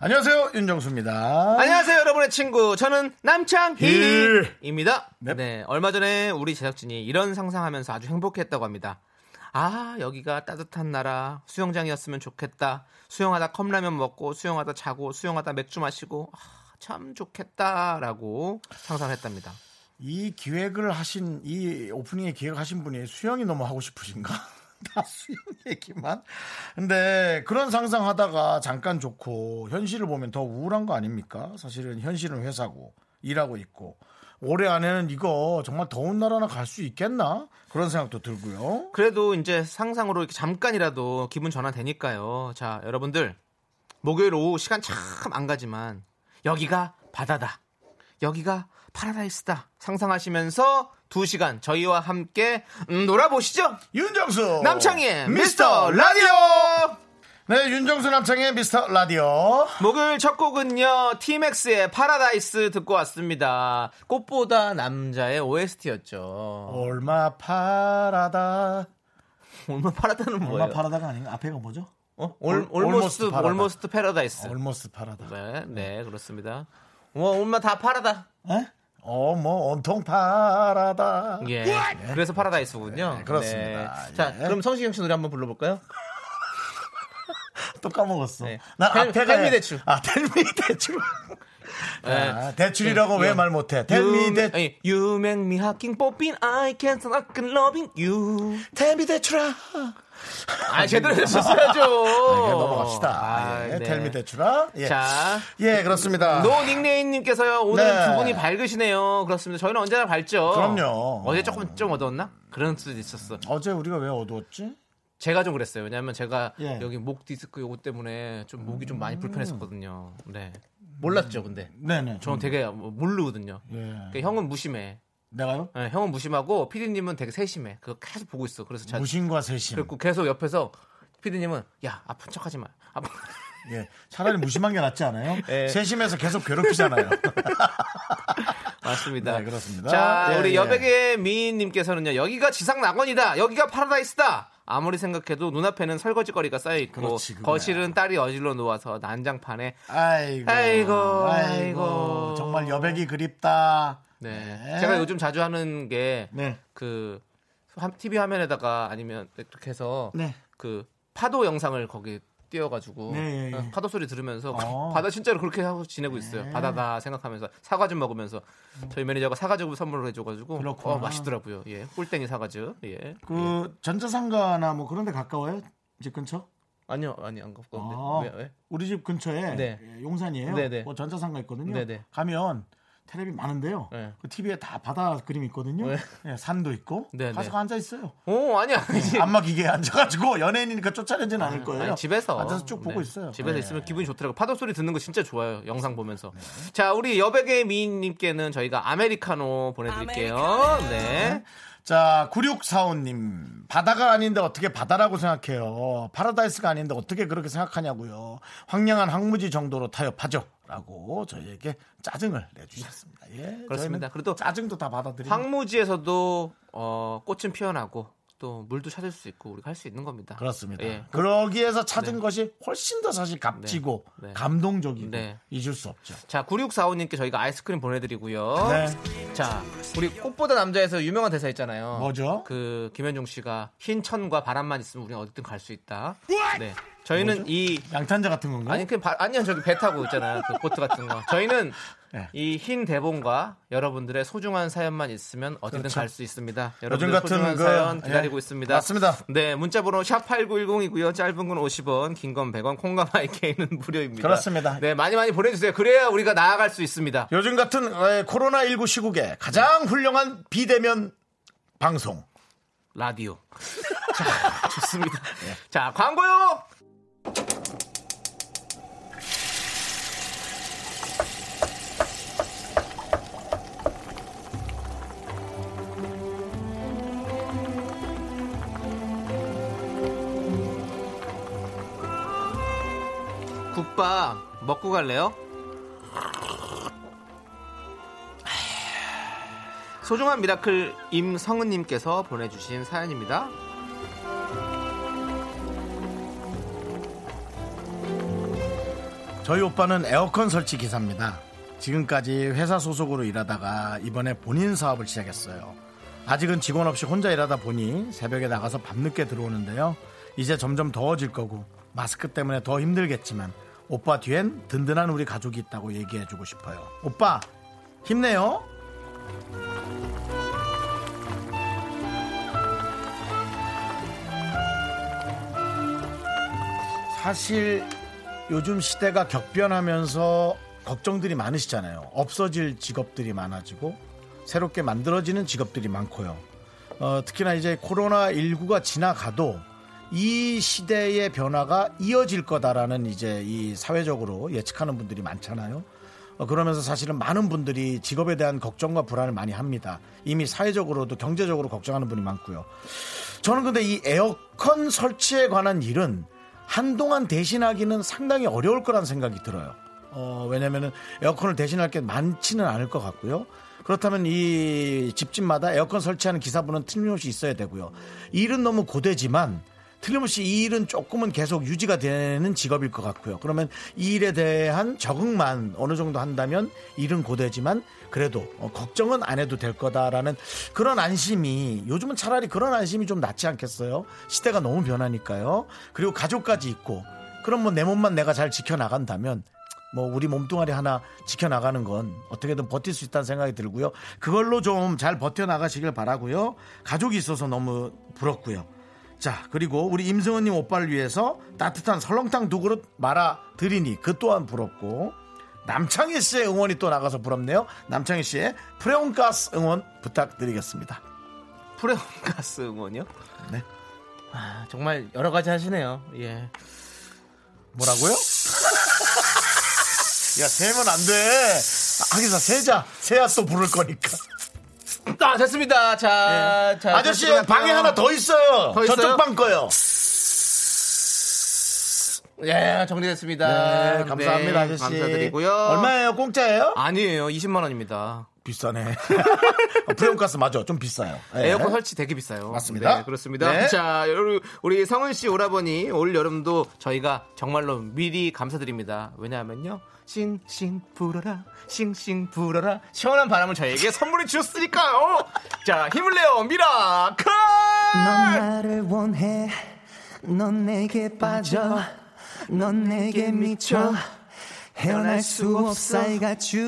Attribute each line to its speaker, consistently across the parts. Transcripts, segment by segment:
Speaker 1: 안녕하세요 윤정수입니다.
Speaker 2: 안녕하세요, 여러분의 친구. 저는
Speaker 1: 힐.
Speaker 2: 남창희입니다.
Speaker 1: 넵.
Speaker 2: 네, 얼마 전에 우리 제작진이 이런 상상하면서 아주 행복했다고 합니다. 아, 여기가 따뜻한 나라. 수영장이었으면 좋겠다. 수영하다 컵라면 먹고, 수영하다 자고, 수영하다 맥주 마시고. 아, 참 좋겠다라고 상상을 했답니다.
Speaker 1: 이 기획을 하신 이 오프닝에 기획하신 분이 수영이 너무 하고 싶으신가? 다 수영 얘기만. 근데 그런 상상하다가 잠깐 좋고 현실을 보면 더 우울한 거 아닙니까? 사실은 현실은 회사고 일하고 있고 올해 안에는 이거 정말 더운 나라나 갈 수 있겠나? 그런 생각도 들고요.
Speaker 2: 그래도 이제 상상으로 이렇게 잠깐이라도 기분 전환되니까요. 자, 여러분들. 목요일 오후 시간 참 안 가지만 여기가 바다다. 여기가 파라다이스다. 상상하시면서 두시간 저희와 함께 음, 놀아보시죠.
Speaker 1: 윤정수
Speaker 2: 남창희의 미스터 라디오!
Speaker 1: 네, 윤정수 남창희의 미스터 라디오.
Speaker 2: 목요일 첫 곡은요. 티맥스의 파라다이스 듣고 왔습니다. 꽃보다 남자의 OST였죠.
Speaker 1: 얼마 파라다.
Speaker 2: 얼마 파라다는 뭐예요?
Speaker 1: 얼마 파라다가 아닌가? 앞에가 뭐죠?
Speaker 2: 어? 올,
Speaker 1: 올-
Speaker 2: 올모스트, 아,
Speaker 1: 올모스트 파라다.
Speaker 2: 올모스트 패러다이스.
Speaker 1: 얼머스 파라다.
Speaker 2: 네, 네 그렇습니다. 와, 엄마 다 파라다.
Speaker 1: 에? 어머 뭐, 온통 파라다.
Speaker 2: 예. 그래서 파라다이스군요.
Speaker 1: 네, 그렇습니다.
Speaker 2: 네. 자,
Speaker 1: 예.
Speaker 2: 그럼 성시경 씨 노래 한번 불러볼까요?
Speaker 1: 또 까먹었어.
Speaker 2: 네.
Speaker 1: 나
Speaker 2: 텔-
Speaker 1: 앞에가
Speaker 2: 텔미대출.
Speaker 1: 아 텔미 대출. 아, 대출이라고
Speaker 2: 예.
Speaker 1: 왜 말 못해? 텔미 대
Speaker 2: 아니, You make me hacking, popping, I can't stop loving you.
Speaker 1: 텔미 대출아.
Speaker 2: 아, 제대로 해주셨어야죠. 아, 네.
Speaker 1: 예, 넘어갑시다. 예, 텔미 대출아. 예.
Speaker 2: 자.
Speaker 1: 예 그렇습니다.
Speaker 2: 노 닉네임님께서요 오늘
Speaker 1: 네.
Speaker 2: 두 분이 밝으시네요. 그렇습니다. 저희는 언제나 밝죠.
Speaker 1: 그럼요.
Speaker 2: 어제 조금 좀 어두웠나? 그런 수도 있었어.
Speaker 1: 어제 우리가 왜 어두웠지?
Speaker 2: 제가 좀 그랬어요. 왜냐하면 제가
Speaker 1: 예. 음.
Speaker 2: 여기 목 디스크 요거 때문에 좀 목이 좀 많이 불편했었거든요. 네, 몰랐죠, 근데.
Speaker 1: 네네.
Speaker 2: 저는 되게 뭐 모르거든요.
Speaker 1: 예.
Speaker 2: 그러니까 형은 무심해.
Speaker 1: 내가요?
Speaker 2: 예, 형은 무심하고 피디님은 되게 세심해. 그거 계속 보고 있어. 그래서 자,
Speaker 1: 무신과 세심.
Speaker 2: 그리고 계속 옆에서 피디님은 야 아픈 척하지 마. 아픈-
Speaker 1: 예. 차라리 무심한 게 낫지 않아요?
Speaker 2: 예.
Speaker 1: 세심해서 계속 괴롭히잖아요.
Speaker 2: 맞습니다.
Speaker 1: 네, 그렇습니다.
Speaker 2: 자
Speaker 1: 예,
Speaker 2: 우리
Speaker 1: 예.
Speaker 2: 여백의 미인님께서는요 여기가 지상 낙원이다. 여기가 파라다이스다. 아무리 생각해도 눈앞에는 설거지거리가 쌓여 있고
Speaker 1: 그렇지, 그거야.
Speaker 2: 거실은 딸이 어질러 놓아서 난장판에
Speaker 1: 아이고,
Speaker 2: 아이고, 아이고.
Speaker 1: 아이고, 정말 여백이 그립다.
Speaker 2: 네. 제가 요즘 자주 하는 게
Speaker 1: 네.
Speaker 2: 그 화- TV 화면에다가 아니면 이렇게 해서
Speaker 1: 네.
Speaker 2: 그 파도 영상을 거기 띄워가지고
Speaker 1: 네, 예, 예.
Speaker 2: 파도 소리 들으면서
Speaker 1: 어. 네.
Speaker 2: 바다 진짜로 그렇게 하고 지내고 있어요. 바다다 생각하면서 사과 즙 먹으면서 저희 매니저가 사과즙을 선물로 해줘가지고
Speaker 1: 그렇구나.
Speaker 2: 어, 맛있더라고요. 예, 꿀땡이 사과즙. 예.
Speaker 1: 그 전자상가나 뭐 그런 데 가까워요? 집 근처?
Speaker 2: 아니요, 아니 안 가까운데.
Speaker 1: 아,
Speaker 2: 어, 네. 왜, 왜?
Speaker 1: 우리 집 근처에
Speaker 2: 네.
Speaker 1: 예, 용산이에요.
Speaker 2: 네, 네.
Speaker 1: 뭐 전자상가 있거든요.
Speaker 2: 네, 네.
Speaker 1: 가면 텔레비 많은데요.
Speaker 2: 네.
Speaker 1: 그 TV에 다 바다 그림 있거든요.
Speaker 2: 네.
Speaker 1: 예, 산도 있고.
Speaker 2: 네,
Speaker 1: 가서
Speaker 2: 네.
Speaker 1: 앉아 있어요.
Speaker 2: 오, 아니 아니지.
Speaker 1: 네, 안마 기계에 앉아가지고 연예인이니까 쫓아내진 않을 거예요.
Speaker 2: 아니, 집에서
Speaker 1: 앉아서 쭉 보고
Speaker 2: 네.
Speaker 1: 있어요.
Speaker 2: 집에서
Speaker 1: 예.
Speaker 2: 있으면 기분이 좋더라고. 요 파도 소리 듣는 거 진짜 좋아요. 영상 보면서.
Speaker 1: 네.
Speaker 2: 자, 우리 여백의 미인님께는 저희가 아메리카노 보내드릴게요. 네.
Speaker 1: 자, 9645님. 바다가 아닌데 어떻게 바다라고 생각해요? 파라다이스가 아닌데 어떻게 그렇게 생각하냐고요? 황량한 황무지 정도로 타협하죠. 라고 저희에게 짜증을 내주셨습니다. 예.
Speaker 2: 그렇습니다.
Speaker 1: 저희는
Speaker 2: 그래도
Speaker 1: 짜증도 다 받아들이고.
Speaker 2: 황무지에서도 네. 어, 꽃은 피어나고 또 물도 찾을 수 있고 우리가 할 수 있는 겁니다.
Speaker 1: 그렇습니다.
Speaker 2: 예.
Speaker 1: 그러기에서 찾은 것이 훨씬 더 사실 값지고
Speaker 2: 네. 네.
Speaker 1: 감동적이고
Speaker 2: 네.
Speaker 1: 잊을 수 없죠.
Speaker 2: 자, 9645님께 저희가 아이스크림 보내드리고요.
Speaker 1: 네.
Speaker 2: 자, 우리 꽃보다 남자에서 유명한 대사 있잖아요.
Speaker 1: 뭐죠?
Speaker 2: 그 김현종 씨가 흰 천과 바람만 있으면 우리는 어디든 갈 수 있다. 네. 저희는 이
Speaker 1: 양탄자 같은 건가요?
Speaker 2: 아니 그 바, 아니요 저기 배 타고 있잖아요 그 보트 같은 거 저희는
Speaker 1: 네.
Speaker 2: 이 흰 대본과 여러분들의 소중한 사연만 있으면 어디든 갈 수 있습니다
Speaker 1: 그렇죠.
Speaker 2: 여러분들
Speaker 1: 요즘 같은
Speaker 2: 소중한
Speaker 1: 그-
Speaker 2: 사연 기다리고
Speaker 1: 예,
Speaker 2: 있습니다
Speaker 1: 맞습니다.
Speaker 2: 네 문자번호 샵 8910이고요 짧은 건 50원 긴 건 100원 콩과 마이케이는 무료입니다
Speaker 1: 그렇습니다.
Speaker 2: 네 많이 많이 보내주세요 그래야 우리가 나아갈 수 있습니다
Speaker 1: 요즘 같은 어, 예, 코로나19 시국에 가장
Speaker 2: 네.
Speaker 1: 훌륭한 비대면 방송.
Speaker 2: 라디오 자 좋습니다
Speaker 1: 예.
Speaker 2: 자 광고요 오빠 먹고 갈래요? 소중한 미라클 임성은님께서 보내주신 사연입니다.
Speaker 1: 저희 오빠는 에어컨 설치 기사입니다. 지금까지 회사 소속으로 일하다가 이번에 본인 사업을 시작했어요. 아직은 직원 없이 혼자 일하다 보니 새벽에 나가서 밤늦게 들어오는데요. 이제 점점 더워질 거고 마스크 때문에 더 힘들겠지만 오빠 뒤엔 든든한 우리 가족이 있다고 얘기해주고 싶어요. 오빠 힘내요. 사실 요즘 시대가 격변하면서 걱정들이 많으시잖아요. 없어질 직업들이 많아지고 새롭게 만들어지는 직업들이 많고요. 어, 특히나 이제 코로나 19가 지나가도 이 시대의 변화가 이어질 거다라는 이제 이 사회적으로 예측하는 분들이 많잖아요. 어, 그러면서 사실은 많은 분들이 직업에 대한 걱정과 불안을 많이 합니다. 이미 사회적으로도 경제적으로 걱정하는 분이 많고요. 저는 근데 이 에어컨 설치에 관한 일은 한동안 대신하기는 상당히 어려울 거란 생각이 들어요. 어, 왜냐면은 에어컨을 대신할 게 많지는 않을 것 같고요. 그렇다면 이 집집마다 에어컨 설치하는 기사분은 틀림없이 있어야 되고요. 이 일은 너무 고되지만 틀림없이 이 일은 조금은 계속 유지가 되는 직업일 것 같고요. 그러면 이 일에 대한 적응만 어느 정도 한다면 일은 고되지만 그래도 어, 걱정은 안 해도 될 거다라는 그런 안심이 요즘은 차라리 그런 안심이 좀 낫지 않겠어요? 시대가 너무 변하니까요. 그리고 가족까지 있고 그럼 뭐 내 몸만 내가 잘 지켜나간다면 뭐 우리 몸뚱아리 하나 지켜나가는 건 어떻게든 버틸 수 있다는 생각이 들고요. 그걸로 좀 잘 버텨나가시길 바라고요. 가족이 있어서 너무 부럽고요. 자 그리고 우리 임승원님 오빠를 위해서 따뜻한 설렁탕 두 그릇 말아 드리니 그 또한 부럽고 남창희 씨의 응원이 또 나가서 부럽네요. 남창희 씨의 프레온가스 응원 부탁드리겠습니다.
Speaker 2: 프레온가스 응원이요?
Speaker 1: 네.
Speaker 2: 아, 정말 여러 가지 하시네요. 예.
Speaker 1: 뭐라고요? 야 세면 안 돼. 하기사 세자 세야 또 부를 거니까.
Speaker 2: 아, 됐습니다. 자, 예. 자
Speaker 1: 아저씨
Speaker 2: 다시 돌아갈게요.
Speaker 1: 방에 하나 더 있어요.
Speaker 2: 더 있어요?
Speaker 1: 저쪽 방 거요.
Speaker 2: 예, 정리됐습니다.
Speaker 1: 네, 감사합니다,
Speaker 2: 네,
Speaker 1: 아저씨.
Speaker 2: 감사드리고요.
Speaker 1: 얼마예요? 공짜예요?
Speaker 2: 아니에요. 20만 원입니다.
Speaker 1: 비싸네. 어, 프레온가스 맞아. 좀 비싸요. 예.
Speaker 2: 에어컨 설치 되게 비싸요.
Speaker 1: 맞습니다.
Speaker 2: 네, 그렇습니다.
Speaker 1: 네.
Speaker 2: 자, 여러분, 우리 성은 씨 오라버니 올 여름도 저희가 정말로 미리 감사드립니다. 왜냐하면요. 싱싱 불어라, 싱싱 불어라. 시원한 바람을 저희에게 선물해 주셨으니까요. 자, 힘을 내요.
Speaker 3: 아!
Speaker 2: 미라클!
Speaker 3: 나를 원해 넌 내게 빠져 넌 내게 미쳐 헤어날 수 없어 이가 주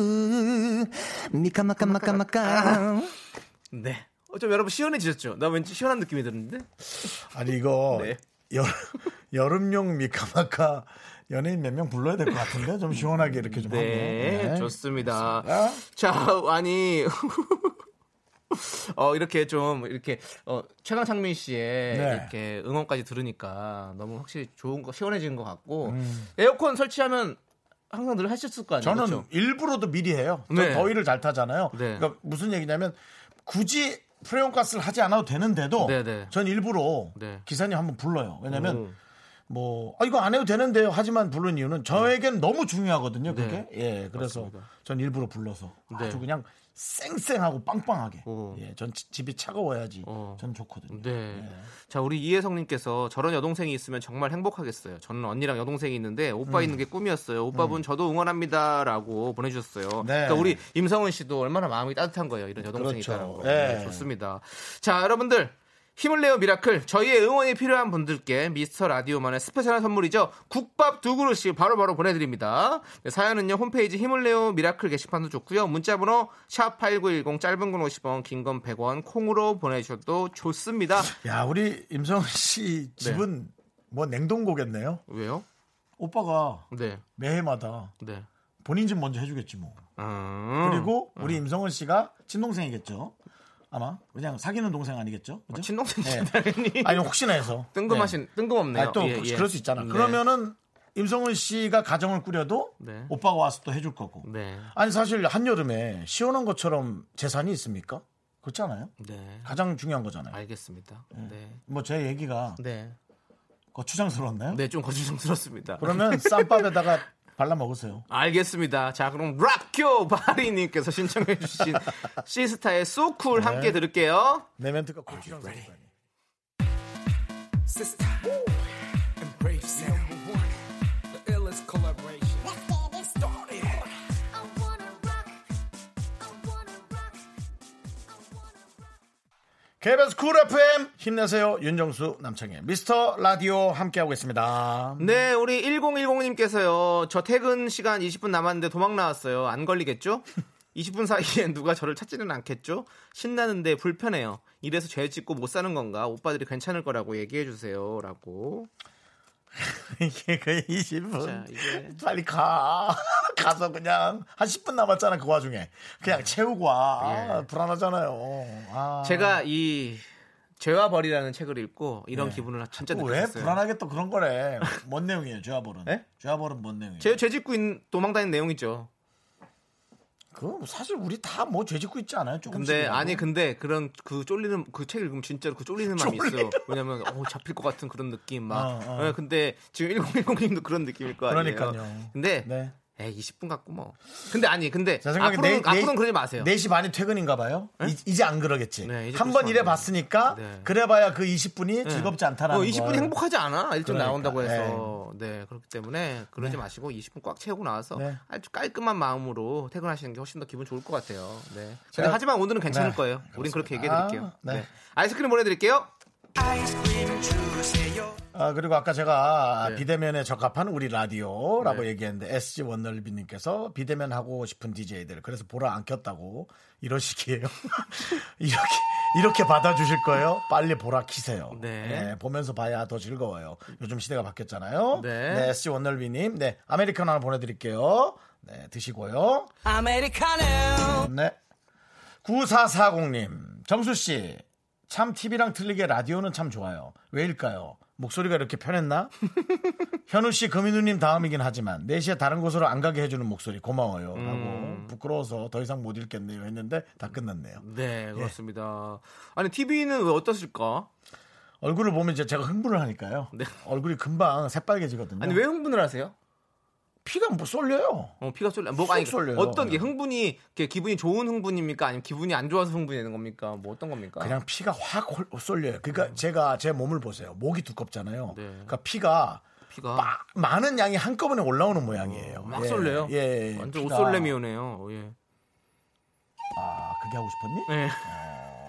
Speaker 1: 아.
Speaker 3: 미카마카마카마카
Speaker 2: 네. 어, 좀 여러분 시원해지셨죠? 나 왠지 시원한 느낌이 드는데?
Speaker 1: 아니 이거
Speaker 2: 네.
Speaker 1: 여름, 여름용 미카마카 연예인 몇 명 불러야 될 것 같은데 좀 시원하게 이렇게 좀
Speaker 2: 네,
Speaker 1: 하고. 네.
Speaker 2: 좋습니다. 자, 아니. 어, 이렇게 좀, 이렇게, 어, 최강창민 씨의
Speaker 1: 네.
Speaker 2: 이렇게 응원까지 들으니까 너무 확실히 좋은 거, 시원해지는 것 같고, 에어컨 설치하면 항상 늘 하셨을 거
Speaker 1: 음.
Speaker 2: 아니에요?
Speaker 1: 저는
Speaker 2: 그렇죠?
Speaker 1: 일부러도 미리 해요. 저
Speaker 2: 네.
Speaker 1: 더위를 잘 타잖아요.
Speaker 2: 네.
Speaker 1: 그러니까 무슨 얘기냐면 굳이 프레온가스를 하지 않아도 되는데도
Speaker 2: 네, 네.
Speaker 1: 전 일부러
Speaker 2: 네.
Speaker 1: 기사님 한번 불러요. 왜냐면
Speaker 2: 오.
Speaker 1: 뭐 아, 이거 안 해도 되는데요. 하지만 부른 이유는 저에겐 너무 중요하거든요. 그게 예 그래서
Speaker 2: 네. 맞습니다.
Speaker 1: 전 일부러 불러서
Speaker 2: 네.
Speaker 1: 아주 그냥 쌩쌩하고 빵빵하게
Speaker 2: 오.
Speaker 1: 예전 집이 차가워야지
Speaker 2: 어.
Speaker 1: 전 좋거든요.
Speaker 2: 네. 자, 우리 이혜성님께서 저런 여동생이 있으면 정말 행복하겠어요. 저는 언니랑 여동생이 있는데
Speaker 1: 음.
Speaker 2: 오빠 있는 게 꿈이었어요. 오빠분 저도 응원합니다. 라고 보내주셨어요.
Speaker 1: 네.
Speaker 2: 그러니까 우리 임성은 씨도 얼마나 마음이 따뜻한 거예요. 이런 여동생이
Speaker 1: 그렇죠.
Speaker 2: 있다는 거.
Speaker 1: 네.
Speaker 2: 네, 좋습니다. 자, 여러분들. 힘을 내요 미라클 저희의 응원이 필요한 분들께 미스터 라디오만의 스페셜한 선물이죠 국밥 두 그릇씩 바로바로 보내드립니다 네, 사연은요 홈페이지 힘을 내요 미라클 게시판도 좋고요 문자번호 샵8910 짧은 건 50원 긴 건 100원 콩으로 보내주셔도 좋습니다
Speaker 1: 야 우리 임성훈 씨 집은
Speaker 2: 네.
Speaker 1: 뭐 냉동고겠네요.
Speaker 2: 왜요?
Speaker 1: 오빠가
Speaker 2: 네,
Speaker 1: 매해마다
Speaker 2: 네.
Speaker 1: 본인 집 먼저 해주겠지 뭐.
Speaker 2: 음.
Speaker 1: 그리고 우리 임성훈 씨가 친동생이겠죠. 아마 그냥 사귀는 동생 아니겠죠. 그죠?
Speaker 2: 어, 친동생이
Speaker 1: 네.
Speaker 2: 당연히
Speaker 1: 아니 혹시나 해서
Speaker 2: 뜬금하신 뜬금없네요.
Speaker 1: 아니, 또
Speaker 2: 예, 예.
Speaker 1: 그럴 수 있잖아.
Speaker 2: 네.
Speaker 1: 그러면은 임성훈 씨가 가정을 꾸려도
Speaker 2: 네.
Speaker 1: 오빠가 와서 또 해줄 거고.
Speaker 2: 네,
Speaker 1: 아니 사실 한 여름에 시원한 것처럼 재산이 있습니까? 그렇지 않아요?
Speaker 2: 네,
Speaker 1: 가장 중요한 거잖아요.
Speaker 2: 알겠습니다. 네,
Speaker 1: 뭐 제 얘기가
Speaker 2: 네,
Speaker 1: 거추장스러웠나요?
Speaker 2: 네, 좀 거추장스럽습니다.
Speaker 1: 그러면 쌈밥에다가 발라 먹으세요.
Speaker 2: 알겠습니다. 자, 그럼 락교 바리님께서 신청해주신 시스타의 소쿨
Speaker 1: 네.
Speaker 2: 함께 들을게요.
Speaker 1: 내 멘트가 고추장스럽다니.
Speaker 4: Sister, embrace it. The illest collaboration.
Speaker 5: I wanna rock. I wanna rock.
Speaker 1: KBS 쿨 FM 힘내세요. 윤정수 남창의 미스터 라디오 함께하고 있습니다.
Speaker 2: 네, 우리 1010님께서요. 저 퇴근 시간 20분 남았는데 도망 나왔어요. 안 걸리겠죠? 20분 사이에 누가 저를 찾지는 않겠죠? 신나는데 불편해요. 이래서 죄 짓고 못 사는 건가? 오빠들이 괜찮을 거라고 얘기해 주세요. 라고.
Speaker 1: 이게 그
Speaker 2: 자,
Speaker 1: 20분.
Speaker 2: 이게
Speaker 1: 빨리 가. 가서 그냥 한 10분 남았잖아 그 와중에 그냥 채우고 와 아, 불안하잖아요. 아.
Speaker 2: 네. 예. 제가 이 죄와 벌이라는 책을 읽고 이런 기분을 진짜
Speaker 1: 또왜 네.
Speaker 2: 느꼈어요.
Speaker 1: 불안하게 또 그런 거래? 뭔 내용이에요, 죄아벌은?
Speaker 2: 네?
Speaker 1: 죄아벌은 뭔 내용이에요?
Speaker 2: 제 죄 짓고 있는 도망 다니는 내용이죠.
Speaker 1: 그 사실 우리 다 뭐 죄짓고 있지 않아요? 조금씩.
Speaker 2: 근데 아니 근데 그런 그 쫄리는 그 책 읽으면 진짜로 그 쫄리는 마음이 있어요. 왜냐면 어 잡힐 것 같은 그런 느낌 막.
Speaker 1: 어, 어.
Speaker 2: 예, 근데 지금 1010님도 그런 느낌일 거 아니에요.
Speaker 1: 그러니까요.
Speaker 2: 근데
Speaker 1: 네.
Speaker 2: 에이 20분 갖고 뭐. 근데 아니 근데
Speaker 1: 제 생각에
Speaker 2: 앞으로는
Speaker 1: 네- 네-
Speaker 2: 앞으로는 그러지 마세요. 예?
Speaker 1: 4시 반이 퇴근인가 봐요. 이, 제안 그러겠지.
Speaker 2: 네, 이제
Speaker 1: 한 번
Speaker 2: 그렇죠.
Speaker 1: 일해 봤으니까
Speaker 2: 네.
Speaker 1: 그래 봐야 그 20분이
Speaker 2: 예.
Speaker 1: 즐겁지 않다라는
Speaker 2: 어, 20분이
Speaker 1: 걸.
Speaker 2: 행복하지 않아. 일찍
Speaker 1: 그러니까,
Speaker 2: 나온다고 해서. 네. 그렇기 때문에 그러지 마시고 20분 꽉 채우고 나와서
Speaker 1: 네.
Speaker 2: 아주 깔끔한 마음으로 퇴근하시는 게 훨씬 더 기분 좋을 것 같아요. 네. 근데
Speaker 1: 제가-
Speaker 2: 하지만 오늘은 괜찮을
Speaker 1: 네,
Speaker 2: 거예요. 우린 그렇게 얘기해 드릴게요.
Speaker 1: 아, 네.
Speaker 2: 네. 아이스크림 보내 드릴게요.
Speaker 1: 아, 그리고 아까 제가
Speaker 2: 네.
Speaker 1: 비대면에 적합한 우리 라디오라고 얘기했는데 SG 원널비 님께서 비대면 하고 싶은 DJ들 그래서 보라 안 켰다고 이러시기에요. 이렇게 이렇게 받아주실 거예요? 빨리 보라 키세요. 예,
Speaker 2: 네.
Speaker 1: 보면서 봐야 더 즐거워요. 요즘 시대가 바뀌었잖아요.
Speaker 2: 네.
Speaker 1: SG 원널비 님. 네. 아메리카노 하나 보내 드릴게요. 네, 드시고요. 아메리카노. 네. 9440님, 정수씨, 참 TV랑 틀리게 라디오는 참 좋아요. 왜일까요? 목소리가 이렇게 편했나? 현우씨, 금인우님 다음이긴 하지만, 4시에 다른 곳으로 안 가게 해주는 목소리 고마워요.
Speaker 2: 음.
Speaker 1: 라고, 부끄러워서 더 이상 못 읽겠네요. 했는데, 다 끝났네요.
Speaker 2: 네, 그렇습니다. 아니, TV는 왜 어떠실까?
Speaker 1: 얼굴을 보면 이제 제가 흥분을 하니까요.
Speaker 2: 네.
Speaker 1: 얼굴이 금방 새빨개지거든요.
Speaker 2: 아니, 왜 흥분을 하세요?
Speaker 1: 피가 뭐 쏠려요?
Speaker 2: 네. 어, 피가 쏠려. 뭐, 아니,
Speaker 1: 쏙 쏠려요.
Speaker 2: 어떤 게 흥분이, 이렇게 기분이 좋은 흥분입니까? 아니면 기분이 안 좋아서 흥분이 되는 겁니까? 뭐 어떤 겁니까?
Speaker 1: 그냥 피가 확 홀- 쏠려요. 그러니까 제가 제 몸을 보세요. 목이 두껍잖아요.
Speaker 2: 음. 네.
Speaker 1: 그러니까 피가
Speaker 2: 피가
Speaker 1: 마- 아. 많은 양이 한꺼번에 올라오는 모양이에요.
Speaker 2: 어, 막
Speaker 1: 예,
Speaker 2: 쏠려요.
Speaker 1: 예, 예.
Speaker 2: 완전
Speaker 1: 피가-
Speaker 2: 옷쏠레미오네요. 예.
Speaker 1: 아, 그게 하고 싶었니?
Speaker 2: 네.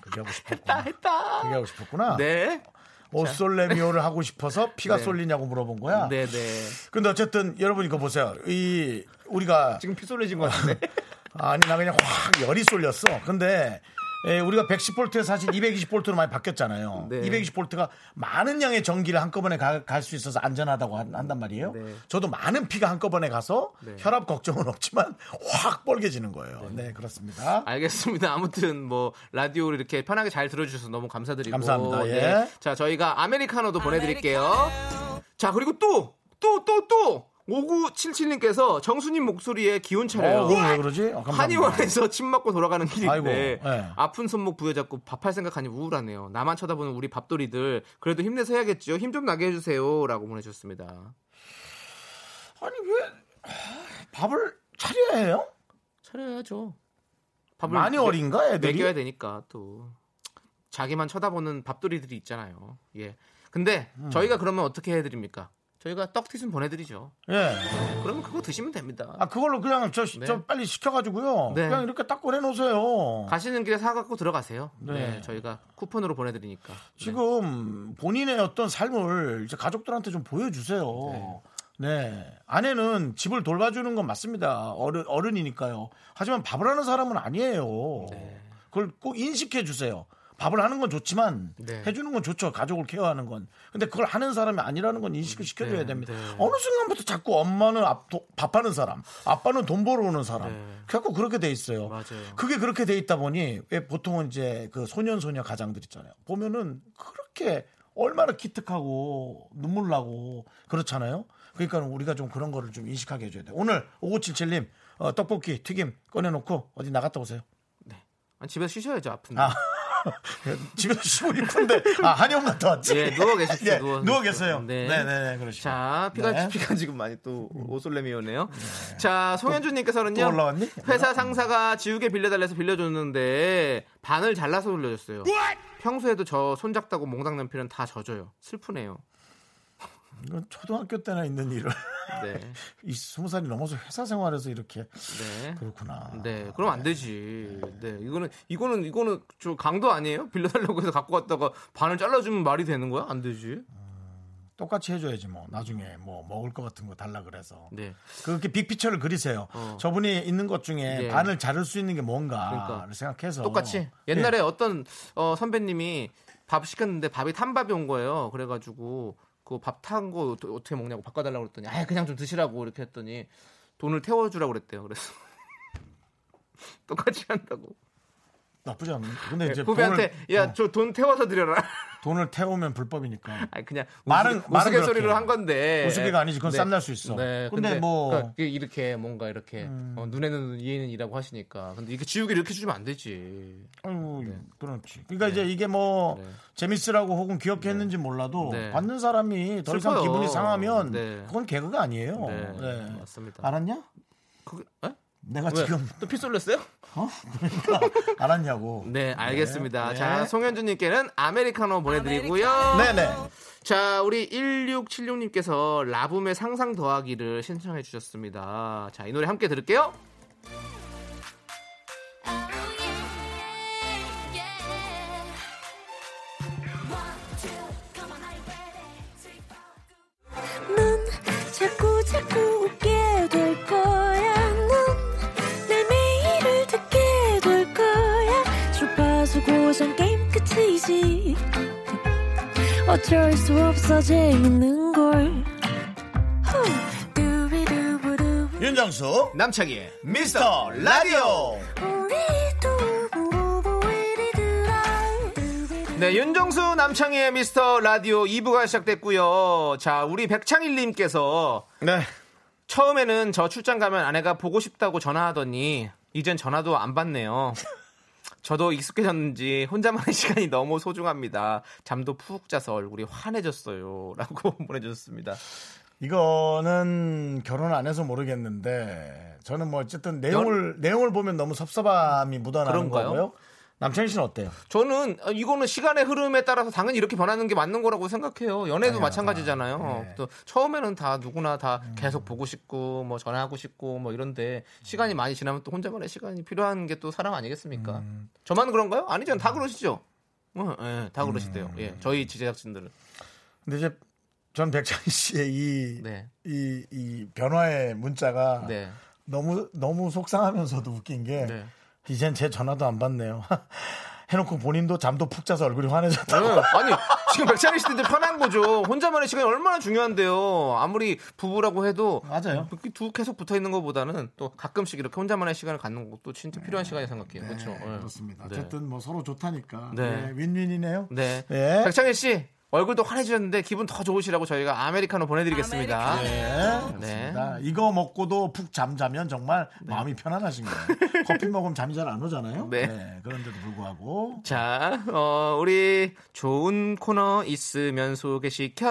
Speaker 1: 그게 하고 싶었구나.
Speaker 2: 했다.
Speaker 1: 그게 하고 싶었구나.
Speaker 2: 네.
Speaker 1: 옷솔레미오를 하고 싶어서 피가
Speaker 2: 네.
Speaker 1: 쏠리냐고 물어본 거야.
Speaker 2: 네, 네.
Speaker 1: 근데 어쨌든 여러분 이거 보세요. 이 우리가
Speaker 2: 지금 피 쏠려진 것 같은데.
Speaker 1: 아니 나 그냥 확 열이 쏠렸어. 근데 예, 우리가 110볼트에서 사실 220볼트로 많이 바뀌었잖아요.
Speaker 2: 네.
Speaker 1: 220볼트가 많은 양의 전기를 한꺼번에 갈 수 있어서 안전하다고 한- 한단 말이에요.
Speaker 2: 네.
Speaker 1: 저도 많은 피가 한꺼번에 가서 혈압 걱정은 없지만 확 벌게지는 거예요. 네, 그렇습니다.
Speaker 2: 아, 알겠습니다. 아무튼 뭐 라디오를 이렇게 편하게 잘 들어주셔서 너무 감사드리고
Speaker 1: 감사합니다. 예.
Speaker 2: 자 저희가 아메리카노도 보내드릴게요. 자 그리고 또 또 또또 5977님께서 정수님 목소리에 기운 차려요.
Speaker 1: 어, 그럼 왜 그러지? 어, 감사합니다.
Speaker 2: 한의원에서 침 맞고 돌아가는 길인데
Speaker 1: 아이고, 예.
Speaker 2: 아픈 손목 부여잡고 밥할 생각하니 우울하네요. 나만 쳐다보는 우리 밥돌이들 그래도 힘내서 해야겠죠. 힘 좀 나게 해주세요라고 보내주셨습니다.
Speaker 1: 아니 왜 아, 밥을 차려야 해요?
Speaker 2: 차려야죠. 밥을
Speaker 1: 많이
Speaker 2: 먹-
Speaker 1: 어린가 애들이?
Speaker 2: 먹여야 아, 되니까 또 자기만 쳐다보는 밥돌이들이 있잖아요. 예. 근데
Speaker 1: 음.
Speaker 2: 저희가 그러면 어떻게 해드립니까? 저희가 떡튀순 보내드리죠.
Speaker 1: 예.
Speaker 2: 그러면 그거 드시면 됩니다.
Speaker 1: 아 그걸로 그냥 저, 시-
Speaker 2: 네.
Speaker 1: 저 빨리 시켜가지고요.
Speaker 2: 네.
Speaker 1: 그냥 이렇게 딱 꺼내 놓으세요.
Speaker 2: 가시는 길에 사갖고 들어가세요. 네.
Speaker 1: 네.
Speaker 2: 저희가 쿠폰으로 보내드리니까. 네.
Speaker 1: 지금 본인의 어떤 삶을 이제 가족들한테 좀 보여주세요. 네. 아내는 집을 돌봐주는 건 맞습니다. 어른, 어른이니까요. 하지만 밥을 하는 사람은 아니에요.
Speaker 2: 네.
Speaker 1: 그걸 꼭 인식해 주세요. 밥을 하는 건 좋지만
Speaker 2: 네.
Speaker 1: 해주는 건 좋죠. 가족을 케어하는 건. 근데 그걸 하는 사람이 아니라는 건 인식을 시켜줘야
Speaker 2: 네,
Speaker 1: 됩니다.
Speaker 2: 네.
Speaker 1: 어느 순간부터 자꾸 엄마는 앞- 도- 밥하는 사람, 아빠는 돈 벌어오는 사람.
Speaker 2: 네.
Speaker 1: 자꾸 그렇게 돼 있어요.
Speaker 2: 맞아요.
Speaker 1: 그게 그렇게 돼 있다 보니 왜 보통은 이제 그 소년 소녀 가장들 있잖아요. 보면은 그렇게 얼마나 기특하고 눈물 나고 그렇잖아요. 그러니까 우리가 좀 그런 거를 좀 인식하게 해줘야 돼. 요 오늘 5577님 어, 떡볶이 튀김 꺼내놓고 어디 나갔다 오세요.
Speaker 2: 아니, 집에서 아, 쉬셔야죠. 아픈데.
Speaker 1: 아. 집에서 쉬고 있는데 아 한의원 갔다 왔지.
Speaker 2: 예, 누워 계셨어요.
Speaker 1: 예,
Speaker 2: 누워,
Speaker 1: 누워 계세요.
Speaker 2: 계셨어요. 네.
Speaker 1: 네, 네, 네, 그러시죠.
Speaker 2: 자, 피가
Speaker 1: 네.
Speaker 2: 피가 지금 많이 또 오솔렘이 오네요. 자, 송현준 님께서는요.
Speaker 1: 또 올라왔니?
Speaker 2: 회사 상사가 지우개 빌려달래서 빌려줬는데 반을 잘라서 빌려줬어요. 평소에도 저 손잡다고 몽당 연필은 다 젖어요. 슬프네요.
Speaker 1: 이건 초등학교 때나 있는 일을
Speaker 2: 네.
Speaker 1: 이 스무 살이 넘어서 회사 생활에서 이렇게
Speaker 2: 네.
Speaker 1: 그렇구나.
Speaker 2: 네, 그럼 안 되지. 네, 이거는 이거는 이거는 저 강도 아니에요? 빌려달라고 해서 갖고 갔다가 반을 잘라주면 말이 되는 거야? 안 되지.
Speaker 1: 똑같이 해줘야지 뭐 나중에 뭐 먹을 것 같은 거 달라 그래서
Speaker 2: 네,
Speaker 1: 그렇게 빅피처를 그리세요.
Speaker 2: 어.
Speaker 1: 저분이 있는 것 중에
Speaker 2: 예.
Speaker 1: 반을 자를 수 있는 게 뭔가를
Speaker 2: 그러니까.
Speaker 1: 생각해서 예,
Speaker 2: 똑같이 옛날에 어떤 어, 선배님이 밥 시켰는데 밥이 탄 밥이 온 거예요. 그래가지고 그 밥 탄 거 어떻게 먹냐고 바꿔달라고 그랬더니 아 그냥 좀 드시라고 이렇게 했더니 돈을 태워주라고 그랬대요. 그래서 똑같이 한다고
Speaker 1: 나쁘지 않네. 근데 이제
Speaker 2: 예, 후배한테
Speaker 1: 돈을, 어,
Speaker 2: 야 저 돈 태워서 드려라.
Speaker 1: 돈을 태우면 불법이니까.
Speaker 2: 아니 그냥
Speaker 1: 말은- 말은
Speaker 2: 우스갯 소리로
Speaker 1: 그렇게.
Speaker 2: 한 건데
Speaker 1: 우스개가 아니지. 그건 쌈날 수
Speaker 2: 그렇죠.
Speaker 1: 있어. 근데 뭐-
Speaker 2: 네. 그러니까 이게 이렇게 뭔가 이렇게 어, 눈에는 눈, 이에는 이라고 하시니까 근데 이게 지우개 이렇게 주면 안 되지.
Speaker 1: 아유, 그렇지. 그러니까 이제 이게 뭐
Speaker 2: 네.
Speaker 1: 재밌으라고 혹은 귀엽게 했는지 몰라도
Speaker 2: 네.
Speaker 1: 받는 사람이 더 이상
Speaker 2: 슬퍼요.
Speaker 1: 기분이 상하면
Speaker 2: 네.
Speaker 1: 그건 개그가 아니에요.
Speaker 2: 네, 아,
Speaker 1: 네.
Speaker 2: 맞습니다.
Speaker 1: 알았냐?
Speaker 2: 그게 에?
Speaker 1: 내가
Speaker 2: 왜?
Speaker 1: 지금
Speaker 2: 또 피쏠렸어요?
Speaker 1: 알았냐고.
Speaker 2: 네, 알겠습니다.
Speaker 1: 네.
Speaker 2: 자, 송현주님께는 아메리카노 보내드리고요.
Speaker 1: 네네.
Speaker 2: 자, 우리 1676님께서 라붐의 상상 더하기를 신청해 주셨습니다. 자, 이 노래 함께 들을게요.
Speaker 6: 넌 자꾸 자꾸 웃게 될 거야. 넌내 매일을 듣게 될 거야. 주파수 고정 게임 끝이지. 어쩔 수 없어 재밌는 걸. 후. 두비두부두.
Speaker 1: 윤정수
Speaker 2: 남창희의
Speaker 1: 미스터 라디오.
Speaker 6: 우리 두부부부 우리 두라. 두비두부.
Speaker 2: 네, 윤정수 남창희의 미스터 라디오 2부가 시작됐고요. 자, 우리 백창일님께서
Speaker 1: 네.
Speaker 2: 처음에는 저 출장 가면 아내가 보고 싶다고 전화하더니 이젠 전화도 안 받네요. 저도 익숙해졌는지 혼자만의 시간이 너무 소중합니다. 잠도 푹 자서 얼굴이 환해졌어요. 라고 보내주셨습니다.
Speaker 1: 이거는 결혼 안 해서 모르겠는데 저는 뭐 어쨌든 내용을 내용을 보면 너무 섭섭함이 묻어나는
Speaker 2: 그런가요?
Speaker 1: 거고요. 남창희 씨는 어때요?
Speaker 2: 저는 어, 이거는 시간의 흐름에 따라서 당연히 이렇게 변하는 게 맞는 거라고 생각해요. 연애도 마찬가지잖아요. 또 처음에는 다 누구나 다 계속 보고 싶고 뭐 전화하고 싶고 뭐 이런데 시간이 많이 지나면 또 혼자만의 시간이 필요한 게 또 사람 아니겠습니까? 저만 그런가요? 아니잖아요. 다 그러시죠. 어, 예, 다 그러시대요. 예, 저희 제작진들은.
Speaker 1: 근데 이제 전 백창희 씨의 이
Speaker 2: 네.
Speaker 1: 이, 이 변화의 문자가
Speaker 2: 네.
Speaker 1: 너무 너무 속상하면서도 웃긴 게
Speaker 2: 네.
Speaker 1: 이젠 제 전화도 안 받네요. 해놓고 본인도 잠도 푹 자서 얼굴이 환해졌다.
Speaker 2: 예, 아니 지금 백찬희 씨도 편한 거죠. 혼자만의 시간이 얼마나 중요한데요. 아무리 부부라고 해도
Speaker 1: 맞아요.
Speaker 2: 이렇게 두 계속 붙어 있는 것보다는 또 가끔씩 이렇게 혼자만의 시간을 갖는 것도 진짜 필요한 시간이라 생각해요. 그렇죠.
Speaker 1: 네,
Speaker 2: 예.
Speaker 1: 그렇습니다.
Speaker 2: 네.
Speaker 1: 어쨌든 뭐 서로 좋다니까
Speaker 2: 네.
Speaker 1: 네, 윈윈이네요.
Speaker 2: 네.
Speaker 1: 예.
Speaker 2: 백창희 씨 얼굴도 환해지셨는데 기분 더 좋으시라고 저희가 아메리카노 보내드리겠습니다. 네.
Speaker 1: 그렇습니다. 이거 먹고도 푹 잠자면 정말 마음이 편안하신 거예요. 커피 먹으면 잠이 잘 안 오잖아요.
Speaker 2: 네.
Speaker 1: 그런데도 불구하고
Speaker 2: 자, 어, 우리 좋은 코너 있으면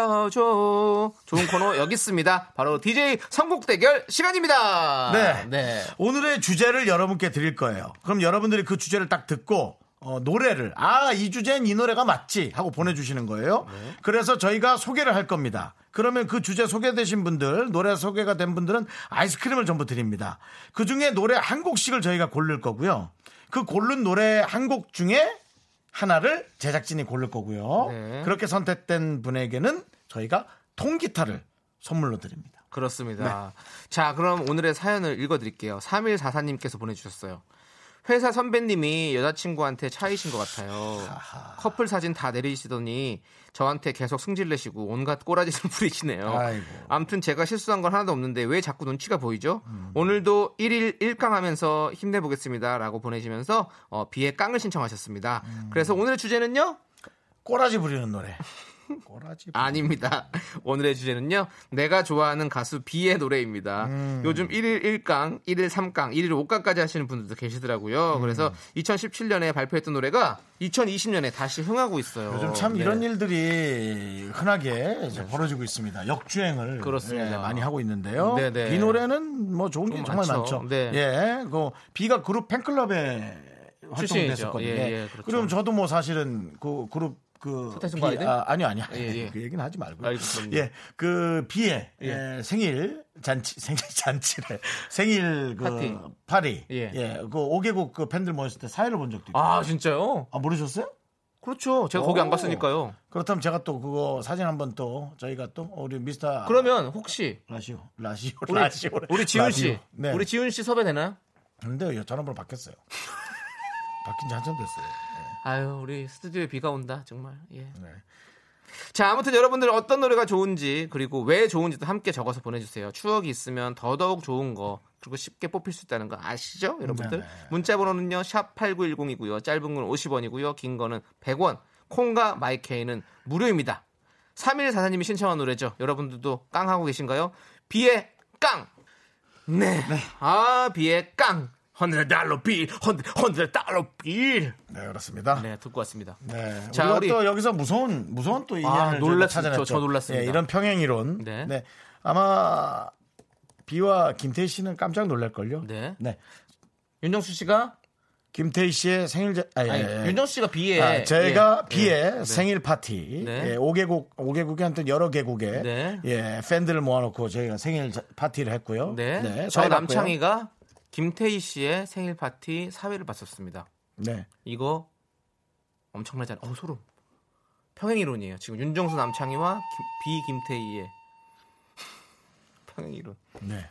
Speaker 2: 소개시켜줘. 좋은 코너 여기 있습니다. 바로 DJ 선곡 대결 시간입니다.
Speaker 1: 네.
Speaker 2: 네.
Speaker 1: 오늘의 주제를 여러분께 드릴 거예요. 그럼 여러분들이 그 주제를 딱 듣고 어, 노래를 아 이 주제는 이 노래가 맞지 하고 보내주시는 거예요.
Speaker 2: 네.
Speaker 1: 그래서 저희가 소개를 할 겁니다. 그러면 그 주제 소개되신 분들 노래 소개가 된 분들은 아이스크림을 전부 드립니다. 그 중에 노래 한 곡씩을 저희가 고를 거고요. 그 고른 노래 한 곡 중에 하나를 제작진이 고를 거고요.
Speaker 2: 네.
Speaker 1: 그렇게 선택된 분에게는 저희가 통기타를 선물로 드립니다. 네.
Speaker 2: 그렇습니다. 자, 그럼 오늘의 사연을 읽어드릴게요. 3144님께서 보내주셨어요. 회사 선배님이 여자친구한테 차이신 것 같아요. 커플 사진 다 내리시더니 저한테 계속 승질내시고 온갖 꼬라지를 부리시네요.
Speaker 1: 아이고.
Speaker 2: 암튼 제가 실수한 건 하나도 없는데 왜 자꾸 눈치가 보이죠?
Speaker 1: 음.
Speaker 2: 오늘도 1일 1강 하면서 힘내보겠습니다. 라고 보내시면서
Speaker 1: 음.
Speaker 2: 어, 비의 깡을 신청하셨습니다. 그래서 오늘의 주제는요?
Speaker 1: 꼬라지 부리는 노래. 꼬라지.
Speaker 2: 아닙니다. 오늘의 주제는요. 내가 좋아하는 가수 B의 노래입니다.
Speaker 1: 음.
Speaker 2: 요즘 1일 1강, 1일 3강, 1일 5강까지 하시는 분들도 계시더라고요.
Speaker 1: 음.
Speaker 2: 그래서 2017년에 발표했던 노래가 2020년에 다시 흥하고 있어요.
Speaker 1: 요즘 참
Speaker 2: 네.
Speaker 1: 이런 일들이 흔하게 이제 벌어지고 있습니다. 역주행을
Speaker 2: 그렇습니다.
Speaker 1: 예, 많이 하고 있는데요.
Speaker 2: 네네.
Speaker 1: 이 노래는 뭐 좋은 게
Speaker 2: 좀
Speaker 1: 정말
Speaker 2: 많죠.
Speaker 1: 많죠.
Speaker 2: 네.
Speaker 1: 예, 그 비가 그룹 팬클럽에
Speaker 2: 출신이죠.
Speaker 1: 활동했었거든요.
Speaker 2: 예, 예, 그렇죠.
Speaker 1: 럼 저도 뭐 사실은 그 그룹 그
Speaker 2: 서태순
Speaker 1: 비-
Speaker 2: 바이든?
Speaker 1: 아, 아니요 아니요
Speaker 2: 예, 예.
Speaker 1: 그 얘기는 하지 말고
Speaker 2: 알겠습니다.
Speaker 1: 예, 그 비의 예, 생일 잔치 생일 잔치래 생일 그
Speaker 2: 파티.
Speaker 1: 파리
Speaker 2: 예.
Speaker 1: 예그 5개국 그 팬들 모였을 때 사회를 본 적도 있고
Speaker 2: 아, 진짜요?
Speaker 1: 아 모르셨어요?
Speaker 2: 그렇죠. 제가 거기 안
Speaker 1: 오.
Speaker 2: 갔으니까요.
Speaker 1: 그렇다면 제가 또 그거 사진 한번 또 저희가 또 어, 우리 미스터
Speaker 2: 그러면 혹시
Speaker 1: 라시오 라시오
Speaker 2: 우리,
Speaker 1: 라시오
Speaker 2: 우리 지훈 씨,
Speaker 1: 라디오. 네.
Speaker 2: 우리 지훈 씨 섭외되나요?
Speaker 1: 근데 전화번호 바뀌었어요. 바뀐 지 한참 됐어요.
Speaker 2: 아유, 우리 스튜디오에 비가 온다 정말. 예.
Speaker 1: 네.
Speaker 2: 자, 아무튼 여러분들 어떤 노래가 좋은지 그리고 왜 좋은지도 함께 적어서 보내주세요. 추억이 있으면 더더욱 좋은 거 그리고 쉽게 뽑힐 수 있다는 거 아시죠, 여러분들?
Speaker 1: 네네.
Speaker 2: 문자번호는요 샵 #8910이고요. 짧은 건 50원이고요, 긴 거는 100원. 콩과 마이케이는 무료입니다. 3일 사사님이 신청한 노래죠. 여러분들도 깡 하고 계신가요? 비의 깡. 네. 아, 비의 깡. 100 달러 빌, 100 달러 빌.
Speaker 1: 네 그렇습니다. 네.
Speaker 2: 네, 듣고 왔습니다. 자,
Speaker 1: 자, 우리가
Speaker 2: 우리-
Speaker 1: 또 여기서 무서운 무서운 또
Speaker 2: 아,
Speaker 1: 이해를
Speaker 2: 놀랐-
Speaker 1: 찾아냈죠.
Speaker 2: 저- 저 놀랐습니다.
Speaker 1: 예, 이런 평행 이론.
Speaker 2: 네.
Speaker 1: 네. 아마 비와 김태희 씨는 깜짝 놀랄 걸요.
Speaker 2: 네. 윤정수 씨가
Speaker 1: 김태희 씨의 생일 자... 아, 예,
Speaker 2: 아니,
Speaker 1: 예.
Speaker 2: 윤정수 씨가 비의
Speaker 1: 아, 제가
Speaker 2: 예,
Speaker 1: 비의
Speaker 2: 예,
Speaker 1: 생일 파티
Speaker 2: 네.
Speaker 1: 예, 5개국 5개국이 한튼 여러 개국의
Speaker 2: 네.
Speaker 1: 예, 팬들을 모아놓고 저희가 생일 자- 파티를 했고요.
Speaker 2: 네. 저희
Speaker 1: 잘 봤고요.
Speaker 2: 남창희가 김태희 씨의 생일 파티 사회를 봤었습니다.
Speaker 1: 네.
Speaker 2: 이거 엄청나잖아요. 어 소름. 평행 이론이에요. 지금 윤정수 남창희와 김- 비 김태희의 평행 이론.
Speaker 1: 네.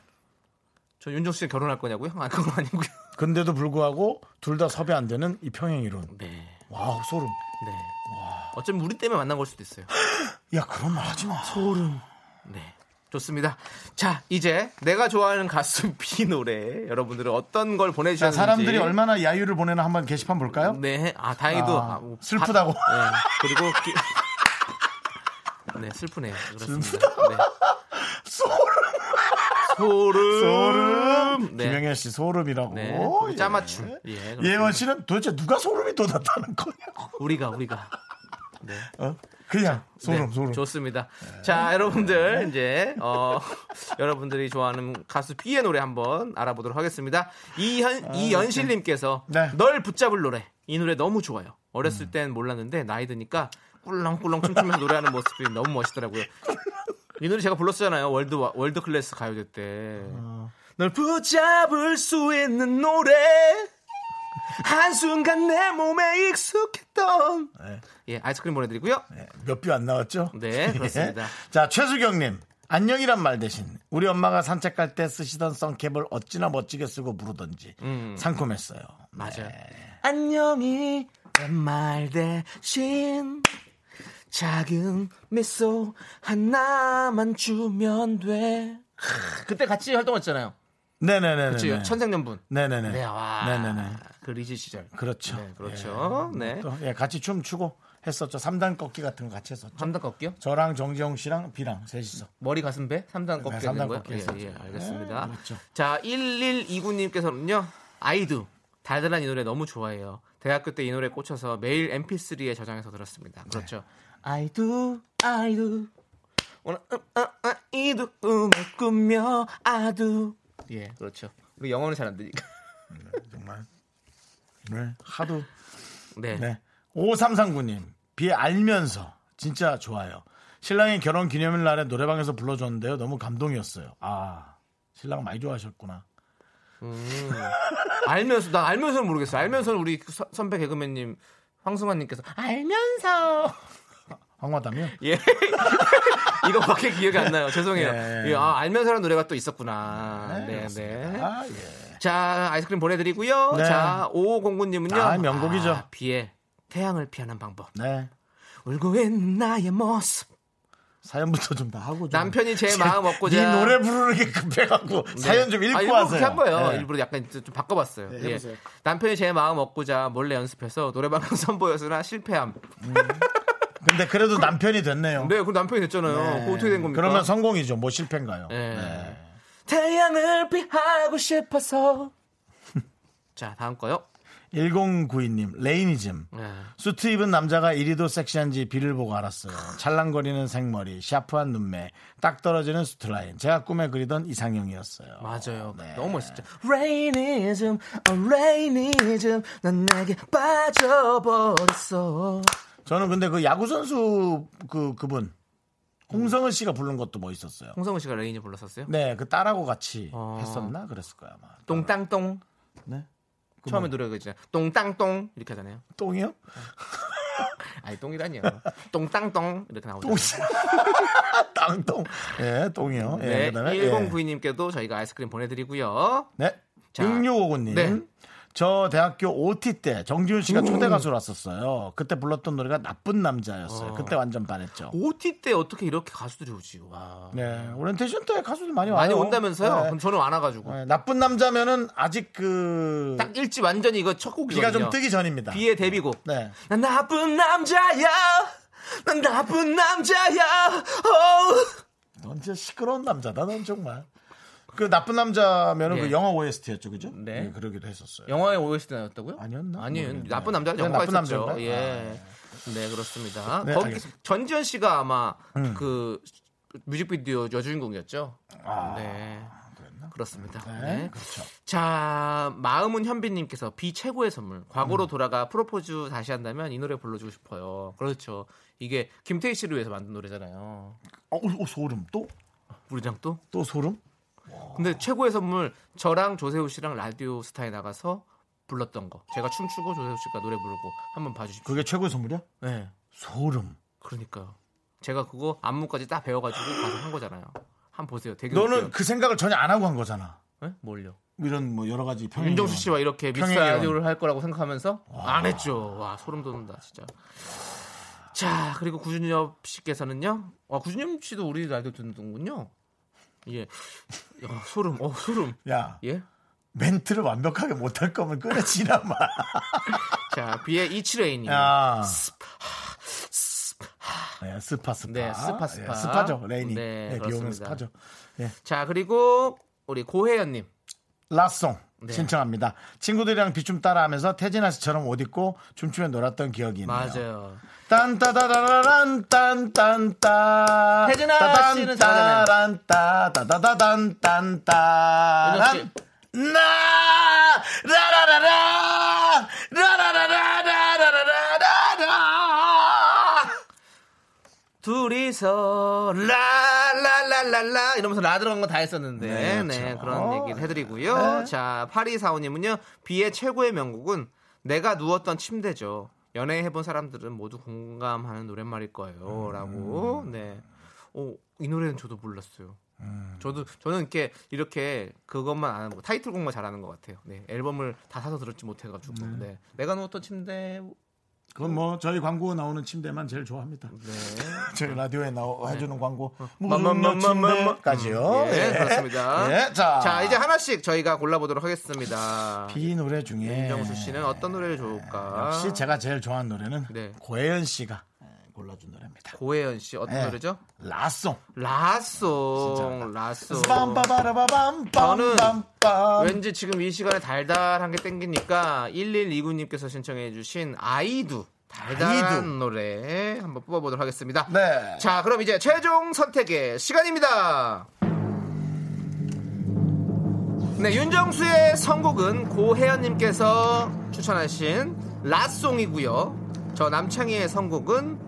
Speaker 2: 저 윤정수 씨 결혼할 거냐고요? 아 그건 아니고요.
Speaker 1: 근데도 불구하고 둘 다 섭외 안 되는 이 평행 이론.
Speaker 2: 네.
Speaker 1: 와우 소름.
Speaker 2: 네. 어쩌면 우리 때문에 만난 걸 수도 있어요.
Speaker 1: 야 그런 말 하지 마. 소름.
Speaker 2: 네. 좋습니다. 자, 이제 내가 좋아하는 가수 비 노래 여러분들은 어떤 걸
Speaker 1: 자
Speaker 2: 보내주셨는지
Speaker 1: 아, 사람들이 얼마나 야유를 보내나 한번 게시판 볼까요?
Speaker 2: 네, 아 다행히도
Speaker 1: 아,
Speaker 2: 아, 뭐,
Speaker 1: 슬프다고.
Speaker 2: 바- 네, 그리고 기- 네 슬프네요. 그렇습니다. 네. 소름. 소름. 네.
Speaker 1: 김영애 씨 소름이라고.
Speaker 2: 네.
Speaker 1: 오,
Speaker 2: 그리고
Speaker 1: 예.
Speaker 2: 짜맞춤. 예. 그렇습니다.
Speaker 1: 예원 씨는 도대체 누가 소름이 돋았다는 거냐고.
Speaker 2: 우리가 우리가.
Speaker 1: 어? 그냥 소름
Speaker 2: 네,
Speaker 1: 소름.
Speaker 2: 좋습니다. 자, 여러분들 이제 어, 여러분들이 좋아하는 가수 B의 노래 한번 알아보도록 하겠습니다. 이현 이연실님께서
Speaker 1: 아, 네. 음.
Speaker 2: 널 붙잡을 노래 이 노래 너무 좋아요. 어렸을 땐 몰랐는데 나이 드니까 꿀렁꿀렁 춤추면서 노래하는 모습이 너무 멋있더라고요. 이 노래 제가 불렀잖아요. 월드 와- 월드 클래스 가요제 때.
Speaker 1: 아.
Speaker 2: 널 붙잡을 수 있는 노래 한순간 내 몸에 익숙했던
Speaker 1: 네.
Speaker 2: 예 아이스크림 보내드리고요
Speaker 1: 몇 뷰 안 나왔죠?
Speaker 2: 네, 그렇습니다.
Speaker 1: 예. 자, 최수경님. 안녕이란 말 대신 우리 엄마가 산책 갈 때 쓰시던 선캡을 어찌나 멋지게 쓰고 부르던지 상큼했어요.
Speaker 2: 음.
Speaker 1: 네.
Speaker 2: 맞아요. 네. 안녕히 말 대신 작은 미소 하나만 주면 돼. 크, 그때 같이 활동했잖아요.
Speaker 1: 네네네.
Speaker 2: 그치 천생연분.
Speaker 1: 네네네.
Speaker 2: 네, 와.
Speaker 1: 네네네.
Speaker 2: 그 리즈 시절.
Speaker 1: 그렇죠.
Speaker 2: 네, 그렇죠. 네.
Speaker 1: 또 예, 같이 춤 추고 했었죠. 3단 꺾기 같은 거 같이 했었죠.
Speaker 2: 삼단 꺾기요?
Speaker 1: 저랑 정지영 씨랑 비랑 셋이서.
Speaker 2: 머리 가슴 배? 삼단 꺾기 하는
Speaker 1: 삼단
Speaker 2: 거예요?
Speaker 1: 꺾기
Speaker 2: 예,
Speaker 1: 했었죠.
Speaker 2: 예, 알겠습니다.
Speaker 1: 네, 그렇죠.
Speaker 2: 자, 1129님께서는요. 아이두 달달한 이 노래 너무 좋아해요. 대학교 때 이 노래 꽂혀서 매일 MP3에 저장해서 들었습니다. 그렇죠. 아이두 아이두 오늘 음, 아, 아, 이두 음을 꾸며 아두 예, 그렇죠. 우리 영어는 잘 안 되니까.
Speaker 1: 정말. 네. 하도.
Speaker 2: 네.
Speaker 1: 네. 5339님. 비 알면서 진짜 좋아요. 신랑이 결혼 기념일 날에 노래방에서 불러줬는데요. 너무 감동이었어요. 아, 신랑 많이 좋아하셨구나.
Speaker 2: 알면서 나 알면서는 모르겠어요. 알면서 는 우리 서- 선배 개그맨님 황승환 님께서 알면서
Speaker 1: 황마담이요?
Speaker 2: 예. 이거밖에 기억이 안 나요. 죄송해요.
Speaker 1: 네.
Speaker 2: 예, 아, 알면서라는 노래가 또 있었구나. 네, 네.
Speaker 1: 그렇습니다. 아, 예.
Speaker 2: 자, 아이스크림 보내드리고요.
Speaker 1: 네.
Speaker 2: 자, 5509님은요.
Speaker 1: 아, 명곡이죠.
Speaker 2: 비에 태양을 피하는 방법.
Speaker 1: 네.
Speaker 2: 울고 있는 나의 모습.
Speaker 1: 사연부터 좀 다 하고 좀.
Speaker 2: 남편이 제 마음 얻고자.
Speaker 1: 네 노래 부르는 게 급해갖고 사연 좀 읽고
Speaker 2: 아, 일부러
Speaker 1: 하세요.
Speaker 2: 그렇게 한 거예요.
Speaker 1: 네.
Speaker 2: 일부러 약간 좀 바꿔봤어요. 예.
Speaker 1: 해보세요.
Speaker 2: 남편이 제 마음 얻고자 몰래 연습해서 노래방에서 선보였으나 실패함.
Speaker 1: 근데 그래도 남편이 됐네요.
Speaker 2: 네, 그 남편이 됐잖아요. 그거 어떻게 된 겁니까?
Speaker 1: 그러면 성공이죠. 뭐 실패인가요?
Speaker 2: 네.
Speaker 1: 네.
Speaker 2: 태양을 피하고 싶어서. 자, 다음 거요.
Speaker 1: 1092님, 레이니즘.
Speaker 2: 네.
Speaker 1: 수트 입은 남자가 이리도 섹시한지 비를 보고 알았어요. 찰랑거리는 생머리, 샤프한 눈매, 딱 떨어지는 수트라인. 제가 꿈에 그리던 이상형이었어요.
Speaker 2: 맞아요.
Speaker 1: 네.
Speaker 2: 너무 멋있죠. Rainism, oh, rainism, 넌 내게 빠져버렸어.
Speaker 1: 저는 근데 그 야구 선수 그 그분 홍성은 씨가 부른 것도 뭐 멋있었어요.
Speaker 2: 홍성우 씨가 레인이 불렀었어요?
Speaker 1: 네, 그 딸하고 같이
Speaker 2: 어.
Speaker 1: 했었나 그랬을 거야 아마.
Speaker 2: 똥땅똥.
Speaker 1: 네.
Speaker 2: 처음에 노래가 있잖아요. 똥땅똥 이렇게 하잖아요.
Speaker 1: 똥이요?
Speaker 2: 아니 똥이라니요. 똥땅똥 이렇게 나오죠.
Speaker 1: 똥. 아, 땅똥. 예, 똥이요. 예,
Speaker 2: 네, 예.
Speaker 1: 그다음에
Speaker 2: 1092님께도 저희가 아이스크림 보내드리고요.
Speaker 1: 예. 네.
Speaker 2: 자.
Speaker 1: 6659님.
Speaker 2: 네.
Speaker 1: 저 대학교 OT 때 정지훈 씨가
Speaker 2: 음.
Speaker 1: 초대 가수로 왔었어요. 그때 불렀던 노래가 나쁜 남자였어요. 그때 완전 반했죠.
Speaker 2: OT 때 어떻게 이렇게 가수들이 오지? 와.
Speaker 1: 네. 오리엔테이션 때 가수들 많이 와요.
Speaker 2: 많이 온다면서요?
Speaker 1: 네.
Speaker 2: 그럼 저는 안 와가지고.
Speaker 1: 네, 나쁜 남자면은 아직 그
Speaker 2: 딱 일집 완전히 이거 첫 곡이거든요.
Speaker 1: 비가 좀 뜨기 전입니다.
Speaker 2: 비의 데뷔곡.
Speaker 1: 네.
Speaker 2: 난 나쁜 남자야. 난 나쁜 남자야. 오.
Speaker 1: 넌 진짜 시끄러운 남자다, 넌 정말. 그 나쁜 남자면은
Speaker 2: 예.
Speaker 1: 그 영화 OST였죠, 그죠?
Speaker 2: 네.
Speaker 1: 예, 그러기도 했었어요.
Speaker 2: 영화의 OST 나였다고요?
Speaker 1: 아니었나?
Speaker 2: 아니에요.
Speaker 1: 모르겠네.
Speaker 2: 나쁜 남자
Speaker 1: 그냥
Speaker 2: 영화가
Speaker 1: 나쁜
Speaker 2: 있었죠.
Speaker 1: 남자인가요?
Speaker 2: 예.
Speaker 1: 아,
Speaker 2: 네 그렇습니다.
Speaker 1: 네,
Speaker 2: 거기
Speaker 1: 알겠습니다. 음.
Speaker 2: 전지현 씨가 아마 그 뮤직비디오 여주인공이었죠. 네. 그렇습니다
Speaker 1: 아, 네, 그렇죠.
Speaker 2: 자, 마음은 현빈님께서 비 최고의 선물. 과거로 돌아가 프로포즈 다시 한다면 이 노래 불러주고 싶어요. 그렇죠. 이게 김태희 씨를 위해서 만든 노래잖아요.
Speaker 1: 어, 어, 소름 또?
Speaker 2: 우리랑 또
Speaker 1: 또 소름?
Speaker 2: 어. 근데 최고의 선물 저랑 조세호 씨랑 라디오 스타에 나가서 불렀던 거 제가 춤추고 조세호 씨가 노래 부르고 한번 봐주십시오.
Speaker 1: 그게 최고의 선물이야?
Speaker 2: 네,
Speaker 1: 소름.
Speaker 2: 그러니까요. 제가 그거 안무까지 딱 배워가지고 가서 한 거잖아요. 한 번 보세요. 되게
Speaker 1: 너는
Speaker 2: 웃겨요.
Speaker 1: 그 생각을 전혀 안 하고 한 거잖아.
Speaker 2: 네? 뭘요?
Speaker 1: 이런 뭐 여러 가지 평행.
Speaker 2: 윤정수 씨와 이렇게 믹스
Speaker 1: 평행이요.
Speaker 2: 라디오를 할 거라고 생각하면서 안 했죠. 와 소름 돋는다 진짜. 자 그리고 구준엽 씨께서는요. 와 구준엽 씨도 우리 라디오 듣는군요. 예. 야, 소름. 어 소름.
Speaker 1: 야,
Speaker 2: 예.
Speaker 1: 멘트를 완벽하게 못할 거면 끊어지나 마.
Speaker 2: 자 비의 이치레이님.
Speaker 1: 야. 아. 네, 스파 스파.
Speaker 2: 네, 스파, 스파.
Speaker 1: 예, 스파죠, 레이니.
Speaker 2: 네,
Speaker 1: 네, 비오면
Speaker 2: 그렇습니다.
Speaker 1: 스파죠.
Speaker 2: 자 그리고 우리 고혜연님
Speaker 1: 라송
Speaker 2: 네.
Speaker 1: 신청합니다. 친구들이랑 비 좀 따라하면서 태진아 씨처럼 옷 입고 춤추며 놀았던 기억이 있네요.
Speaker 2: 맞아요.
Speaker 1: 딴따다다란 딴딴따.
Speaker 2: 태진아
Speaker 1: 따단
Speaker 2: 씨는 잘하잖아요.
Speaker 1: 따란 따 따다다단 딴따.
Speaker 2: 윤혁
Speaker 1: 나 라라라라 라라라라라라라라.
Speaker 2: 둘이서 라라라라라 이러면서 라 들어간 거 다 했었는데 네, 그런 얘기를 해드리고요. 자 파리 사오님은요 비의 최고의 명곡은 내가 누웠던 침대죠. 연애해본 사람들은 모두 공감하는 노랫말일 거예요라고 네. 오, 이 노래는 저도 몰랐어요. 저도 저는 이렇게 이렇게 그것만 안 하고 타이틀곡만 잘하는 것 같아요. 네 앨범을 다 사서 들었지 못해가지고 네 내가 누웠던 침대
Speaker 1: 그건 뭐 저희 광고 나오는 침대만 제일 좋아합니다.
Speaker 2: 네.
Speaker 1: 저희 라디오에 나와 해주는 광고 무슨
Speaker 2: 맘마마마마.
Speaker 1: 침대까지요.
Speaker 2: 음, 예, 그렇습니다.
Speaker 1: 어, 예, 자,
Speaker 2: 자 이제 하나씩 저희가 골라보도록 하겠습니다.
Speaker 1: 비 노래 중에
Speaker 2: 김정수 씨는 어떤 노래를 좋을까?
Speaker 1: 역시 제가 제일 좋아하는 노래는
Speaker 2: 네.
Speaker 1: 고혜연 씨가 예, 골라준 노래입니다.
Speaker 2: 고혜연 씨 어떤
Speaker 1: 네.
Speaker 2: 노래죠?
Speaker 1: 라송.
Speaker 2: 라송 라송.
Speaker 1: 빰빠바라바밤
Speaker 2: 저는
Speaker 1: 빰빰빰.
Speaker 2: 왠지 지금 이 시간에 달달한 게 땡기니까 1129님께서 신청해주신 아이두 달달한
Speaker 1: 아이두.
Speaker 2: 노래 한번 뽑아보도록 하겠습니다.
Speaker 1: 네.
Speaker 2: 자 그럼 이제 최종 선택의 시간입니다. 네 윤정수의 선곡은 고혜연님께서 추천하신 라송이고요. 저 남창희의 선곡은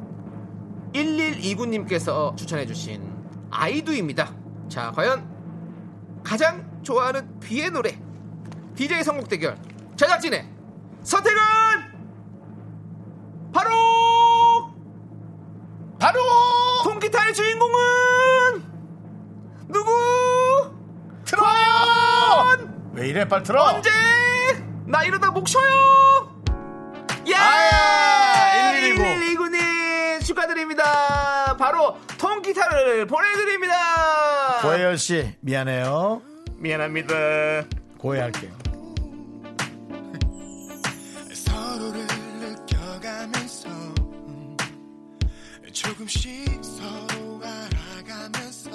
Speaker 2: 1129님께서 추천해주신 아이두입니다. 자 과연 가장 좋아하는 비의 노래 DJ 선곡 대결 제작진의 선택은 바로
Speaker 1: 바로
Speaker 2: 통기타의 주인공은 누구
Speaker 1: 틀어. 왜 이래 빨리 틀어.
Speaker 2: 언제 나 이러다 목 쉬어요 예
Speaker 1: 아야, 1129.
Speaker 2: 1129님 축하드립니다 바로 통기타를 보내드립니다
Speaker 1: 고혜연 씨 미안해요.
Speaker 2: 미안합니다
Speaker 1: 고해할게요.
Speaker 4: 서로를 느껴가면서 음,
Speaker 7: 조금씩 서로 알아가면서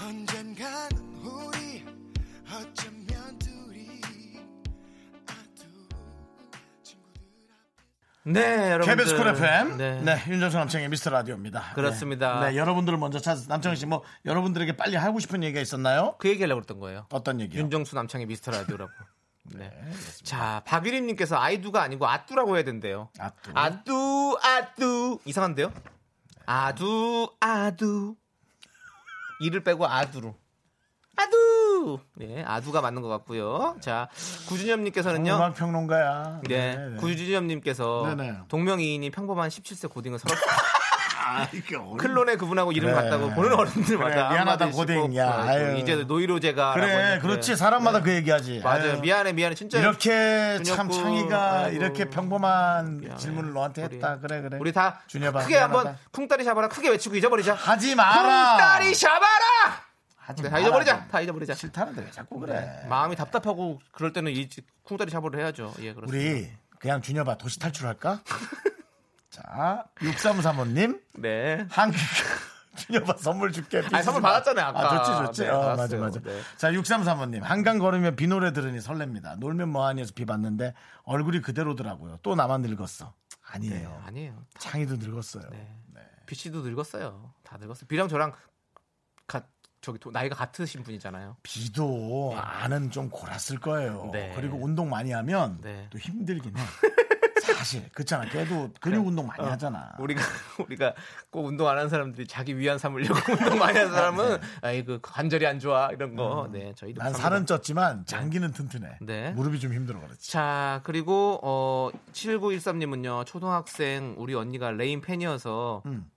Speaker 7: 언젠가는 우리 어쩌면 둘이 아두 친구들 앞
Speaker 2: 네, 여러분.
Speaker 1: KBS 쿨 FM
Speaker 2: 네.
Speaker 1: 네, 윤정수 남창의 미스터 라디오입니다.
Speaker 2: 그렇습니다.
Speaker 1: 네, 네, 여러분들을 먼저 찾아서 남창희 씨 뭐 여러분들에게 빨리 하고 싶은 얘기가 있었나요?
Speaker 2: 그 얘기 하려고 그랬던 거예요.
Speaker 1: 어떤 얘기요?
Speaker 2: 윤정수 남창의 미스터 라디오라고. 네. 자, 박유림님께서 아이두가 아니고 아뚜라고 해야 된대요.
Speaker 1: 아뚜.
Speaker 2: 아뚜, 아뚜. 이상한데요? 아두, 아두. 이를 빼고 아두로. 아두! 네, 아두가 맞는 것 같고요. 자, 구준엽님께서는요.
Speaker 1: 음악 평론가야.
Speaker 2: 네, 구준엽님께서
Speaker 1: 네네.
Speaker 2: 동명이인이 평범한 17세 고딩을 서럽게
Speaker 1: 아, 이게 어려워.
Speaker 2: 클론의 그분하고 이름
Speaker 1: 그래.
Speaker 2: 같다고 보는
Speaker 1: 네.
Speaker 2: 어른들마다
Speaker 1: 그래, 미안하다,
Speaker 2: 한마디씩
Speaker 1: 고딩.
Speaker 2: 꼭,
Speaker 1: 야,
Speaker 2: 아,
Speaker 1: 아유.
Speaker 2: 이제 노이로제가
Speaker 1: 그래, 그렇지. 사람마다 그 얘기하지.
Speaker 2: 네. 맞아요
Speaker 1: 아유,
Speaker 2: 미안해 미안해 진짜
Speaker 1: 이렇게 참
Speaker 2: 준혁군,
Speaker 1: 창의가
Speaker 2: 아이고.
Speaker 1: 이렇게 평범한
Speaker 2: 미안해.
Speaker 1: 질문을 너한테
Speaker 2: 우리,
Speaker 1: 했다. 그래, 그래.
Speaker 2: 우리 다
Speaker 1: 네. 준혁아,
Speaker 2: 크게
Speaker 1: 미안하다.
Speaker 2: 한번 풍다리 잡아라 크게 외치고 잊어버리자
Speaker 1: 하지 마라.
Speaker 2: 풍다리 잡아라
Speaker 1: 하지
Speaker 2: 네, 다
Speaker 1: 마라. 뭐.
Speaker 2: 잊어버리자 네. 다 잊어버리자
Speaker 1: 싫다는데 왜 자꾸 그래?
Speaker 2: 마음이 답답하고 그럴 때는 이 쿵다리 잡으를 해야죠 예 그렇습니다
Speaker 1: 우리 그냥 준여봐 도시 탈출할까? 자, 6335님
Speaker 2: 네
Speaker 1: 한국 준여봐 선물 줄게.
Speaker 2: 아니, 선물 받았잖아요, 아까.
Speaker 1: 아, 좋지 좋지.
Speaker 2: 네,
Speaker 1: 어, 맞아
Speaker 2: 받았어요.
Speaker 1: 맞아.
Speaker 2: 네.
Speaker 1: 자, 6335님 한강 걸으며 비 노래 들으니 설렙니다. 놀면 뭐하니에서 비 봤는데 얼굴이 그대로더라고요. 또 나만 늙었어. 아니에요.
Speaker 2: 네, 아니에요
Speaker 1: 창이도 늙었어요.
Speaker 2: 네. 비씨도 늙었어요 다 늙었어요 비랑 저랑 가, 저기 도- 나이가 같으신 분이잖아요
Speaker 1: 비도 안은 좀 골았을 거예요.
Speaker 2: 네.
Speaker 1: 그리고 운동 많이 하면
Speaker 2: 네.
Speaker 1: 또 힘들긴 해. 사실 그렇잖아. 걔도 근육 운동 많이 하잖아.
Speaker 2: 어. 우리가 우리가 꼭 운동 안 하는 사람들이 자기 위안 삼으려고 운동 많이 하는 사람은 아이고 그 관절이 안 좋아 이런 거. 네, 저희도
Speaker 1: 네, 음. 난 살은
Speaker 2: 감사합니다.
Speaker 1: 쪘지만 장기는 튼튼해.
Speaker 2: 네.
Speaker 1: 무릎이 좀 힘들어 그렇지.
Speaker 2: 자, 그리고 어 7913님은요. 초등학생 우리 언니가 레인 팬이어서
Speaker 1: 음.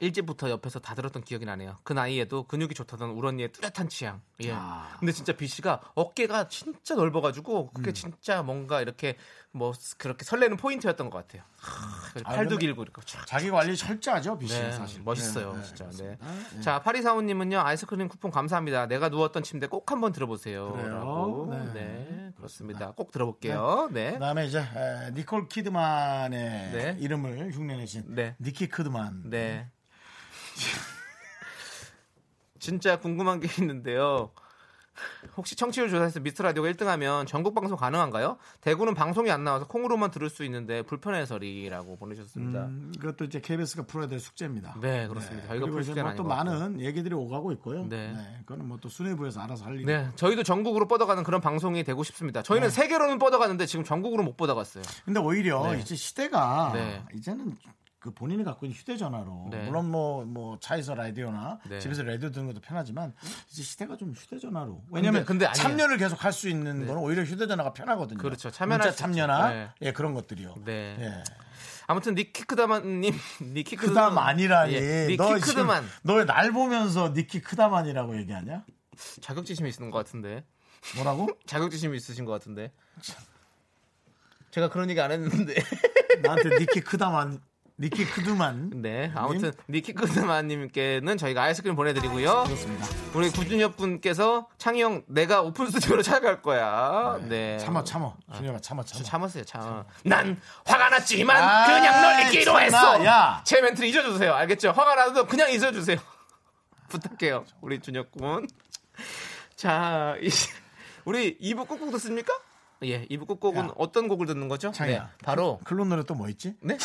Speaker 2: 일찍부터 옆에서 다 들었던 기억이 나네요. 그 나이에도 근육이 좋다던 우리 언니의 뚜렷한 취향. 예. 근데 진짜 B 씨가 어깨가 진짜 넓어가지고 그게 진짜 뭔가 이렇게 뭐 그렇게 설레는 포인트였던 것 같아요. 하, 팔도
Speaker 1: 근데-
Speaker 2: 길고 이렇게 촥
Speaker 1: 자기 관리 철저하죠, 비씨
Speaker 2: 네,
Speaker 1: 는 사실.
Speaker 2: 멋있어요,
Speaker 1: 네, 네,
Speaker 2: 진짜. 네.
Speaker 1: 그렇습니다.
Speaker 2: 자, 파리사원님은요, 아이스크림 쿠폰 감사합니다. 내가 누웠던 침대 꼭 한번 들어보세요.
Speaker 1: 그래요?
Speaker 2: 라고.
Speaker 1: 네.
Speaker 2: 네. 그렇습니다. 꼭 들어볼게요. 네.
Speaker 1: 그다음에 이제 에, 니콜 키드만의
Speaker 2: 네.
Speaker 1: 이름을 흉내내신
Speaker 2: 네.
Speaker 1: 니키 키드만.
Speaker 2: 네. 진짜 궁금한 게 있는데요. 혹시 청취율 조사에서 미스터 라디오가 1등하면 전국 방송 가능한가요? 대구는 방송이 안 나와서 콩으로만 들을 수 있는데 불편해서리라고 보내주셨습니다.
Speaker 1: 음, 이것도 이제 KBS가 풀어야 될 숙제입니다.
Speaker 2: 네, 그렇습니다. 저희가
Speaker 1: 그리고
Speaker 2: 풀
Speaker 1: 이제
Speaker 2: 숙제는
Speaker 1: 뭐또
Speaker 2: 아닌 것 같고요.
Speaker 1: 많은 얘기들이 오가고 있고요.
Speaker 2: 네.
Speaker 1: 네. 그거는 뭐 또 수뇌부에서 알아서 할 일이.
Speaker 2: 네, 저희도 전국으로 뻗어가는 그런 방송이 되고 싶습니다. 저희는
Speaker 1: 네.
Speaker 2: 세계로는 뻗어가는데 지금 전국으로 못 뻗어갔어요.
Speaker 1: 근데 오히려
Speaker 2: 네.
Speaker 1: 이제 시대가
Speaker 2: 네.
Speaker 1: 이제는 그 본인이 갖고 있는 휴대전화로
Speaker 2: 네.
Speaker 1: 물론 뭐 뭐 차에서 라디오나
Speaker 2: 네.
Speaker 1: 집에서 라디오 듣는 것도 편하지만 이제 시대가 좀 휴대전화로 왜냐면
Speaker 2: 근데 아니에요. 네.
Speaker 1: 참여를 계속 할 수 있는 건 오히려 휴대전화가 편하거든요.
Speaker 2: 그렇죠. 참여할
Speaker 1: 문자
Speaker 2: 수 있죠.
Speaker 1: 참여나
Speaker 2: 네.
Speaker 1: 예 그런 것들이요.
Speaker 2: 네.
Speaker 1: 예.
Speaker 2: 아무튼 니키크다만님, 니키크다만
Speaker 1: 크담 아니라니. 너 지금
Speaker 2: 예, 니키크다만
Speaker 1: 너날 보면서 니키 크다만이라고 얘기하냐?
Speaker 2: 자격지심이 있는 것 같은데,
Speaker 1: 뭐라고?
Speaker 2: 자격지심이 있으신 것 같은데. 제가 그런 얘기 안 했는데.
Speaker 1: 나한테 니키 크다만 니키 크드만.
Speaker 2: 네, 아무튼 니키크다만님께는 저희가 아이스크림 보내드리고요.
Speaker 1: 그렇습니다.
Speaker 2: 우리 구준엽 분께서 창희 형, 내가 오픈 스튜디오로 찾아갈 거야. 네.
Speaker 1: 참아 참아. 준혁아 참아 참아.
Speaker 2: 저 참았어요, 참. 난 화가 났지만
Speaker 1: 아,
Speaker 2: 그냥 널 잊기로
Speaker 1: 참나,
Speaker 2: 했어.
Speaker 1: 야.
Speaker 2: 제 멘트를 잊어주세요. 알겠죠? 화가 나도 그냥 잊어주세요. 부탁해요, 우리 준혁군. 자, 이제 우리 2부 꾹꾹 듣습니까? 예, 2부 꾹꾹은
Speaker 1: 야.
Speaker 2: 어떤 곡을 듣는 거죠?
Speaker 1: 창희야.
Speaker 2: 네, 바로
Speaker 1: 클론 노래 또 뭐 있지?
Speaker 2: 네?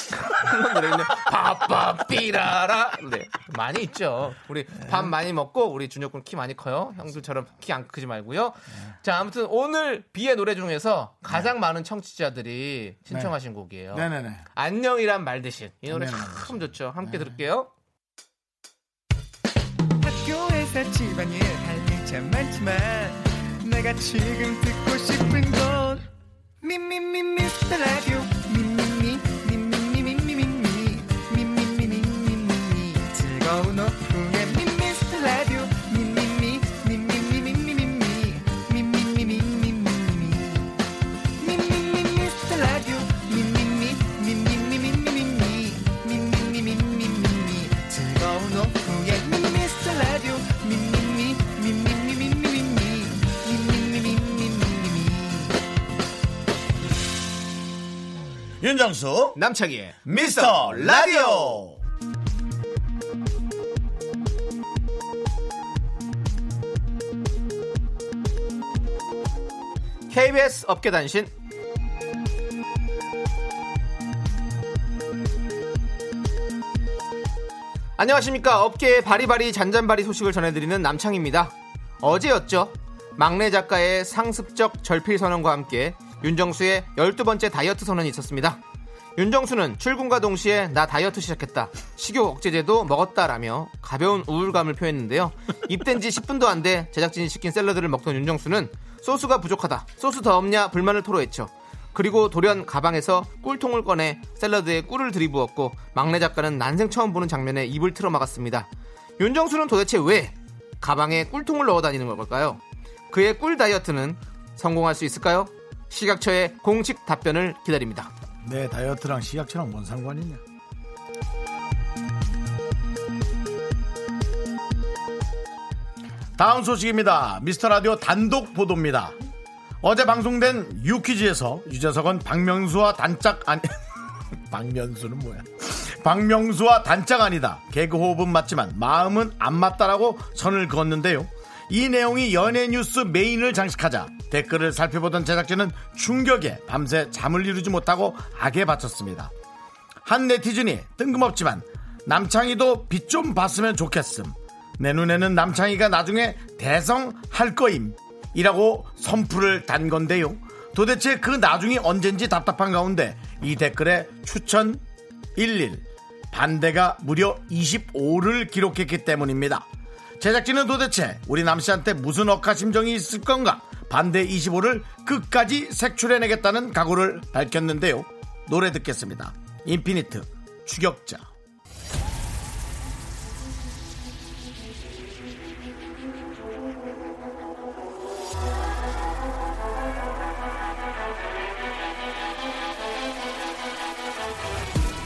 Speaker 2: 그런 노래는 바빠삐라라 네, 많이 있죠. 우리 밥 많이 먹고 우리 준혁군 키 많이 커요. 형들처럼 키 안 크지 말고요. 자, 아무튼 오늘 비의 노래 중에서 가장 많은 청취자들이 신청하신 곡이에요.
Speaker 1: 네네네.
Speaker 2: 안녕이란 말 대신 이 노래
Speaker 1: 네, 네,
Speaker 2: 참 좋죠. 함께 들을게요.
Speaker 4: 학교에서 집안일 할 일 참 많지만 내가 지금 듣고 싶은 건 미미미 미스터 라디오 미미미 미미미미미미 미미미미미미 즐거운 오후에 미스터 라디오 미미미 미미미미미미 미미미미미미 미미미 미스터 라디오 미미미 미미미미미미 미미미미미미 즐거운 오후에 미스터 라디오 미미미 미미미미미미 미미미미미미
Speaker 1: 윤정수
Speaker 2: 남창희의
Speaker 1: 미스터 라디오
Speaker 2: KBS 업계단신 안녕하십니까 업계의 바리바리 잔잔바리 소식을 전해드리는 남창입니다 어제였죠 막내 작가의 상습적 절필 선언과 함께 윤정수의 12번째 다이어트 선언이 있었습니다 윤정수는 출근과 동시에 나 다이어트 시작했다 식욕 억제제도 먹었다라며 가벼운 우울감을 표했는데요 입된 지 10분도 안 돼 제작진이 시킨 샐러드를 먹던 윤정수는 소스가 부족하다 소스 더 없냐 불만을 토로했죠 그리고 돌연 가방에서 꿀통을 꺼내 샐러드에 꿀을 들이부었고 막내 작가는 난생 처음 보는 장면에 입을 틀어막았습니다. 윤정수는 도대체 왜 가방에 꿀통을 넣어 다니는 걸까요? 그의 꿀 다이어트는 성공할 수 있을까요? 시각처의 공식 답변을 기다립니다.
Speaker 1: 내 다이어트랑 시약처랑 뭔 상관이냐 다음 소식입니다 미스터 라디오 단독 보도입니다 어제 방송된 유퀴즈에서 유재석은 박명수와 단짝 아니 박명수는 뭐야 박명수와 단짝 아니다 개그 호흡은 맞지만 마음은 안 맞다라고 선을 그었는데요 이 내용이 연예 뉴스 메인을 장식하자 댓글을 살펴보던 제작진은 충격에 밤새 잠을 이루지 못하고 악에 바쳤습니다 한 네티즌이 뜬금없지만 남창희도 빛 좀 봤으면 좋겠음. 내 눈에는 남창희가 나중에 대성할 거임. 이라고 선풀을 단 건데요. 도대체 그 나중이 언젠지 답답한 가운데 이 댓글에 추천 11 반대가 무려 25를 기록했기 때문입니다. 제작진은 도대체 우리 남씨한테 무슨 억하 심정이 있을 건가? 반대 25를 끝까지 색출해내겠다는 각오를 밝혔는데요. 노래 듣겠습니다. 인피니트 추격자.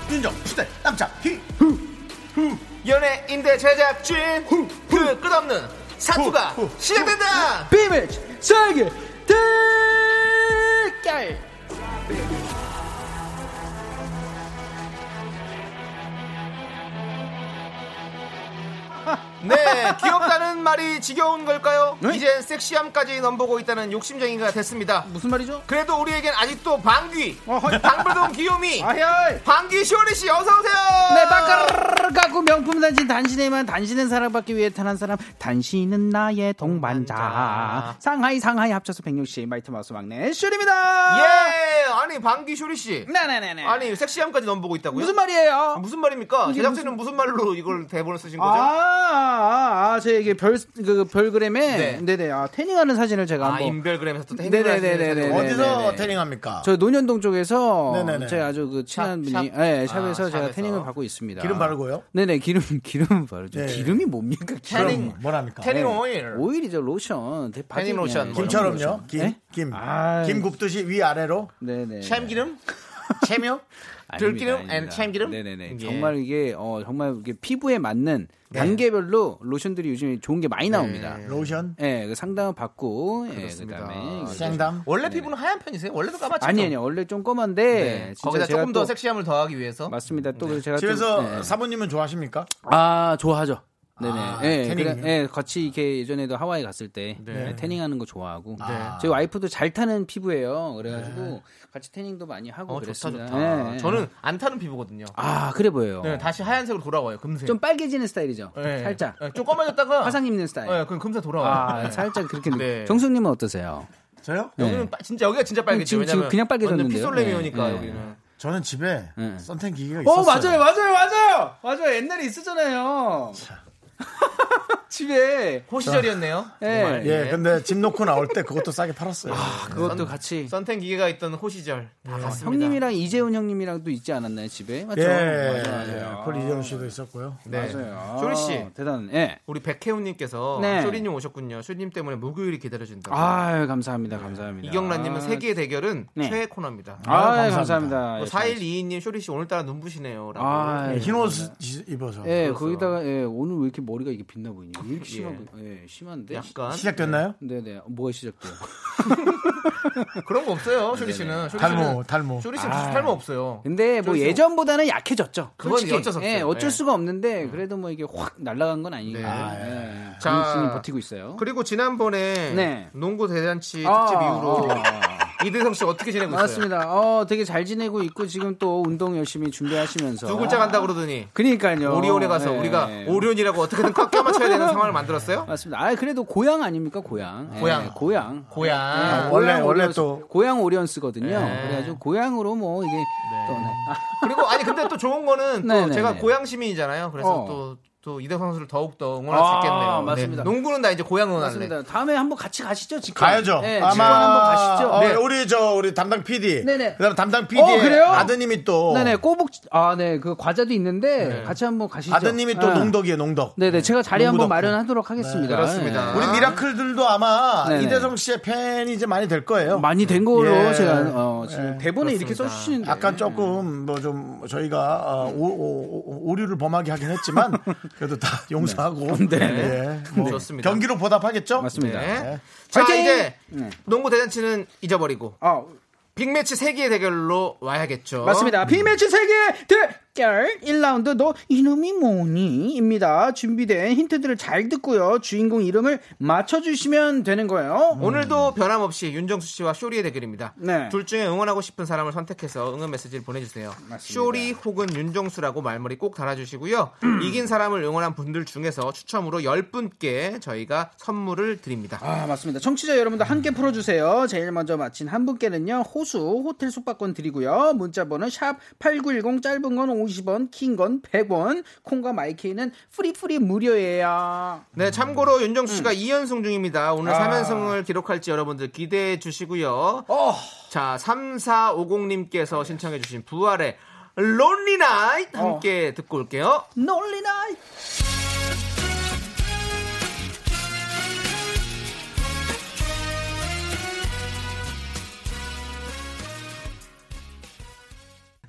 Speaker 1: 윤정 추대 남자 히
Speaker 2: 연예인대 제작진 그 끝없는 사투가
Speaker 1: 후, 후,
Speaker 2: 시작된다.
Speaker 4: 비밀 세계 대결
Speaker 2: 네, 귀엽다는 말이 지겨운 걸까요?
Speaker 4: 네?
Speaker 2: 이젠 섹시함까지 넘보고 있다는 욕심쟁이가 됐습니다.
Speaker 4: 무슨 말이죠?
Speaker 2: 그래도 우리에겐 아직도 방귀,
Speaker 4: 어허.
Speaker 2: 방불동 귀요미,
Speaker 4: 아야
Speaker 2: 방귀 시오리 씨 어서 오세요.
Speaker 4: 네, 빵가르르 갖고 명품 단신 단신에만 단신은 사랑받기 위해 태어난 사람 단신은 나의 동반자
Speaker 2: 동반자.
Speaker 4: 상하이 상하이 합쳐서 160 마이트 마우스 막내 슈리입니다
Speaker 2: 예, 아니 방귀 시오리 씨,
Speaker 4: 네네네네
Speaker 2: 아니 섹시함까지 넘보고 있다고요?
Speaker 4: 무슨 말이에요?
Speaker 2: 아, 무슨 말입니까?
Speaker 4: 이게
Speaker 2: 제작진은 무슨 말로 이걸 대본을 쓰신 거죠?
Speaker 4: 아, 아, 아, 제 이게 별, 그, 별그램에,
Speaker 2: 네.
Speaker 4: 네. 네아 태닝하는 사진을 제가
Speaker 2: 아,
Speaker 4: 한번.
Speaker 2: 인별그램에서 또
Speaker 4: 네네네네네.
Speaker 2: 행사를 하시는
Speaker 1: 어디서
Speaker 2: 거죠?
Speaker 1: 태닝합니까?
Speaker 4: 저 논현동 쪽에서
Speaker 1: 네네네.
Speaker 4: 제 아주 그 친한
Speaker 2: 샵,
Speaker 4: 분이
Speaker 2: 샵?
Speaker 4: 네, 샵에서
Speaker 2: 아,
Speaker 4: 제가
Speaker 2: 샵에서.
Speaker 4: 태닝을 받고 있습니다.
Speaker 1: 기름 바르고요.
Speaker 4: 네네 기름 기름 바르죠.
Speaker 1: 네.
Speaker 4: 기름이 뭡니까? 네.
Speaker 2: 태닝.
Speaker 1: 뭐랍니까
Speaker 2: 태닝 오일.
Speaker 4: 오일이죠 로션 네, 대- 바디
Speaker 2: 태닝
Speaker 4: 그냥
Speaker 2: 로션, 뭐 이런
Speaker 1: 김처럼요. 김,
Speaker 4: 네?
Speaker 1: 김,
Speaker 4: 아,
Speaker 1: 김 굽듯이 위 아래로.
Speaker 4: 네네
Speaker 2: 참기름, 참요,
Speaker 4: 아닙니다,
Speaker 2: 들기름,
Speaker 4: 아닙니다.
Speaker 2: 앤 참기름.
Speaker 4: 네네네
Speaker 2: 예. 네.
Speaker 4: 정말 이게 어 정말 이게 피부에 맞는 단계별로 로션들이 요즘에 좋은 게 많이 나옵니다.
Speaker 1: 로션,
Speaker 4: 예, 그 상담을 받고 예,
Speaker 2: 네, 그렇습니다.
Speaker 4: 그다음에 이제-
Speaker 1: 생담.
Speaker 2: 원래 피부는 하얀 편이세요? 원래도 까맣죠?
Speaker 4: 아니 아니 원래 좀 검은데
Speaker 2: 네.
Speaker 4: 진짜
Speaker 2: 거기다
Speaker 4: 제가
Speaker 2: 조금 더
Speaker 4: 또-
Speaker 2: 섹시함을 더하기 위해서.
Speaker 4: 맞습니다. 또 그래서 제가 좀-
Speaker 1: 집에서
Speaker 4: 네.
Speaker 1: 사모님은 좋아하십니까?
Speaker 4: 아 좋아하죠. 네네.
Speaker 1: 아,
Speaker 4: 예,
Speaker 1: 태닝이요?
Speaker 4: 그래, 예, 같이 이렇게 예전에도 하와이 갔을 때 예, 태닝하는 거 좋아하고
Speaker 1: 네.
Speaker 4: 저희 와이프도 잘 타는 피부예요. 그래가지고 같이 태닝도 많이 하고
Speaker 2: 어, 좋다
Speaker 4: 그랬습니다.
Speaker 2: 좋다.
Speaker 4: 예, 예.
Speaker 2: 저는 안 타는 피부거든요.
Speaker 4: 아 그래 보여요.
Speaker 2: 네, 다시 하얀색으로 돌아와요. 금세.
Speaker 4: 좀 빨개지는 스타일이죠.
Speaker 2: 네.
Speaker 4: 살짝
Speaker 2: 네, 좀 검어졌다가
Speaker 4: 화상 입는 스타일.
Speaker 2: 네, 그럼 금세 돌아와요.
Speaker 4: 아
Speaker 2: 네.
Speaker 4: 살짝 그렇게 느-
Speaker 2: 네.
Speaker 4: 정수님은 어떠세요?
Speaker 1: 저요?
Speaker 4: 네.
Speaker 2: 여기는 빨- 진짜 여기가 진짜 빨개지죠.
Speaker 4: 지금- 지금
Speaker 2: 왜냐면
Speaker 4: 그냥 빨개졌는데요?
Speaker 2: 완전 피솔렘이 오니까
Speaker 4: 네.
Speaker 2: 여기는.
Speaker 1: 저는 집에
Speaker 4: 네.
Speaker 1: 선탠 기기가
Speaker 4: 어
Speaker 1: 있었어요.
Speaker 4: 맞아요 맞아요 맞아요 맞아요 옛날에 있었잖아요. 집에
Speaker 2: 호시절이었네요.
Speaker 4: 예. 아,
Speaker 2: 정말.
Speaker 1: 예, 근데 집 놓고 나올 때 그것도 싸게 팔았어요.
Speaker 4: 그것도 같이
Speaker 2: 선텐 기계가 있던 호시절 다 갔습니다.
Speaker 4: 네. 형님이랑 이재훈 형님이랑도 있지 않았나요 집에? 아, 맞죠?
Speaker 1: 예,
Speaker 4: 맞아요.
Speaker 1: 폴 이재훈 씨도 있었고요.
Speaker 2: 네.
Speaker 4: 맞아요.
Speaker 2: 쇼리 씨.
Speaker 4: 아, 대단. 예.
Speaker 2: 우리 백혜훈님께서
Speaker 4: 네.
Speaker 2: 쇼리님 오셨군요. 쇼리님 때문에 목요일이 기다려진다고.
Speaker 4: 아유 감사합니다. 감사합니다.
Speaker 2: 예. 이경란님은 세계의 대결은
Speaker 4: 네.
Speaker 2: 최애 코너입니다.
Speaker 4: 아
Speaker 1: 아유, 감사합니다.
Speaker 4: 감사합니다.
Speaker 2: 뭐 예. 4122님 쇼리 씨 오늘따라 눈부시네요. 라고.
Speaker 4: 아,
Speaker 1: 흰 옷 입어서.
Speaker 2: 그렇죠.
Speaker 4: 그 예, 거기다가 예, 오늘 왜 이렇게 머리가 이게 빛나 보이냐? 왜 이렇게 심한 거? 예, 심한데.
Speaker 2: 약간
Speaker 1: 시작됐나요?
Speaker 4: 네네. 뭐가 시작돼요?
Speaker 2: 그런 거 없어요. 쇼리 씨는
Speaker 4: 네.
Speaker 2: 쇼리
Speaker 1: 탈모,
Speaker 2: 씨는-
Speaker 1: 탈모.
Speaker 2: 쇼리
Speaker 4: 아.
Speaker 2: 씨는 무슨 탈모 없어요.
Speaker 4: 근데 뭐
Speaker 2: 저기서-
Speaker 4: 예전보다는 약해졌죠.
Speaker 2: 그건
Speaker 4: 솔직히.
Speaker 2: 어쩔 수 없어요.
Speaker 4: 예, 어쩔
Speaker 2: 예.
Speaker 4: 수가 없는데 그래도 뭐 이게 확 날아간 건 아니니까.
Speaker 2: 네.
Speaker 4: 예.
Speaker 2: 자,
Speaker 4: 자, 지금 버티고 있어요.
Speaker 2: 그리고 지난번에
Speaker 4: 네.
Speaker 2: 농구 대잔치
Speaker 4: 아,
Speaker 2: 특집 이후로
Speaker 4: 아.
Speaker 2: 이대성 씨 어떻게 지내고 있어요?
Speaker 4: 맞습니다. 어, 되게 잘 지내고 있고 지금 또 운동 열심히 준비하시면서
Speaker 2: 두 글자 간다 그러더니
Speaker 4: 그러니까요.
Speaker 2: 오리온에 가서
Speaker 4: 예.
Speaker 2: 우리가 오리온이라고 어떻게든 꽉 껴맞춰야 되는 상황을 만들었어요.
Speaker 4: 맞습니다. 아, 그래도 고향 아닙니까? 고향. 예,
Speaker 2: 고향.
Speaker 4: 고향.
Speaker 2: 고향.
Speaker 1: 아, 원래
Speaker 4: 고향
Speaker 1: 원래
Speaker 4: 오리온스-
Speaker 1: 또
Speaker 4: 고향 오리온스거든요.
Speaker 2: 네.
Speaker 4: 그래가지고 고향으로 뭐 이게 또 아,
Speaker 2: 그리고 아니 근데 또 좋은 거는 또
Speaker 4: 네네네.
Speaker 2: 제가 고향 시민이잖아요. 그래서
Speaker 4: 어.
Speaker 2: 또 또 이대성 선수를 더욱 더 응원할 수
Speaker 4: 아,
Speaker 2: 있겠네요. 네.
Speaker 4: 맞습니다.
Speaker 2: 농구는 나 이제 고향 응원할래.
Speaker 4: 맞습니다. 다음에 한번 같이 가시죠. 직관.
Speaker 1: 가야죠.
Speaker 4: 네, 직관 한번 가시죠.
Speaker 1: 어,
Speaker 4: 네.
Speaker 1: 우리 저 우리 담당 PD.
Speaker 4: 네네.
Speaker 1: 그다음 담당 PD
Speaker 4: 어,
Speaker 1: 의
Speaker 4: 그래요?
Speaker 1: 아드님이 또
Speaker 4: 네네 꼬북 아네 그 과자도 있는데
Speaker 2: 네.
Speaker 4: 같이 한번 가시죠.
Speaker 1: 아드님이 또
Speaker 4: 네.
Speaker 1: 농덕이에요, 농덕.
Speaker 4: 네네 제가 자리
Speaker 1: 농구 덕후.
Speaker 4: 한번 마련하도록 하겠습니다.
Speaker 2: 네,
Speaker 4: 네.
Speaker 2: 그렇습니다.
Speaker 1: 우리 미라클들도 아마
Speaker 4: 네네.
Speaker 1: 이대성 씨의 팬이 이제 많이 될
Speaker 4: 예.
Speaker 1: 거예요.
Speaker 4: 많이 된 걸로
Speaker 1: 예.
Speaker 4: 제가 어, 지금
Speaker 1: 예.
Speaker 4: 대본에 이렇게
Speaker 2: 네. 그렇습니다.
Speaker 4: 써주시는데
Speaker 1: 약간 조금 뭐 좀 저희가 어, 오, 오, 류를 범하게 하긴 했지만 그래도 다 용서하고 네. 예, 뭐
Speaker 2: 좋습니다.
Speaker 1: 경기로 보답하겠죠?
Speaker 4: 맞습니다.
Speaker 2: 네. 자
Speaker 4: 파이팅!
Speaker 2: 이제
Speaker 4: 네.
Speaker 2: 농구 대잔치는 잊어버리고
Speaker 4: 아
Speaker 2: 빅매치 세기의 대결로 와야겠죠.
Speaker 4: 맞습니다. 비매치 세계 대결 1라운드 너 이놈이 뭐니?입니다. 준비된 힌트들을 잘 듣고요. 주인공 이름을 맞춰주시면 되는 거예요.
Speaker 2: 오늘도 변함없이 윤정수 씨와 쇼리의 대결입니다.
Speaker 4: 네.
Speaker 2: 음. 둘 중에 응원하고 싶은 사람을 선택해서 응원 메시지를 보내주세요. 쇼리 혹은 윤정수라고 말머리 꼭 달아주시고요.
Speaker 4: 음.
Speaker 2: 이긴 사람을 응원한 분들 중에서 추첨으로 10분께 저희가 선물을 드립니다.
Speaker 4: 아 맞습니다. 청취자 여러분들 함께 풀어주세요. 제일 먼저 마친 한 분께는요 호수 호텔 숙박권 드리고요. 문자번호 샵 #8910 짧은 건 50원, 긴 건 100원. 콩과 마이케이는 프리프리 무료예요.
Speaker 2: 네, 참고로 윤정수
Speaker 4: 음.
Speaker 2: 씨가 2연승 중입니다.
Speaker 4: 아.
Speaker 2: 오늘 3연승을 기록할지 여러분들 기대해 주시고요.
Speaker 4: 어?
Speaker 2: 자, 3450님께서 신청해 주신 부활의 론리 나이트 함께
Speaker 4: 어.
Speaker 2: 듣고 올게요.
Speaker 4: 놀리나?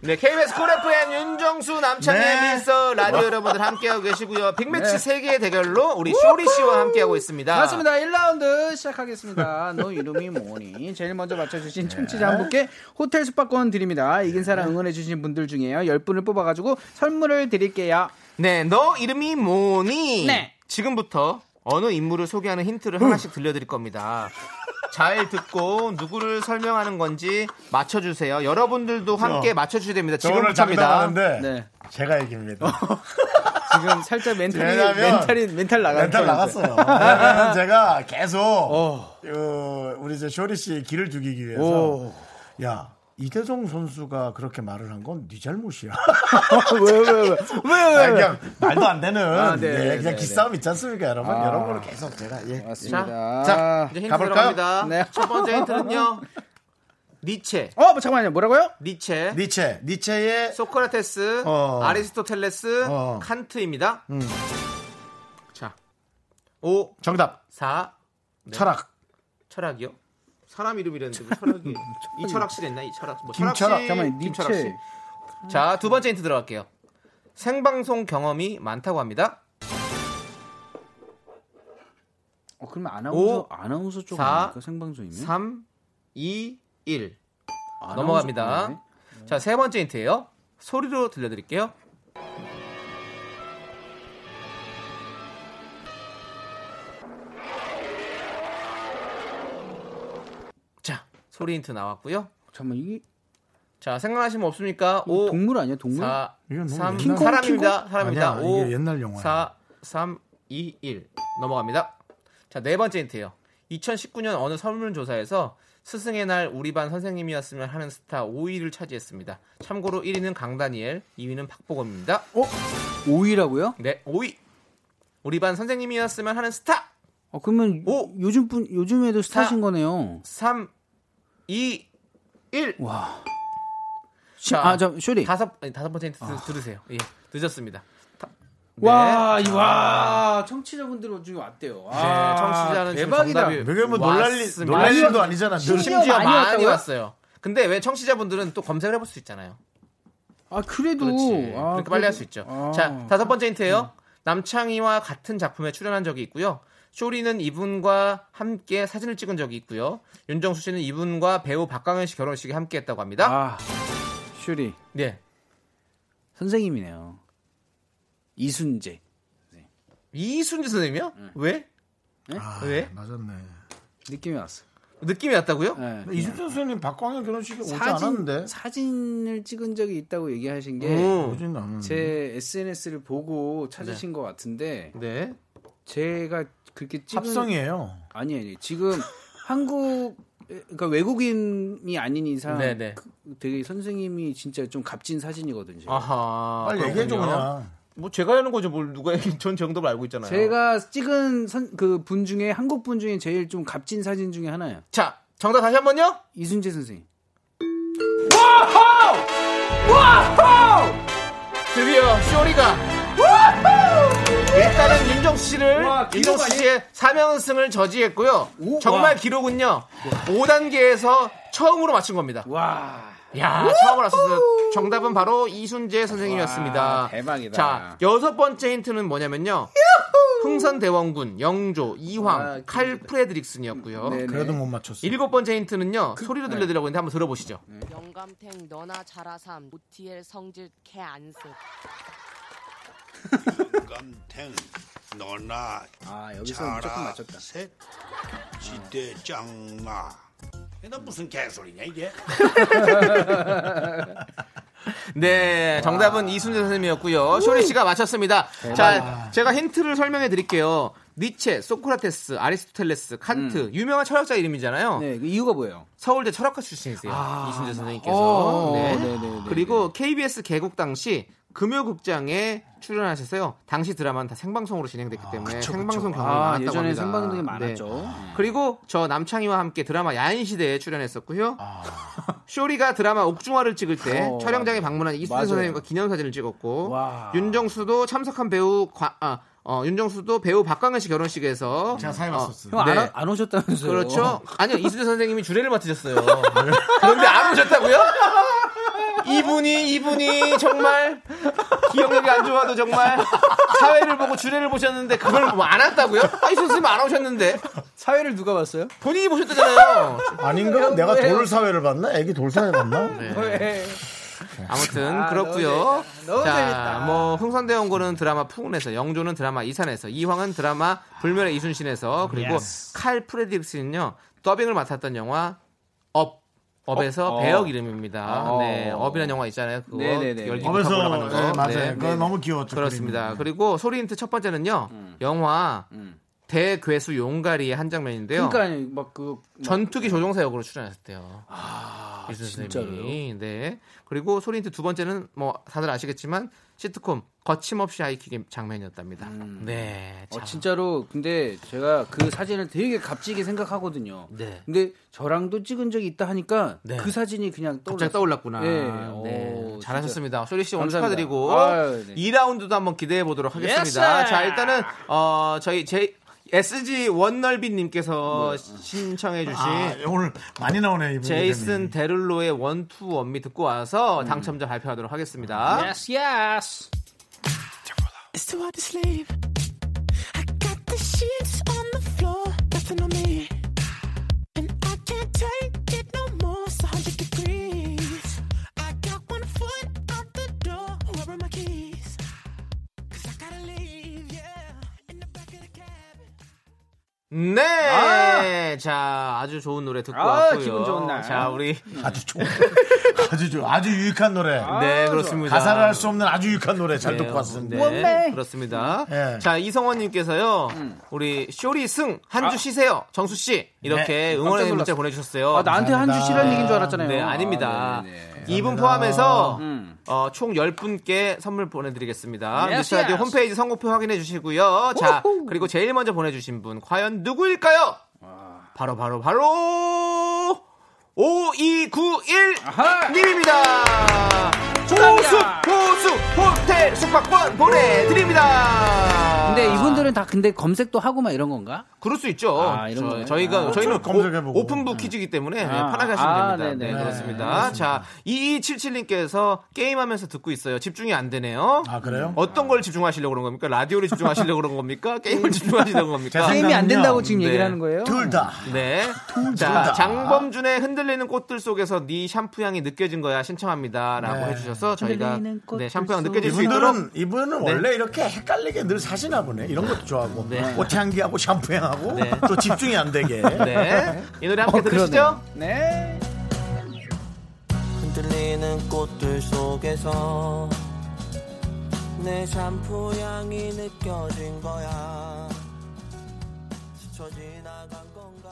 Speaker 2: 네, KBS 쿨 FM 윤정수 남창희
Speaker 1: 네.
Speaker 2: 미스터 라디오 여러분들 함께하고 계시고요. 빅매치 세개의 대결로 우리 쇼리 씨와 함께하고 있습니다.
Speaker 4: 맞습니다. 1라운드 시작하겠습니다. 너 이름이 뭐니? 제일 먼저
Speaker 2: 네.
Speaker 4: 맞춰주신 청취자 한 분께 호텔 숙박권 드립니다. 이긴 사람 응원해주신 분들 중에요. 10분을 뽑아가지고 선물을 드릴게요.
Speaker 2: 네, 너 이름이 뭐니?
Speaker 4: 네.
Speaker 2: 지금부터 어느 인물을 소개하는 힌트를
Speaker 1: 음.
Speaker 2: 하나씩 들려드릴 겁니다. 잘 듣고 누구를 설명하는 건지 맞춰주세요. 여러분들도 함께 맞춰주셔야 됩니다.
Speaker 1: 어. 저 오늘
Speaker 2: 지금부터입니다.
Speaker 1: 장담하는데
Speaker 4: 네.
Speaker 1: 제가 이깁니다.
Speaker 4: 지금 살짝 멘탈이
Speaker 1: 왜냐면
Speaker 4: 멘탈이 멘탈 나가
Speaker 1: 멘탈 나갔어요. 왜냐면 제가 계속 어, 우리 이제 쇼리 씨 기를 죽이기 위해서
Speaker 4: 오.
Speaker 1: 야 이대성 선수가 그렇게 말을 한 건 네 잘못이야.
Speaker 4: 왜왜왜왜왜
Speaker 1: 아니, 그냥 말도 안 되는
Speaker 4: 아, 네,
Speaker 1: 예,
Speaker 4: 네,
Speaker 1: 그냥
Speaker 4: 네, 아.
Speaker 1: 기싸움 있지 않습니까 여러분? 이런 거를 계속 제가 예.
Speaker 4: 맞습니다.
Speaker 1: 자,
Speaker 2: 이제 힌트
Speaker 1: 가볼까요?
Speaker 2: 들어갑니다.
Speaker 4: 네.
Speaker 2: 첫 번째 힌트는요. 니체,
Speaker 4: 어, 뭐, 잠깐만요. 뭐라고요?
Speaker 2: 니체,
Speaker 1: 니체 니체의
Speaker 2: 소크라테스,
Speaker 1: 어.
Speaker 2: 아리스토텔레스,
Speaker 1: 어.
Speaker 2: 칸트입니다. 자, 5,
Speaker 1: 정답
Speaker 2: 4, 네.
Speaker 1: 철학
Speaker 2: 철학이요? 사람 이름이라는데 뭐 철학이 이 철학실 했나 이 철학 뭐
Speaker 1: 김철학,
Speaker 2: 철학실,
Speaker 4: 잠깐만,
Speaker 2: 김철학 씨.
Speaker 4: 니체.
Speaker 2: 자, 두 번째 힌트 들어갈게요. 생방송 경험이 많다고 합니다.
Speaker 4: 어, 그러면 아나운서
Speaker 2: 오,
Speaker 4: 아나운서 쪽
Speaker 2: 사,
Speaker 4: 아닙니까? 생방송이면.
Speaker 2: 3 2 1.
Speaker 4: 아나운서 쪽이네.
Speaker 2: 넘어갑니다. 자, 세 번째 힌트예요. 소리로 들려 드릴게요. 자, 소리 힌트 나왔고요.
Speaker 4: 잠깐만 이게
Speaker 2: 자, 생각나시면 없습니까? 5
Speaker 4: 뭐 동물 아니야? 동물?
Speaker 2: 4
Speaker 1: 이건 너무
Speaker 2: 3
Speaker 1: 옛날-
Speaker 2: 사람입니다. 사람입니다.
Speaker 1: 아니야,
Speaker 2: 5
Speaker 1: 이게 옛날 영화야.
Speaker 2: 4 3 2 1 넘어갑니다. 자, 네 번째 힌트예요. 2019년 어느 설문조사에서 스승의 날 우리 반 선생님이었으면 하는 스타 5위를 차지했습니다. 참고로 1위는 강다니엘, 2위는 박보검입니다.
Speaker 4: 오이라고요?
Speaker 2: 네, 5위. 우리 반 선생님이었으면 하는 스타
Speaker 4: 어, 그러면
Speaker 2: 오,
Speaker 4: 요즘 분 요즘에도 스타신
Speaker 2: 사.
Speaker 4: 거네요.
Speaker 2: 3 2 1.
Speaker 4: 와.
Speaker 2: 자,
Speaker 4: 아, 잠 쇼리.
Speaker 2: 다섯 아니, 다섯 번째 힌트 들- 들으세요. 예. 늦었습니다. 다- 네.
Speaker 4: 와, 이 와, 아, 청취자분들 중에 왔대요.
Speaker 2: 네,
Speaker 4: 아,
Speaker 2: 청취자는 지금
Speaker 4: 대박이다.
Speaker 2: 정답이
Speaker 1: 그게 뭐 놀랄 일
Speaker 2: 왔습니다.
Speaker 1: 놀랄 일도 아니잖아. 늘.
Speaker 4: 심지어
Speaker 2: 심지어
Speaker 4: 많이
Speaker 2: 많이,
Speaker 4: 왔다고요?
Speaker 2: 왔어요. 근데 왜 청취자분들은 또 검색을 해볼 수 있잖아요.
Speaker 4: 아, 그래도
Speaker 2: 그렇지.
Speaker 4: 아, 음.
Speaker 2: 그러니까 빨리 할 수 있죠. 자, 다섯 번째 힌트예요. 남창희와 같은 작품에 출연한 적이 있고요. 쇼리는 이분과 함께 사진을 찍은 적이 있고요. 윤정수 씨는 이분과 배우 박강현 씨 결혼식에 함께했다고 합니다.
Speaker 4: 아, 슈리
Speaker 2: 네,
Speaker 4: 선생님이네요. 이순재.
Speaker 2: 이순재 선생님이요?
Speaker 4: 네.
Speaker 2: 왜?
Speaker 1: 아,
Speaker 2: 네? 왜?
Speaker 1: 맞았네.
Speaker 4: 느낌이 왔어.
Speaker 2: 느낌이 왔다고요?
Speaker 4: 네.
Speaker 1: 이순재 선생님 박광현 결혼식에 오지 않았는데. 음.
Speaker 4: 사진 사진을 찍은 적이 있다고 얘기하신 게 제
Speaker 2: 오.
Speaker 1: 오진 않았는데.
Speaker 4: SNS를 보고 찾으신 것 같은데
Speaker 2: 네.
Speaker 4: 제가 그렇게 찍은
Speaker 1: 합성이에요.
Speaker 4: 아니 아니 지금 한국 그러니까 외국인이 아닌 이상
Speaker 2: 네네.
Speaker 4: 그- 되게 선생님이 진짜 좀 값진 사진이거든요. 지금.
Speaker 2: 아하.
Speaker 1: 빨리 얘기해줘
Speaker 2: 그렇군요.
Speaker 1: 그냥.
Speaker 2: 뭐 제가 하는 거죠. 뭘 누가 얘기? 전 정답을 알고 있잖아요.
Speaker 4: 제가 찍은 그 분 중에 한국 분 중에 제일 좀 값진 사진 중에 하나예요.
Speaker 2: 자, 정답 다시 한 번요.
Speaker 4: 이순재 선생님.
Speaker 2: 드디어 쇼리가 일단은 윤정수 씨를
Speaker 4: 와, 기록
Speaker 2: 윤정수 씨의 3연승을 저지했고요. 정말 기록은요. 5단계에서 처음으로 맞춘 겁니다.
Speaker 4: 와.
Speaker 2: 야, 처음으로 왔었어요. 정답은 바로 이순재 선생님이었습니다.
Speaker 4: 와, 대박이다.
Speaker 2: 자, 여섯 번째 힌트는 뭐냐면요. 흥선대원군, 영조, 이황, 칼 프레드릭슨이었고요.
Speaker 4: 아, 네네. 그, 네.
Speaker 1: 그래도 못 맞췄어.
Speaker 2: 일곱 번째 힌트는요. 소리로 들려드리라고 했는데 한번 들어보시죠.
Speaker 8: 영감탱 너나 자라삼 OTL 성질 개 안 씁.
Speaker 9: 깜탱 너나
Speaker 4: 아, 여기서 조금
Speaker 9: 자라
Speaker 4: 맞췄다.
Speaker 9: 셋 지대 장마 너 무슨 개소리냐 이게
Speaker 2: 네, 정답은 이순재 선생님이었고요. 쇼리 씨가 맞췄습니다. 자, 제가 힌트를 설명해 드릴게요. 니체, 소크라테스, 아리스토텔레스, 칸트 유명한 철학자 이름이잖아요.
Speaker 4: 음. 네, 그 이유가 뭐예요?
Speaker 2: 서울대 철학과 출신이세요. 이순재 선생님께서.
Speaker 4: 어,
Speaker 2: 네.
Speaker 4: 네네네.
Speaker 2: 그리고 KBS 개국 당시 금요극장에 출연하셔서요. 당시 드라마는 다 생방송으로 진행됐기 때문에 생방송 경험이
Speaker 4: 아,
Speaker 2: 많았다고
Speaker 4: 예전에
Speaker 2: 합니다.
Speaker 4: 생방송이
Speaker 2: 네.
Speaker 4: 많았죠.
Speaker 2: 그리고 저 남창희와 함께 드라마 야인시대에 출연했었고요. 쇼리가 드라마 옥중화를 찍을 때
Speaker 4: 아. 어,
Speaker 2: 촬영장에
Speaker 4: 맞아요.
Speaker 2: 방문한 이순재
Speaker 4: 맞아요.
Speaker 2: 선생님과 기념사진을 찍었고
Speaker 4: 와.
Speaker 2: 윤정수도 참석한 배우 과- 아, 어, 윤정수도 배우 박강현 씨
Speaker 4: 음.
Speaker 2: 결혼식에서
Speaker 1: 제가 사회
Speaker 2: 어,
Speaker 1: 봤었어요.
Speaker 4: 형 안
Speaker 2: 네.
Speaker 4: 오셨다면서요?
Speaker 2: 그렇죠. 아니요 이순재 선생님이 주례를 맡으셨어요.
Speaker 4: 네.
Speaker 2: 그런데 안 오셨다고요? 이분이 이분이 정말 기억력이 안 좋아도 정말 사회를 보고 주례를 보셨는데 그걸 뭐 안 왔다고요? 아, 이순재 선생님 안 오셨는데
Speaker 4: 사회를 누가 봤어요?
Speaker 2: 본인이 보셨다잖아요.
Speaker 1: 아닌가? 내가 돌 사회를 봤나? 애기 돌 사회 봤나?
Speaker 2: 네.
Speaker 1: 네.
Speaker 4: 왜?
Speaker 2: 아무튼
Speaker 4: 아,
Speaker 2: 그렇고요.
Speaker 4: 너무 재밌다. 너무
Speaker 2: 자,
Speaker 4: 재밌다.
Speaker 2: 뭐 흥선대원군은 드라마 풍운에서, 영조는 드라마 이산에서, 이황은 드라마 불멸의 이순신에서, 그리고 칼 프레딕슨은요 더빙을 맡았던 영화 업. 업에서
Speaker 4: 업, 어.
Speaker 2: 배역 이름입니다.
Speaker 4: 어.
Speaker 2: 네, 업이라는 영화 있잖아요. 그거
Speaker 4: 네네네. 어,
Speaker 2: 열기
Speaker 1: 업에서,
Speaker 2: 부탁 올라가는 거.
Speaker 1: 네, 맞아요.
Speaker 2: 네.
Speaker 1: 그거 너무 귀여웠죠.
Speaker 2: 그렇습니다.
Speaker 1: 그림이.
Speaker 2: 그리고 소리 힌트 첫 번째는요. 영화
Speaker 4: 음.
Speaker 2: 대괴수 용가리의 한 장면인데요.
Speaker 4: 그러니까 막그
Speaker 2: 전투기 조종사 역으로 출연하셨대요.
Speaker 4: 아,
Speaker 2: 이순
Speaker 4: 진짜로요?
Speaker 2: 선생님이. 예, 네. 그리고 소린트 두 번째는 뭐 다들 아시겠지만 시트콤 거침없이 하이킥의 장면이었답니다. 네.
Speaker 4: 어,
Speaker 2: 자.
Speaker 4: 진짜로 근데 제가 그 사진을 되게 값지게 생각하거든요.
Speaker 2: 네.
Speaker 4: 근데 저랑도 찍은 적이 있다 하니까
Speaker 2: 네.
Speaker 4: 그 사진이 그냥 떠올랐어요.
Speaker 2: 갑자기 떠올랐구나.
Speaker 4: 네.
Speaker 2: 네.
Speaker 4: 오,
Speaker 2: 잘하셨습니다. 쇼리 씨 오늘
Speaker 4: 감사합니다.
Speaker 2: 축하드리고
Speaker 4: 아유, 네.
Speaker 2: 2라운드도 한번 기대해 보도록 하겠습니다.
Speaker 4: Yes, sir.
Speaker 2: 자, 일단은 어 저희 제 SG 원널비 님께서 신청해 주신
Speaker 1: 아, 오늘 많이 나오네 이분.
Speaker 2: 제이슨 데룰로의 원투 원미 듣고 와서 당첨자 발표하도록 하겠습니다.
Speaker 4: 음. Yes, yes.
Speaker 3: It's too hard to sleep. I got the sheets on the floor, nothing on me. And I can't take it no more, it's 100 degrees. I got one foot out the door, where are my keys? Cause I gotta leave, yeah. In the back of the cab.
Speaker 2: 네.
Speaker 4: 아!
Speaker 2: 자, 아주 좋은 노래 듣고
Speaker 4: 아,
Speaker 2: 왔고요.
Speaker 4: 기분 좋은 날.
Speaker 2: 자, 우리
Speaker 1: 아주 좋은 아주 좋 아주 유익한 노래.
Speaker 2: 네, 그렇습니다.
Speaker 1: 가사를 할 수 없는 아주 유익한 노래 잘 듣고 왔습니다.
Speaker 2: 네, 그렇습니다.
Speaker 1: 네.
Speaker 2: 자, 이성원 님께서요.
Speaker 4: 음.
Speaker 2: 우리 쇼리 승 한 주 쉬세요. 정수 씨. 이렇게
Speaker 1: 네.
Speaker 2: 응원의
Speaker 4: 아.
Speaker 2: 문자
Speaker 4: 깜짝 놀랐어요.
Speaker 2: 보내 주셨어요.
Speaker 4: 아, 나한테 한주 씨라는 얘기인 줄 알았잖아요.
Speaker 2: 네, 아닙니다.
Speaker 4: 아, 네네네.
Speaker 2: 이분 포함해서
Speaker 4: 음.
Speaker 2: 어, 총 10분께 선물 보내드리겠습니다.
Speaker 4: Yes,
Speaker 2: 뉴스 라디오
Speaker 4: yes.
Speaker 2: 홈페이지 선곡표 확인해 주시고요. 자, 그리고 제일 먼저 보내주신 분, 과연 누구일까요? 바로, 바로, 바로, 5291님입니다. 호수, 호수, 호텔 숙박권 보내드립니다.
Speaker 4: 네. 근데 이분들은 다 근데 검색도 하고 막 이런 건가?
Speaker 2: 그럴 수 있죠.
Speaker 4: 아, 이런 거예요?
Speaker 2: 저, 희가
Speaker 4: 아.
Speaker 2: 저희는
Speaker 1: 검색해보고.
Speaker 2: 오, 픈북 퀴즈이기 때문에
Speaker 4: 아.
Speaker 2: 네, 편하게 하시면
Speaker 4: 아,
Speaker 2: 됩니다. 네,
Speaker 4: 네네.
Speaker 2: 그렇습니다. 자, 2277님께서 게임하면서 듣고 있어요. 집중이 안 되네요.
Speaker 1: 아, 그래요?
Speaker 2: 어떤 걸 집중하시려고 그런 겁니까? 라디오를 집중하시려고 그런 겁니까? 게임을 집중하시려고 아, 그런 겁니까?
Speaker 1: 죄송합니다.
Speaker 4: 게임이 안 된다고 지금
Speaker 2: 네.
Speaker 4: 얘기를 하는 거예요?
Speaker 1: 둘 다.
Speaker 2: 네.
Speaker 1: 둘다.
Speaker 2: 자, 장범준의 흔들리는 꽃들 속에서 네 샴푸 향이 느껴진 거야 신청합니다라고
Speaker 1: 네.
Speaker 2: 해주셔서 저희가
Speaker 4: 흔들리는 꽃들
Speaker 2: 네, 샴푸 향
Speaker 4: 속.
Speaker 2: 느껴질 수 있도록
Speaker 1: 이분들은 이분은 원래 이렇게 헷갈리게 늘 사시나 보네. 이런 것도 좋아하고
Speaker 2: 네.
Speaker 1: 옷 향기하고 샴푸 향하고
Speaker 2: 네.
Speaker 1: 또 집중이 안 되게.
Speaker 2: 네. 이 노래 함께
Speaker 4: 어, 그러네요.
Speaker 2: 들으시죠.
Speaker 4: 네.
Speaker 3: 흔들리는 꽃들 속에서 내 샴푸 향이 느껴진 거야 스쳐 지나간 건가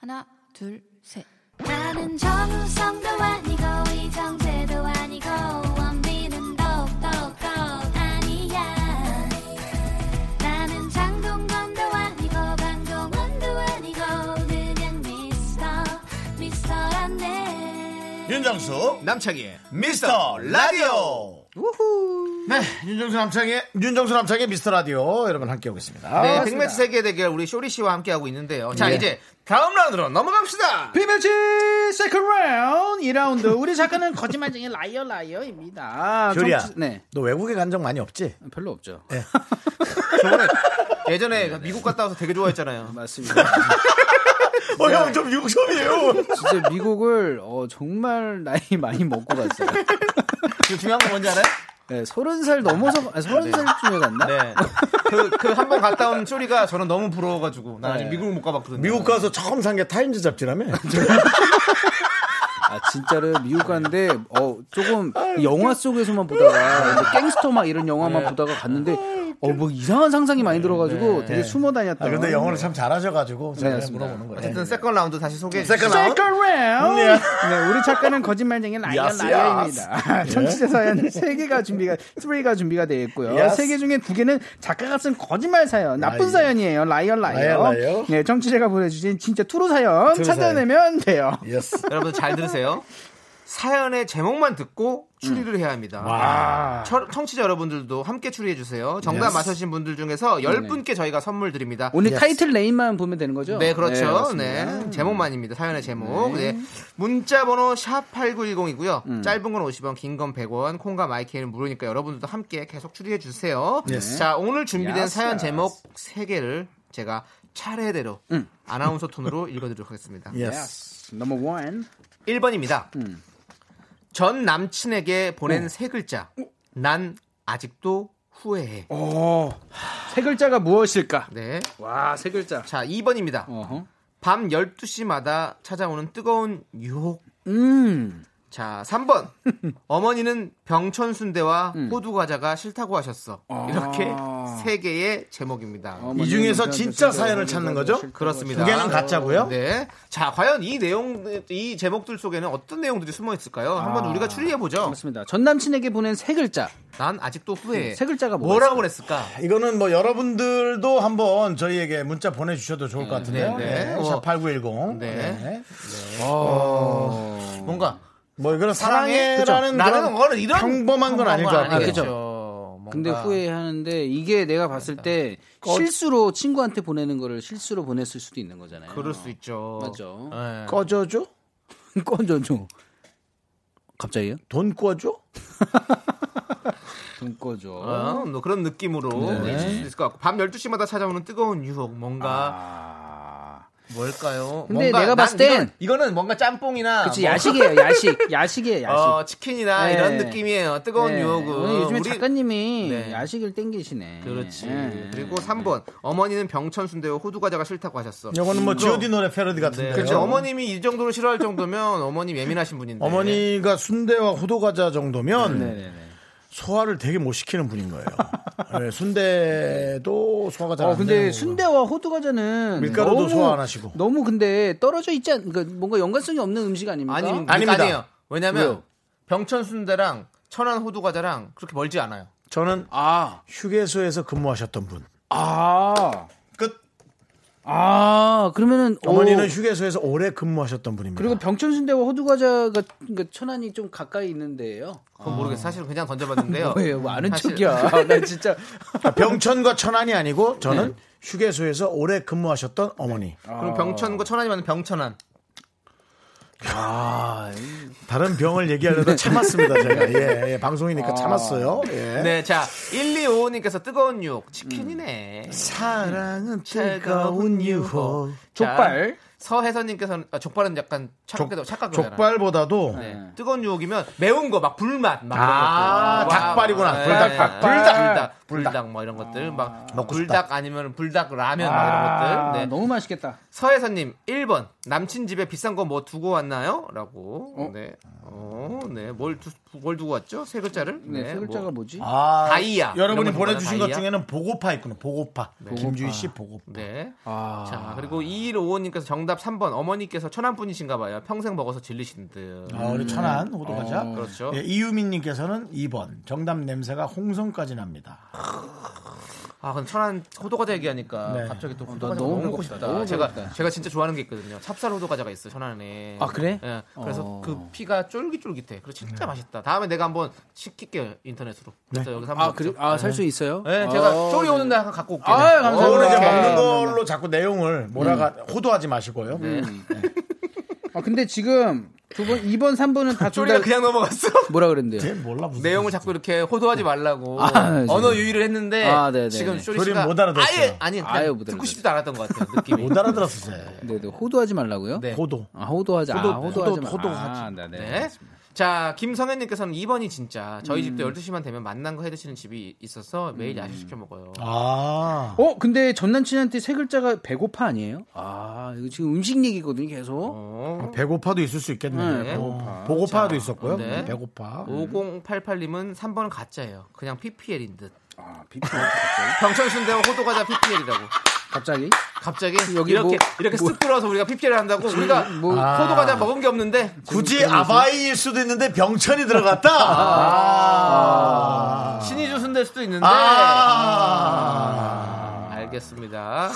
Speaker 6: 하나, 둘, 셋.
Speaker 5: 나는 정우성도 아니고 이정재도 아니고 원빈은 더욱더 아니야 나는 장동건도 아니고 강동원도 아니고 그냥 미스터 미스터란데
Speaker 1: 윤정수
Speaker 2: 남창희의
Speaker 1: 미스터 라디오. 네, 윤정수 남창의 윤정수 남창의 미스터 라디오 여러분 함께 오겠습니다.
Speaker 2: 네,
Speaker 4: 아, 맞습니다. 예.
Speaker 2: 백매치 세계 대결 우리 쇼리 씨와 함께 하고 있는데요. 자, 이제 다음 라운드로 넘어갑시다.
Speaker 4: 비밀치 세컨 라운드 2라운드 우리 작가는 거짓말쟁이 라이어
Speaker 2: 아,
Speaker 4: 라이어입니다.
Speaker 1: 교리야,
Speaker 4: 정치- 네.
Speaker 1: 너 외국에 간 적 많이 없지? 네.
Speaker 4: 별로 없죠.
Speaker 2: 네. 저번에
Speaker 4: 네,
Speaker 2: 예전에 미국 갔다 와서 되게 좋아했잖아요.
Speaker 4: 맞습니다.
Speaker 2: 네.
Speaker 1: 어, 형, 좀 미국 처음이에요.
Speaker 4: 진짜 미국을 어, 정말 나이 많이 먹고 갔어요.
Speaker 2: 그 중요한 건 뭔지 알아요?
Speaker 4: 네, 서른 살 넘어서 아, 서른 살쯤에 갔나?
Speaker 2: 네. 그, 그 한 번 갔다 온 쇼리가 저는 너무 부러워가지고 나 아직
Speaker 4: 네.
Speaker 2: 미국을 못 가봤거든요.
Speaker 1: 미국 가서 처음 산 게 타임즈 잡지라며?
Speaker 4: 아 진짜로 미국 갔는데 어 조금 영화 속에서만 보다가 이제 갱스터 막 이런 영화만
Speaker 2: 네.
Speaker 4: 보다가
Speaker 2: 아,
Speaker 4: 갔는데 어 뭐 이상한 상상이 많이 들어가지고 되게 숨어 다녔다.
Speaker 1: 아, 근데 영어를 참 잘하셔가지고 제가 그냥
Speaker 4: 맞습니다.
Speaker 1: 물어보는 거예요.
Speaker 2: 네.
Speaker 1: 네.
Speaker 4: 네.
Speaker 2: 어쨌든 세컨 라운드 다시 소개해 주세요.
Speaker 1: 세컨
Speaker 4: 세컨
Speaker 1: 라운드.
Speaker 4: 라운드. 네, 우리 작가는 거짓말쟁이 라이언
Speaker 1: 야스,
Speaker 4: 라이언입니다. 아, 청취자 사연 세 개가 준비가 쓰리가 준비가 되어 있고요.
Speaker 1: 야스.
Speaker 4: 세 개 중에 두 개는 작가가 쓴 거짓말 사연, 나쁜
Speaker 1: 라이언.
Speaker 4: 사연이에요. 라이언 라이언.
Speaker 1: 라이언, 라이언.
Speaker 4: 네, 청취자가 보내주신 진짜 투루 사연
Speaker 1: 투루
Speaker 4: 찾아내면 돼요.
Speaker 1: 예스.
Speaker 2: 여러분 잘 들으세요. 사연의 제목만 듣고 추리를
Speaker 4: 음.
Speaker 2: 해야 합니다. 철- 청취자 여러분들도 함께 추리해 주세요. 정답 맞으신 분들 중에서
Speaker 4: 네,
Speaker 2: 10분께 저희가 선물 드립니다.
Speaker 4: 오늘
Speaker 1: 예스.
Speaker 4: 타이틀 네임만 보면 되는 거죠?
Speaker 2: 네, 그렇죠.
Speaker 4: 맞습니다.
Speaker 2: 네, 제목만입니다. 사연의 제목. 네. 문자 번호 샵8910이고요. 짧은 건 50원, 긴 건 100원, 콩과 마이크는 무료니까 여러분들도 함께 계속 추리해 주세요. 자, 오늘 준비된
Speaker 4: 야스,
Speaker 2: 사연
Speaker 4: 야스.
Speaker 2: 제목 3개를 제가 차례대로 아나운서 톤으로 읽어 드리도록 하겠습니다.
Speaker 4: Yes. 넘버 원.
Speaker 2: 1번입니다. 전 남친에게 보낸 세 글자. 난 아직도 후회해.
Speaker 4: 어. 오. 세 글자가 무엇일까?
Speaker 2: 네.
Speaker 4: 와, 세 글자.
Speaker 2: 자, 2번입니다.
Speaker 4: 어허.
Speaker 2: 밤 12시마다 찾아오는 뜨거운 유혹.
Speaker 4: 음.
Speaker 2: 자, 3번. 어머니는 병천순대와 호두과자가 싫다고 하셨어. 이렇게 세 개의 제목입니다.
Speaker 4: 어머니는
Speaker 1: 이 중에서 진짜
Speaker 4: 진짜
Speaker 1: 사연을 찾는 거죠?
Speaker 2: 그렇습니다.
Speaker 1: 두 개는 가짜고요.
Speaker 2: 네. 자, 과연 이 내용, 이 제목들 속에는 어떤 내용들이 숨어 있을까요? 한번 우리가 추리해보죠.
Speaker 4: 맞습니다. 전 남친에게 보낸 세 글자.
Speaker 2: 난 아직도 후회해.
Speaker 4: 세 글자가 뭐가
Speaker 2: 뭐라고 그랬을까?
Speaker 1: 이거는 뭐 여러분들도 한번 저희에게 문자 보내주셔도 좋을 것 같은데요.
Speaker 2: 네, 네.
Speaker 1: 네,
Speaker 2: 어.
Speaker 1: 샵8910. 네.
Speaker 2: 네. 어. 뭔가
Speaker 1: 뭐 이거는
Speaker 2: 사랑해?
Speaker 1: 사랑해라는
Speaker 2: 그쵸. 나는
Speaker 1: 그런
Speaker 2: 그거는 이런
Speaker 1: 평범한 건 아닐 것 같아요.
Speaker 2: 아니겠죠. 뭔가
Speaker 4: 근데 후회하는데 이게 내가 봤을 때 실수로 친구한테 보내는 거를 실수로 보냈을 수도 있는 거잖아요.
Speaker 2: 그럴 수 있죠.
Speaker 4: 맞죠.
Speaker 2: 예.
Speaker 1: 꺼져줘?
Speaker 4: 꺼져줘. 갑자기요?
Speaker 1: 돈 꺼줘?
Speaker 4: 돈 꺼줘.
Speaker 2: 어, 뭐 그런 느낌으로
Speaker 4: 네.
Speaker 2: 네. 있을 수 있을 것 같고 밤 12시마다 찾아오는 뜨거운 유혹 뭔가 뭘까요?
Speaker 4: 아. 근데
Speaker 2: 뭔가
Speaker 4: 내가
Speaker 2: 난
Speaker 4: 봤을 땐
Speaker 2: 이건, 이거는 뭔가 짬뽕이나
Speaker 4: 그치
Speaker 2: 뭐,
Speaker 4: 야식이에요. 야식. 야식이에요. 야식.
Speaker 2: 어, 치킨이나
Speaker 4: 네.
Speaker 2: 이런 느낌이에요. 뜨거운
Speaker 4: 네.
Speaker 2: 유혹은
Speaker 4: 오늘 요즘에
Speaker 2: 우리-
Speaker 4: 작가님이
Speaker 2: 네.
Speaker 4: 야식을 땡기시네.
Speaker 2: 그렇지.
Speaker 4: 예.
Speaker 2: 그리고 3번 어머니는 병천순대와 호두과자가 싫다고 하셨어.
Speaker 1: 이거는 뭐
Speaker 2: 그럼-
Speaker 1: G.O.D 노래 패러디 같은데요.
Speaker 2: 그렇죠. 어머님이 이 정도로 싫어할 정도면 어머님 예민하신 분인데.
Speaker 1: 어머니가 순대와 호두과자 정도면
Speaker 4: 네네네.
Speaker 1: 소화를 되게 못 시키는 분인 거예요. 네, 순대도 소화가 잘 안
Speaker 4: 어
Speaker 1: 되는
Speaker 4: 근데
Speaker 1: 거고.
Speaker 4: 순대와 호두과자는
Speaker 1: 밀가루도
Speaker 4: 너무-
Speaker 1: 소화 안 하시고.
Speaker 4: 너무 근데 떨어져 있지 않 그러니까 뭔가 연관성이 없는 음식 아닙니까?
Speaker 2: 아니,
Speaker 1: 아닙니다.
Speaker 2: 아니에요. 왜냐면
Speaker 4: 왜요?
Speaker 2: 병천 순대랑 천안 호두 과자랑 그렇게 멀지 않아요.
Speaker 1: 저는
Speaker 4: 아.
Speaker 1: 휴게소에서 근무하셨던 분.
Speaker 4: 아.
Speaker 1: 끝.
Speaker 4: 아 그러면은 오.
Speaker 1: 어머니는 휴게소에서 오래 근무하셨던 분입니다.
Speaker 4: 그리고 병천순대와 호두과자가 그 천안이 좀 가까이 있는데요.
Speaker 2: 그건 모르겠어요. 사실은 그냥 던져봤는데요.
Speaker 4: 뭐예요? 뭐 아는
Speaker 2: 사실-
Speaker 4: 척이야. 나 진짜
Speaker 1: 아, 병천과 천안이 아니고 저는
Speaker 2: 네.
Speaker 1: 휴게소에서 오래 근무하셨던 어머니.
Speaker 2: 그럼 병천과 천안이 맞는 병천안. 아,
Speaker 1: 다른 병을 얘기하려다 참았습니다, 제가. 예, 예, 방송이니까 참았어요. 예.
Speaker 2: 아. 네, 자 1255님께서 뜨거운 유혹 치킨이네.
Speaker 1: 사랑은 뜨거운 유혹.
Speaker 4: 족발.
Speaker 2: 서혜선님께서는 아, 족발은 약간 착각도 착각
Speaker 1: 족발보다도
Speaker 2: 네. 뜨거운 유혹이면 매운 거 막 불맛 막
Speaker 1: 아,
Speaker 2: 이런 것들.
Speaker 1: 닭발이구나.
Speaker 2: 와,
Speaker 1: 불닭,
Speaker 2: 네.
Speaker 1: 닭발.
Speaker 2: 불닭 불닭 불닭 막 이런 것들 막 불닭 아니면 불닭 라면 막 이런
Speaker 4: 아,
Speaker 2: 것들. 네.
Speaker 4: 너무 맛있겠다.
Speaker 2: 서혜선님 1번 남친 집에 비싼 거 뭐 두고 왔나요?라고. 네. 어, 네. 뭘, 두, 뭘 두고 왔죠? 세 글자를?
Speaker 4: 네, 세 글자가
Speaker 2: 뭐.
Speaker 4: 뭐. 지
Speaker 1: 아,
Speaker 2: 다이아.
Speaker 1: 여러분이
Speaker 2: 이런 거뭐
Speaker 1: 보내주신 것
Speaker 2: 다이아?
Speaker 1: 중에는 보고파 있구나, 보고파. 김주희 씨 보고파.
Speaker 2: 네.
Speaker 1: 아.
Speaker 4: 아,
Speaker 2: 자, 그리고 2155님께서 정답 3번 어머니께서 천안분이신가 봐요. 평생 먹어서 질리신 듯.
Speaker 1: 아, 우리 천안 호두과자.
Speaker 2: 음. 그렇죠.
Speaker 1: 예, 이유민님께서는 2번 정답 냄새가 홍성까지 납니다.
Speaker 2: 아, 근데 천안 호두과자 얘기하니까
Speaker 1: 네.
Speaker 2: 갑자기 또 호두과자
Speaker 4: 어, 너무
Speaker 2: 너무 먹고
Speaker 4: 배고프다.
Speaker 2: 싶다.
Speaker 4: 너무
Speaker 2: 제가
Speaker 4: 배고프다.
Speaker 2: 제가 진짜 좋아하는 게 있거든요. 찹쌀 호두과자가 있어 천안에.
Speaker 4: 아, 그래?
Speaker 2: 예. 그래서
Speaker 4: 어.
Speaker 2: 그 피가 쫄깃쫄깃해. 그래 진짜 맛있다. 다음에 내가 한번 시킬게요 인터넷으로. 그래서 여기서 한번.
Speaker 4: 아, 그래?
Speaker 2: 먹자.
Speaker 4: 아, 살 수 있어요?
Speaker 2: 예, 제가
Speaker 4: 어,
Speaker 2: 쪼리
Speaker 4: 네.
Speaker 2: 오는 날 갖고 올게요.
Speaker 4: 아, 감사합니다.
Speaker 1: 저는
Speaker 2: 네.
Speaker 1: 이제
Speaker 4: 오케이.
Speaker 1: 먹는 걸로 자꾸 내용을 몰아가 호도하지 마시고요.
Speaker 4: 네.
Speaker 1: 음.
Speaker 4: 아, 근데 지금 두 번, 2번, 3번은 다 둘
Speaker 2: 쪼리가
Speaker 4: 다
Speaker 2: 그냥 넘어갔어.
Speaker 4: 뭐라 그랬는데요?
Speaker 1: 쟤 네, 몰라 무슨
Speaker 2: 내용을 자꾸 이렇게 호도하지 말라고
Speaker 4: 네. 아,
Speaker 2: 언어 유의를 했는데
Speaker 4: 아, 네네.
Speaker 2: 지금 쇼리
Speaker 1: 조림
Speaker 2: 씨가
Speaker 1: 못 알아들었어요.
Speaker 2: 아예 아니 그냥
Speaker 4: 아예 못
Speaker 2: 듣고
Speaker 4: 알아들었어요.
Speaker 2: 싶지도 않았던 것 같아요 느낌이
Speaker 1: 못 알아들었어, 쟤.
Speaker 4: 네, 네. 호도하지 말라고요?
Speaker 2: 네.
Speaker 1: 호도.
Speaker 4: 아, 호도하지. 아,
Speaker 1: 호도-
Speaker 4: 호도하지 마.
Speaker 1: 호도- 호도하지.
Speaker 4: 아, 네, 네.
Speaker 2: 네. 자 김성현님께서는 2번이 진짜 저희 집도
Speaker 4: 음.
Speaker 2: 12시만 되면 만난 거 해드시는 집이 있어서 매일 야식 시켜 먹어요
Speaker 1: 아.
Speaker 4: 어, 근데 전 남친한테 세 글자가 배고파 아니에요? 아, 이거 지금 음식 얘기거든요, 계속.
Speaker 2: 어.
Speaker 1: 배고파도 있을 수 있겠네요.
Speaker 4: 네,
Speaker 1: 배고파. 보고파도 있었고요. 음,
Speaker 2: 네.
Speaker 1: 배고파.
Speaker 2: 5088님은 3번은 가짜예요 그냥 PPL인 듯
Speaker 4: 아, 비프 갑자기?
Speaker 2: 병천순대와 호도과자 PPL이라고
Speaker 4: 갑자기?
Speaker 2: 갑자기
Speaker 4: 여기
Speaker 2: 이렇게
Speaker 4: 뭐-
Speaker 2: 이렇게 쓱 들어와서 우리가 PPL 한다고 우리가
Speaker 4: 뭐-
Speaker 2: 호도과자 먹은 게 없는데
Speaker 1: 굳이 아바이일 수도 있는데 병천이 들어갔다. 아.
Speaker 2: 신이주 순대일 수도 있는데
Speaker 4: 아.
Speaker 2: 음.
Speaker 1: 아.
Speaker 2: 알겠습니다.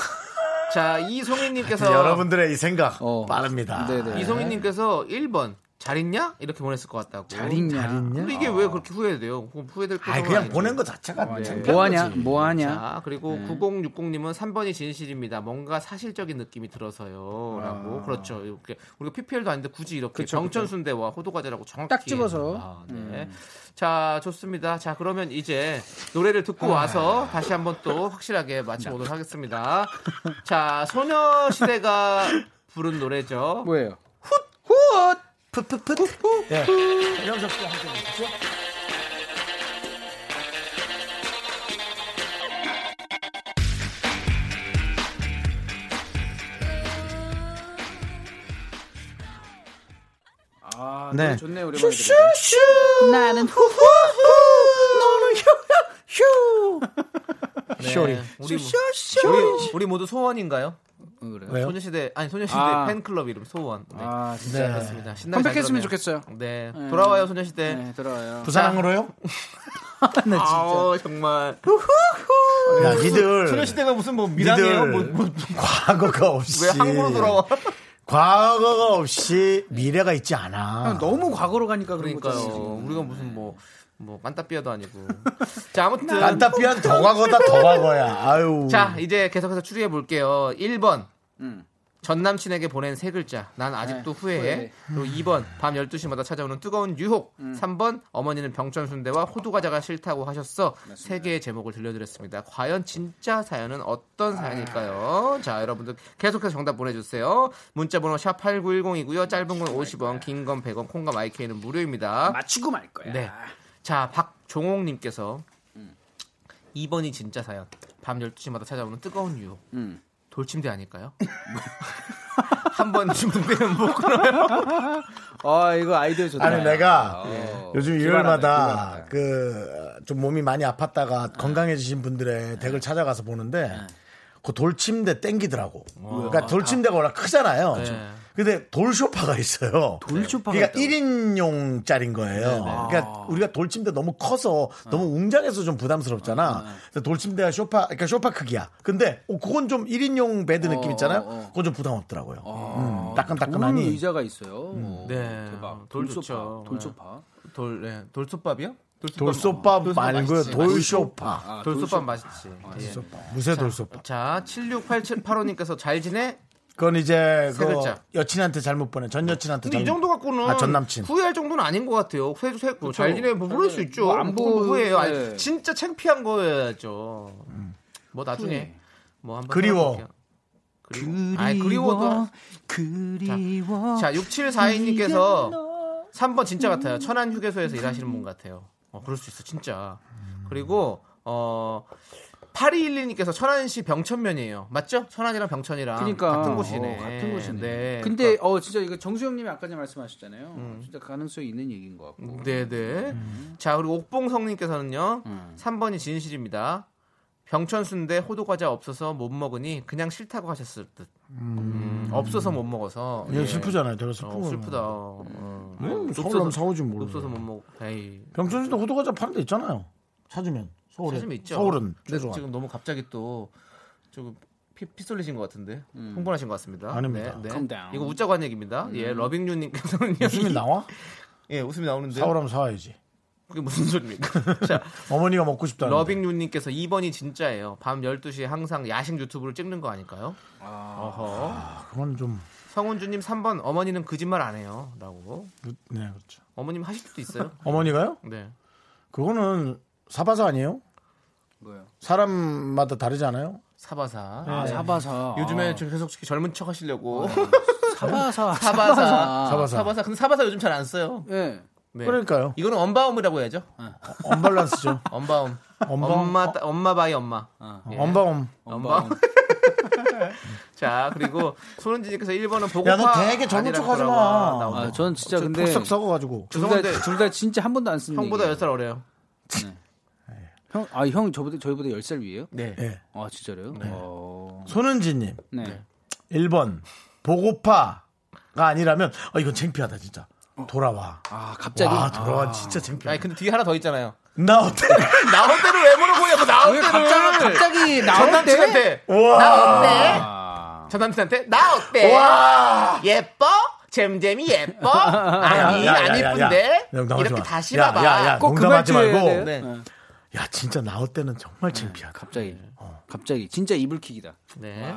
Speaker 2: 자,
Speaker 4: 아,
Speaker 2: 이송희님께서
Speaker 4: 그
Speaker 1: 여러분들의 이 생각
Speaker 4: 어.
Speaker 1: 빠릅니다.
Speaker 4: 네네.
Speaker 2: 아, 이송희님께서 1번 잘 있냐 이렇게 보냈을 것 같다고. 네.
Speaker 4: 잘 있냐?
Speaker 2: 근데 이게 왜 그렇게 후회돼요? 그럼 후회될 거
Speaker 1: 아, 그냥 보낸 거 자체가 창피한
Speaker 4: 뭐 하냐?
Speaker 1: 거지.
Speaker 4: 뭐 하냐?
Speaker 2: 자, 그리고 9060님은 3번이 진실입니다. 뭔가 사실적인 느낌이 들어서요.라고
Speaker 4: 아.
Speaker 2: 그렇죠. 이렇게 우리가 PPL도 아닌데 굳이 이렇게 정천 순대와 호두과자라고 정확히
Speaker 4: 딱 찍어서. 음.
Speaker 2: 아, 네. 자, 좋습니다. 자, 그러면 이제 노래를
Speaker 4: 아.
Speaker 2: 듣고 와서 다시 한번 또 확실하게 맞춰보도록
Speaker 4: 네.
Speaker 2: 하겠습니다. 자, 소녀시대가 부른 노래죠.
Speaker 4: 뭐예요?
Speaker 2: 네.
Speaker 1: 네.
Speaker 4: 아, 좋네, 오랜만에.
Speaker 6: 나는
Speaker 1: 쇼리.
Speaker 2: 네. 우리, 뭐 우리, 우리 모두 소원인가요?
Speaker 1: 왜요?
Speaker 2: 소녀시대 아니 소녀시대
Speaker 4: 아.
Speaker 2: 팬클럽 이름 소원. 네.
Speaker 4: 아, 진짜.
Speaker 1: 네.
Speaker 2: 그렇습니다. 신나게 잘
Speaker 4: 컴백했으면
Speaker 2: 들었네요.
Speaker 4: 좋겠어요.
Speaker 2: 네. 돌아와요 소녀시대.
Speaker 4: 네, 들어와요.
Speaker 1: 부산항으로요?
Speaker 10: 어.
Speaker 2: 아우 정말.
Speaker 1: 야, 니들.
Speaker 2: 소녀시대가 무슨 뭐 미남이에요?
Speaker 1: 니들
Speaker 2: 뭐, 뭐,
Speaker 1: 과거가 없이
Speaker 2: 왜 한국으로 돌아와?
Speaker 1: 과거가 없이 미래가 있지 않아.
Speaker 4: 너무 과거로 가니까 그런
Speaker 2: 그러니까요. 우리가 무슨 뭐뭐 깐따삐아도 아니고. 자 아무튼
Speaker 1: 안타피한 더 과거다 더 과거야. 아유.
Speaker 2: 자 이제 계속해서 추리해 볼게요. 1번 전 남친에게 보낸 세 글자. 난 아직도
Speaker 4: 네,
Speaker 2: 음. 후회해. 음.
Speaker 4: 후회해.
Speaker 2: 그리고 2번 밤 12시마다 찾아오는 뜨거운 유혹. 3번 어머니는 병천 순대와 호두과자가 싫다고 하셨어. 세 개의 제목을 들려드렸습니다. 과연 진짜 사연은 어떤 사연일까요? 자, 여러분들 계속해서 정답 보내 주세요. 문자 번호 샵 8910이고요. 짧은 건 50원, 긴 건 100원, 콩과 마이크는 무료입니다.
Speaker 4: 맞추고 말 거야.
Speaker 2: 네. 자, 박종옥 님께서 2번이 진짜 사연. 밤 12시마다 찾아오는 뜨거운 유혹.
Speaker 4: 음.
Speaker 2: 돌침대 아닐까요? 한번 중독되면 못 끊어요.
Speaker 4: 아, 이거 아이디어 좋다.
Speaker 1: 아니 내가
Speaker 10: 예.
Speaker 4: 어.
Speaker 1: 요즘 일요일마다
Speaker 10: 네.
Speaker 1: 그 좀 몸이 많이 아팠다가 건강해지신 분들의 덱을 찾아가서 보는데 그 돌침대 땡기더라고.
Speaker 10: 아,
Speaker 1: 그러니까 돌침대가 워낙 크잖아요.
Speaker 10: 그렇죠.
Speaker 1: 근데 돌소파가 있어요.
Speaker 10: 돌소파가
Speaker 1: 그러니까
Speaker 10: 있다고?
Speaker 1: 1인용 짜린 거예요.
Speaker 10: 네네. 아. 네.
Speaker 1: 그러니까 우리가 돌침대 너무 커서 너무 웅장해서 좀 부담스럽잖아. 근데 돌침대가 쇼파, 그러니까 쇼파 크기야. 근데 어, 그건 좀 1인용
Speaker 10: 어,
Speaker 1: 베드 느낌 있잖아요. 그건 좀 부담 없더라고요. 음,
Speaker 10: 돈
Speaker 1: 따끈따끈하니.
Speaker 10: 아,
Speaker 1: 음.
Speaker 10: 의자가 있어요. 오,
Speaker 2: 네.
Speaker 10: 대박.
Speaker 2: 돌소파. 네.
Speaker 10: 돌소파. 돌소파.
Speaker 2: 돌, 네. 돌솥밥이요?
Speaker 1: 돌솥밥 말고요,
Speaker 2: 어, 맛있지,
Speaker 1: 돌솥밥.
Speaker 2: 맛있지.
Speaker 1: 돌솥밥.
Speaker 2: 아, 돌솥밥 맛있지. 예.
Speaker 1: 돌솥밥. 무쇠 돌솥밥.
Speaker 2: 자, 76875님께서 잘 지내?
Speaker 1: 그건 이제
Speaker 2: 세
Speaker 1: 그
Speaker 2: 글자. 네.
Speaker 1: 여친한테 잘못 보낸 전 여친한테
Speaker 2: 근데 이 정도 갖고는
Speaker 1: 아, 전 남친.
Speaker 2: 후회할 정도는 아닌 것 같아요. 후회, 후회, 잘 지내 뭐 그럴 수 있죠.
Speaker 10: 뭐안
Speaker 2: 안 보고
Speaker 10: 보고,
Speaker 2: 후회해요. 아니,
Speaker 10: 네.
Speaker 2: 진짜 창피한 거여야죠. 뭐 나중에
Speaker 10: 후회.
Speaker 2: 뭐 한번
Speaker 1: 그리워.
Speaker 2: 생각해볼게요. 그리워. 아니, 그리워도
Speaker 10: 그리워.
Speaker 2: 자, 6742님께서 3번 진짜 같아요. 천안 휴게소에서 일하시는 분 같아요. 어, 그럴 수 있어, 진짜. 그리고, 어, 8212님께서 천안시 병천면이에요. 맞죠? 천안이랑 병천이랑
Speaker 10: 그러니까.
Speaker 2: 같은 곳이네.
Speaker 10: 어, 같은 곳이네.
Speaker 2: 네.
Speaker 10: 근데 어 진짜 이거 정수영님이 아까 전에 말씀하셨잖아요. 진짜 가능성이 있는 얘기인 것 같고.
Speaker 2: 음.
Speaker 1: 뭐.
Speaker 2: 네네.
Speaker 1: 음.
Speaker 2: 자, 그리고 옥봉성님께서는요. 3번이 진실입니다. 병천 순대 호두 과자 없어서 못 먹으니 그냥 싫다고 하셨을 듯. 음, 없어서 못 먹어서.
Speaker 1: 얘 예, 슬프잖아요. 되게 슬픈
Speaker 2: 네. 어,
Speaker 1: 거.
Speaker 2: 슬프다. 어.
Speaker 1: 음,
Speaker 2: 없어서-
Speaker 1: 서울남 사오지 모르.
Speaker 2: 없어서 못 먹. 에이.
Speaker 1: 병천시도 호두과자 파는 데 있잖아요. 찾으면 서울에.
Speaker 2: 사심이 있죠.
Speaker 1: 서울은
Speaker 2: 근데
Speaker 1: 최소한.
Speaker 2: 지금 너무 갑자기 또 조금 피, 쏠리신 것 같은데 흥분하신 것
Speaker 1: 음.
Speaker 2: 같습니다. 네,
Speaker 1: 아닙니다. 음.
Speaker 10: Calm down.
Speaker 2: 이거 웃자고 한 얘기입니다. 예, 러빙유님께서는
Speaker 1: 웃음이 나와?
Speaker 2: 예, 웃음이 나오는데
Speaker 1: 사오라면 사와야지.
Speaker 2: 그게 무슨 소리입니까? 자,
Speaker 1: 어머니가 먹고 싶다는.
Speaker 2: 러빙유님께서 2번이 진짜예요. 밤 12시에 항상 야식 유튜브를 찍는 거 아닐까요? 어허.
Speaker 1: 그건 좀.
Speaker 2: 성훈주님 3번 어머니는 거짓말 안 해요라고.
Speaker 1: 네 그렇죠.
Speaker 2: 어머님 하실 수도 있어요.
Speaker 1: 어머니가요?
Speaker 2: 네.
Speaker 1: 그거는 사바사 아니에요?
Speaker 2: 네.
Speaker 10: 뭐요?
Speaker 1: 사람마다 다르지 않아요?
Speaker 2: 사바사.
Speaker 10: 아,
Speaker 2: 네.
Speaker 10: 사바사.
Speaker 1: 아.
Speaker 2: 요즘에 좀 계속 젊은 척 하시려고
Speaker 10: 아, 사바사.
Speaker 2: 사바사.
Speaker 1: 사바사.
Speaker 2: 사바사. 근데 사바사 요즘 잘 안 써요.
Speaker 10: 예. 네.
Speaker 2: 네.
Speaker 1: 그러니까요.
Speaker 2: 이거는 언바움이라고 해야죠.
Speaker 1: 언밸런스죠.
Speaker 2: 언바움.
Speaker 1: 언바움. 어?
Speaker 2: 엄마 따- 엄마 바이 엄마. 예.
Speaker 1: 엄바엄.
Speaker 2: 엄마. 자 그리고 손은지님께서 1번은 보고파.
Speaker 1: 야, 너 되게 젊은
Speaker 2: 아니라고
Speaker 1: 척하지 마.
Speaker 2: 돌아와. 나오네.
Speaker 10: 아, 전 진짜
Speaker 1: 저
Speaker 10: 근데
Speaker 1: 폭삭 썩어가지고.
Speaker 10: 둘다 둘 다 진짜 한 번도 안 쓰는
Speaker 1: 음.
Speaker 2: 형보다
Speaker 10: 얘기예요.
Speaker 2: 10살 어려요.
Speaker 10: 형, 아, 형 저보다 저희보다 10살 위에요?
Speaker 2: 네.
Speaker 1: 예.
Speaker 10: 아, 진짜로요? 어.
Speaker 1: 손은지님
Speaker 10: 네.
Speaker 1: 1번 보고파가 아니라면 아 이건 창피하다 진짜. 어. 돌아와.
Speaker 10: 아, 갑자기
Speaker 1: 와 돌아와 진짜 창피해.
Speaker 2: 아니 그 근데 뒤에 하나 더 있잖아요.
Speaker 1: 나 어때?
Speaker 2: 나올 때를 왜 물어보냐고 나올
Speaker 10: 왜
Speaker 2: 때를.
Speaker 10: 갑자기 갑자기 나올 때
Speaker 2: 네. 전남친한테.
Speaker 1: 와.
Speaker 2: 네. 전남친한테 나 어때?
Speaker 1: 와.
Speaker 2: 예뻐? 잼잼이 예뻐? 아니
Speaker 1: 야, 야,
Speaker 2: 안
Speaker 1: 야, 야.
Speaker 2: 이쁜데?
Speaker 1: 야, 나오지
Speaker 2: 이렇게
Speaker 1: 마.
Speaker 2: 다시
Speaker 1: 야,
Speaker 2: 봐봐.
Speaker 1: 야, 야,
Speaker 10: 꼭그
Speaker 1: 농담하지
Speaker 10: 말투 해야 돼요?
Speaker 1: 말고.
Speaker 2: 네.
Speaker 1: 야 진짜 나올 때는 정말 창피하다.
Speaker 10: 갑자기. 갑자기 진짜 이불킥이다.
Speaker 2: 네.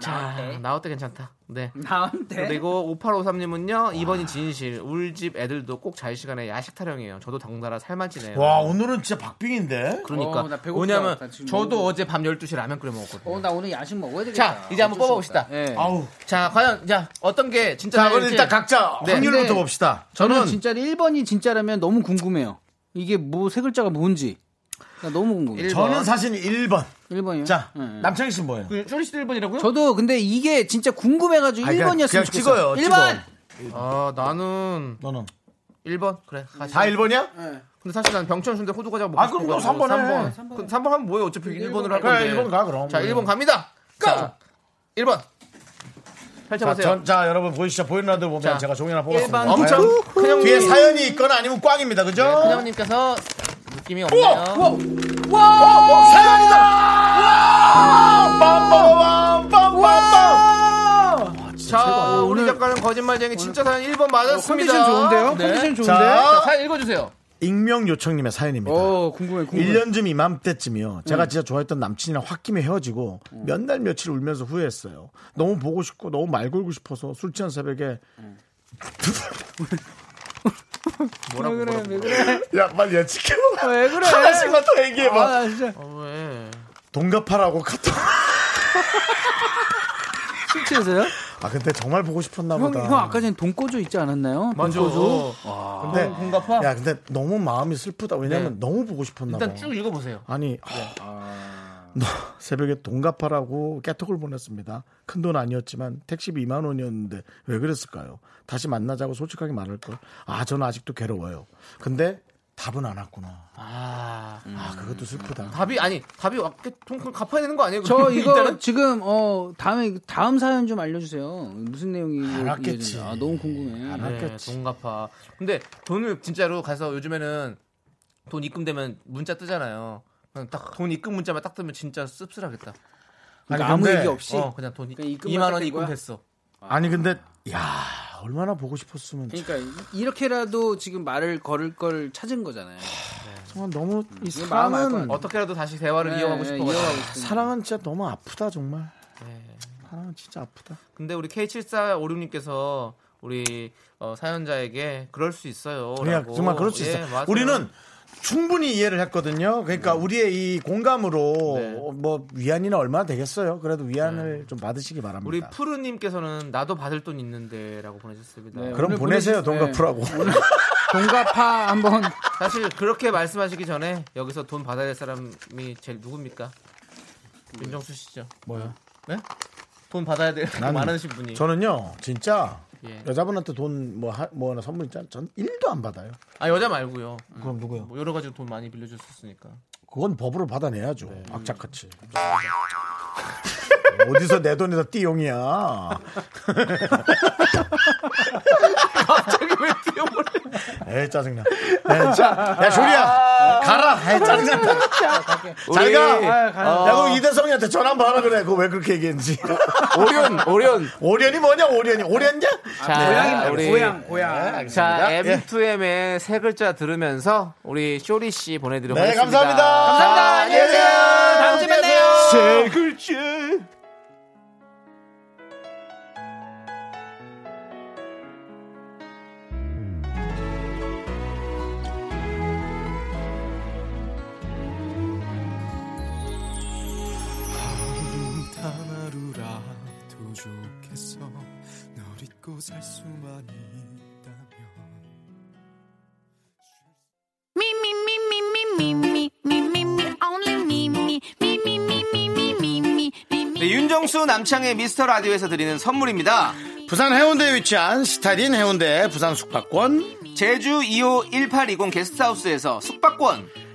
Speaker 2: 자, 나올 때 괜찮다. 네.
Speaker 10: 나한테
Speaker 2: 그리고 5853님은요, 2번이 진실. 울집 애들도 꼭 잘 시간에 야식 타령해요. 저도 덩달아 살만 찌네요.
Speaker 1: 와 오늘은 진짜 박빙인데.
Speaker 2: 그러니까.
Speaker 10: 어, 나 배고프다.
Speaker 2: 왜냐면,
Speaker 10: 나 지금
Speaker 2: 저도
Speaker 10: 너무-
Speaker 2: 어제 밤 12시 라면 끓여 먹었거든요.
Speaker 10: 어, 나 오늘 야식 먹어야 되겠다.
Speaker 2: 자, 이제 한번
Speaker 10: 어쩔 수
Speaker 2: 뽑아봅시다.
Speaker 10: 없다. 예.
Speaker 1: 아우.
Speaker 2: 자, 과연, 네. 자, 어떤 게 진짜.
Speaker 1: 자 그럼
Speaker 2: 사실일지.
Speaker 1: 일단 각자
Speaker 2: 네.
Speaker 1: 확률부터
Speaker 10: 근데
Speaker 1: 봅시다.
Speaker 10: 저는
Speaker 1: 저는
Speaker 10: 진짜로 1번이 진짜라면 너무 궁금해요. 이게 뭐 세 글자가 뭔지. 나 너무 궁금해.
Speaker 2: 일-
Speaker 1: 저는 사실 1번.
Speaker 10: 1번이요. 네,
Speaker 1: 자 남창희 씨는 뭐예요?
Speaker 2: 그 쇼리 씨도 1번이라고요?
Speaker 10: 저도 근데 이게 진짜 궁금해가지고
Speaker 1: 아니, 그냥-
Speaker 10: 1번이었으면
Speaker 1: 그냥
Speaker 10: 좋겠어요.
Speaker 1: 찍어요,
Speaker 10: 1번!
Speaker 2: 아, 나는
Speaker 1: 너는
Speaker 2: 1번. 그래. 가자.
Speaker 1: 다 1번이야?
Speaker 2: 근데 사실 난 병천 순대 호두과자 먹고
Speaker 1: 아, 그럼 너 삼 번에.
Speaker 2: 3번. 그럼 3번 하면 뭐예요? 어차피 1번으로 할
Speaker 1: 그래
Speaker 2: 건데.
Speaker 1: 1번 가 그럼.
Speaker 2: 자, 1번 갑니다. 자, 1번.
Speaker 1: 자,
Speaker 2: 펼쳐보세요.
Speaker 1: 전, 자 여러분 보이시죠? 보이는 라디오 보면
Speaker 2: 자,
Speaker 1: 제가 종이나 뽑았습니다.
Speaker 2: 일반 네, 엄청
Speaker 1: 과연
Speaker 2: 큰형님.
Speaker 1: 뒤에 사연이 있거나 아니면 꽝입니다. 그죠?
Speaker 2: 큰형님께서 느낌이 없네요.
Speaker 1: 어, 사연이다. 와! 빰빰빰빰빰빰!
Speaker 2: 자, 우리 작가는 거짓말쟁이 진짜 사연 1번 맞았습니다.
Speaker 10: 컨디션 좋은데요?
Speaker 2: 네.
Speaker 10: 컨디션 좋은데?
Speaker 2: 자,
Speaker 1: 자,
Speaker 2: 사연 읽어주세요.
Speaker 1: 익명 요청님의 사연입니다.
Speaker 10: 어, 궁금해, 궁금해.
Speaker 1: 1년쯤 이맘때쯤이요. 제가 진짜 좋아했던 남친이랑 홧김에 헤어지고 몇 날 며칠 울면서 후회했어요. 너무 보고 싶고 너무 말 걸고 싶어서 술 취한 새벽에
Speaker 2: 뭐라고 그래,
Speaker 1: 야, 빨리 야, 지켜봐.
Speaker 10: 왜 그래?
Speaker 1: 하나씩만 더 얘기해봐.
Speaker 10: 아, 진짜.
Speaker 2: 왜?
Speaker 1: 동갑하라고 카톡.
Speaker 10: 술 취해서요?
Speaker 1: 아, 근데 정말 보고 싶었나 뭐,
Speaker 10: 형,
Speaker 1: 보다.
Speaker 10: 형 아까 전에 돈꼬조 있지 않았나요?
Speaker 2: 맞아.
Speaker 10: 돈꼬조?
Speaker 1: 근데,
Speaker 2: 공갑화?
Speaker 1: 어. 야, 근데 너무 마음이 슬프다. 왜냐면
Speaker 2: 네.
Speaker 1: 너무 보고 싶었나
Speaker 2: 일단
Speaker 1: 봐.
Speaker 2: 쭉 읽어보세요. 네.
Speaker 1: 아니, 너 새벽에 동갑하라고 깨톡을 보냈습니다. 큰 돈 아니었지만 택시비 2만 원이었는데 왜 그랬을까요? 다시 만나자고 솔직하게 말할 걸. 아, 저는 아직도 괴로워요. 근데 답은 안 왔구나.
Speaker 2: 아,
Speaker 1: 아 그것도 슬프다.
Speaker 2: 답이 아니 답이 와- 그 돈, 그 갚아야 되는 거 아니에요?
Speaker 4: 저
Speaker 2: 그럼
Speaker 4: 이거
Speaker 2: 일단은?
Speaker 4: 지금 어 다음에 다음 사연 좀 알려주세요. 무슨 내용이
Speaker 2: 알았겠지.
Speaker 4: 아, 너무 궁금해.
Speaker 2: 네, 돈 갚아. 근데 돈을 진짜로 가서 요즘에는 돈 입금되면 문자 뜨잖아요. 딱 돈 입금 문자만 딱 뜨면 진짜 씁쓸하겠다.
Speaker 1: 아니,
Speaker 4: 그러니까
Speaker 2: 아무
Speaker 1: 근데-
Speaker 2: 얘기 없이
Speaker 1: 어.
Speaker 2: 그냥 돈
Speaker 4: 그냥 입금만
Speaker 2: 2만
Speaker 4: 딱
Speaker 2: 원
Speaker 4: 된 거야?
Speaker 2: 입금됐어.
Speaker 1: 아니 근데 야 얼마나 보고 싶었으면.
Speaker 4: 그러니까 이렇게라도 지금 말을 걸을 걸 찾은 거잖아요.
Speaker 1: 정말 너무 이
Speaker 4: 이거 마음 알
Speaker 1: 사랑은
Speaker 4: 것
Speaker 2: 어떻게라도 다시 대화를
Speaker 4: 네,
Speaker 2: 이어가고 싶어.
Speaker 4: 이어가고
Speaker 2: 가지고.
Speaker 4: 싶은
Speaker 1: 사랑은 진짜 너무 아프다 정말.
Speaker 2: 네.
Speaker 1: 사랑은 진짜 아프다.
Speaker 2: 근데 우리 K7456님께서 우리 어, 사연자에게 그럴 수 있어요.
Speaker 1: 그냥
Speaker 2: 라고.
Speaker 1: 네, 정말 그럴 수
Speaker 2: 예,
Speaker 1: 있어.
Speaker 2: 맞아요.
Speaker 1: 우리는 충분히 이해를 했거든요. 그러니까 우리의 이 공감으로
Speaker 2: 네.
Speaker 1: 뭐 위안이나 얼마나 되겠어요. 그래도 위안을 좀 받으시기 바랍니다.
Speaker 2: 우리 푸르님께서는 나도 받을 돈 있는데라고 보내셨습니다.
Speaker 1: 그럼 보내세요 돈
Speaker 2: 네.
Speaker 1: 갚으라고.
Speaker 4: 동갑파 한번
Speaker 2: 사실 그렇게 말씀하시기 전에 여기서 돈 받아야 될 사람이 제일 누굽니까? 윤정수 씨죠.
Speaker 1: 뭐요?
Speaker 2: 네? 돈 받아야 될
Speaker 1: 난-
Speaker 2: 많으신 분이.
Speaker 1: 저는요 진짜
Speaker 2: 예.
Speaker 1: 여자분한테 돈 뭐 뭐 하나 선물 있잖아요. 전 1도 안 받아요.
Speaker 2: 아 여자 말고요.
Speaker 1: 그럼 누구요?
Speaker 2: 뭐 여러 가지로 돈 많이 빌려줬었으니까.
Speaker 1: 그건 법으로 받아내야죠.
Speaker 2: 네.
Speaker 1: 악착같이. 어디서 내 돈에다 띠용이야.
Speaker 2: 갑자기 왜 뛰어버려?
Speaker 1: 에이 짜증나. 에이, 짜- 야 조리야 가라. 에이, 짜증난다. 잘 가.
Speaker 2: 아,
Speaker 1: 야 그럼 이대성이한테 전화 한번 하라 그래. 그거 왜 그렇게 얘기했는지.
Speaker 10: 오리온, 오리온.
Speaker 1: 오련이 뭐냐 오련이. 오련냐?
Speaker 2: 아, 자,
Speaker 10: 우리-
Speaker 4: 고향 고향.
Speaker 2: 자,
Speaker 1: 예.
Speaker 2: M2M의 세 글자 들으면서 우리 쇼리 씨 보내드리도록
Speaker 1: 네
Speaker 2: 하겠습니다.
Speaker 1: 감사합니다.
Speaker 2: 감사합니다. 안녕히 계세요. 다음 주에 만나요.
Speaker 1: 세 글자.
Speaker 3: 단 하루라도 좋겠어 널 잊고 살 수만 있다면
Speaker 6: Me, me, me, me, me, me, me, me, me, me, only me, me, me, me, me, me, me, me, me, me, me.
Speaker 2: 네, 윤정수 남창의 미스터 라디오에서 드리는 선물입니다.
Speaker 1: 부산 해운대에 위치한 스타딘 해운대 부산 숙박권.
Speaker 2: 제주 2호 1820 게스트하우스에서 숙박권,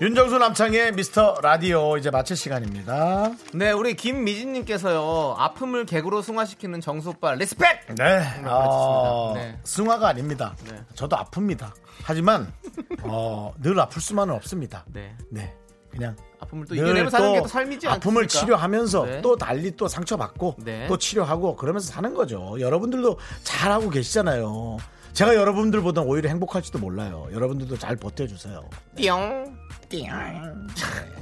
Speaker 1: 윤정수 남창의 미스터 라디오 이제 마칠 시간입니다.
Speaker 2: 네, 우리 김미진님께서요, 아픔을 개그로 승화시키는 정수오빠, 리스펙!
Speaker 1: 네. 어,
Speaker 2: 아, 네.
Speaker 1: 승화가 아닙니다.
Speaker 2: 네.
Speaker 1: 저도 아픕니다. 하지만 어, 늘 아플 수만은 없습니다.
Speaker 2: 네.
Speaker 1: 네. 그냥
Speaker 2: 아픔을 또
Speaker 1: 늘
Speaker 2: 이겨내면 사는 게
Speaker 1: 네, 또
Speaker 2: 또 삶이지
Speaker 1: 아픔을
Speaker 2: 않습니까?
Speaker 1: 치료하면서
Speaker 2: 네.
Speaker 1: 또 달리 또 상처받고
Speaker 2: 네.
Speaker 1: 또 치료하고 그러면서 사는 거죠. 여러분들도 잘하고 계시잖아요. 제가 여러분들보다 오히려 행복할지도 몰라요. 여러분들도 잘 버텨주세요.
Speaker 2: 띠용.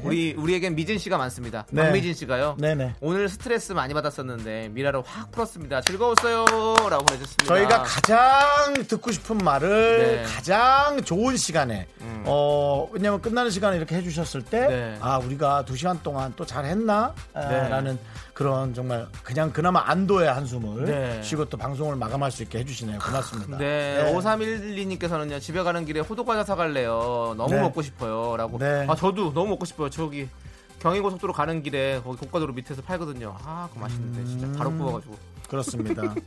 Speaker 2: 우리 우리에겐 미진 씨가 많습니다.
Speaker 1: 네.
Speaker 2: 박미진 씨가요.
Speaker 1: 네네.
Speaker 2: 오늘 스트레스 많이 받았었는데 미라로 확 풀었습니다. 즐거웠어요라고 보내주셨습니다.
Speaker 1: 저희가 가장 듣고 싶은 말을
Speaker 2: 아. 네. 음.
Speaker 1: 가장 좋은 시간에 어 왜냐면 끝나는 시간에 이렇게 해주셨을 때 아
Speaker 2: 네.
Speaker 1: 우리가 두 시간 동안 또 잘했나 아,
Speaker 2: 네.
Speaker 1: 라는 그런 정말 그냥 그나마 안도의 한숨을
Speaker 2: 네.
Speaker 1: 쉬고 또 방송을 마감할 수 있게 해주시네요 고맙습니다
Speaker 2: 네, 5312님께서는요 집에 가는 길에 호두과자 사갈래요 너무
Speaker 1: 네.
Speaker 2: 먹고 싶어요라고
Speaker 1: 네.
Speaker 2: 아 저도 너무 먹고 싶어요 저기 경인고속도로 가는 길에 거기 고가도로 밑에서 팔거든요 아 그거 맛있는데
Speaker 1: 음.
Speaker 2: 진짜 바로 구워가지고
Speaker 1: 그렇습니다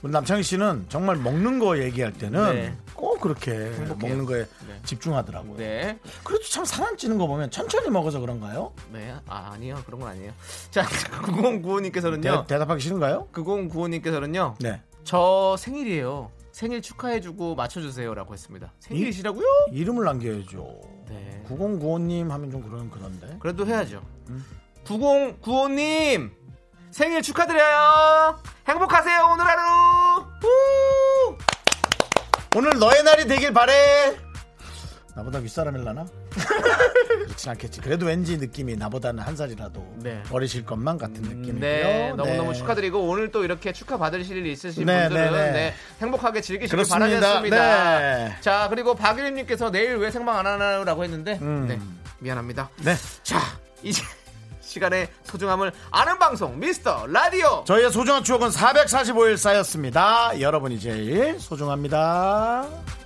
Speaker 1: 우리 남창희 씨는 정말 먹는 거 얘기할 때는
Speaker 2: 네.
Speaker 1: 꼭 그렇게 먹는 거에 집중하더라고요
Speaker 2: 네
Speaker 1: 그래도 참 사람 찌는 거 보면 천천히 먹어서 그런가요?
Speaker 2: 네, 아, 아니요. 그런 건 아니에요. 자, 9095님께서는요.
Speaker 1: 대, 대답하기 싫은가요?
Speaker 2: 9095님께서는요.
Speaker 1: 네
Speaker 2: 저 생일이에요. 생일 축하해주고 맞춰주세요라고 했습니다. 생일이시라고요?
Speaker 1: 이름을 남겨야죠
Speaker 2: 네.
Speaker 1: 9095님 하면 좀 그런 그런데.
Speaker 2: 그래도 해야죠.
Speaker 1: 음.
Speaker 2: 9095님 생일 축하드려요. 행복하세요 오늘 하루. 우! 네.
Speaker 1: 오늘 너의 날이 되길 바래. 나보다 윗사람일라나? 그렇진 않겠지. 그래도 왠지 느낌이 나보다는 한 살이라도
Speaker 2: 네.
Speaker 1: 어리실 것만 같은 느낌이고요.
Speaker 2: 네, 너무너무
Speaker 1: 네.
Speaker 2: 축하드리고 오늘 또 이렇게 축하받으실 일이 있으신
Speaker 1: 네,
Speaker 2: 분들은
Speaker 1: 네, 네.
Speaker 2: 네, 행복하게 즐기시길
Speaker 1: 그렇습니다.
Speaker 2: 바라겠습니다.
Speaker 1: 네.
Speaker 2: 자, 그리고 박유림 님께서 내일 왜 생방 안 하나요라고 했는데
Speaker 1: 음.
Speaker 2: 네, 미안합니다.
Speaker 1: 네.
Speaker 2: 자, 이제 시간의 소중함을 아는 방송 미스터 라디오.
Speaker 1: 저희의 소중한 추억은 445일 쌓였습니다. 여러분이 제일 소중합니다.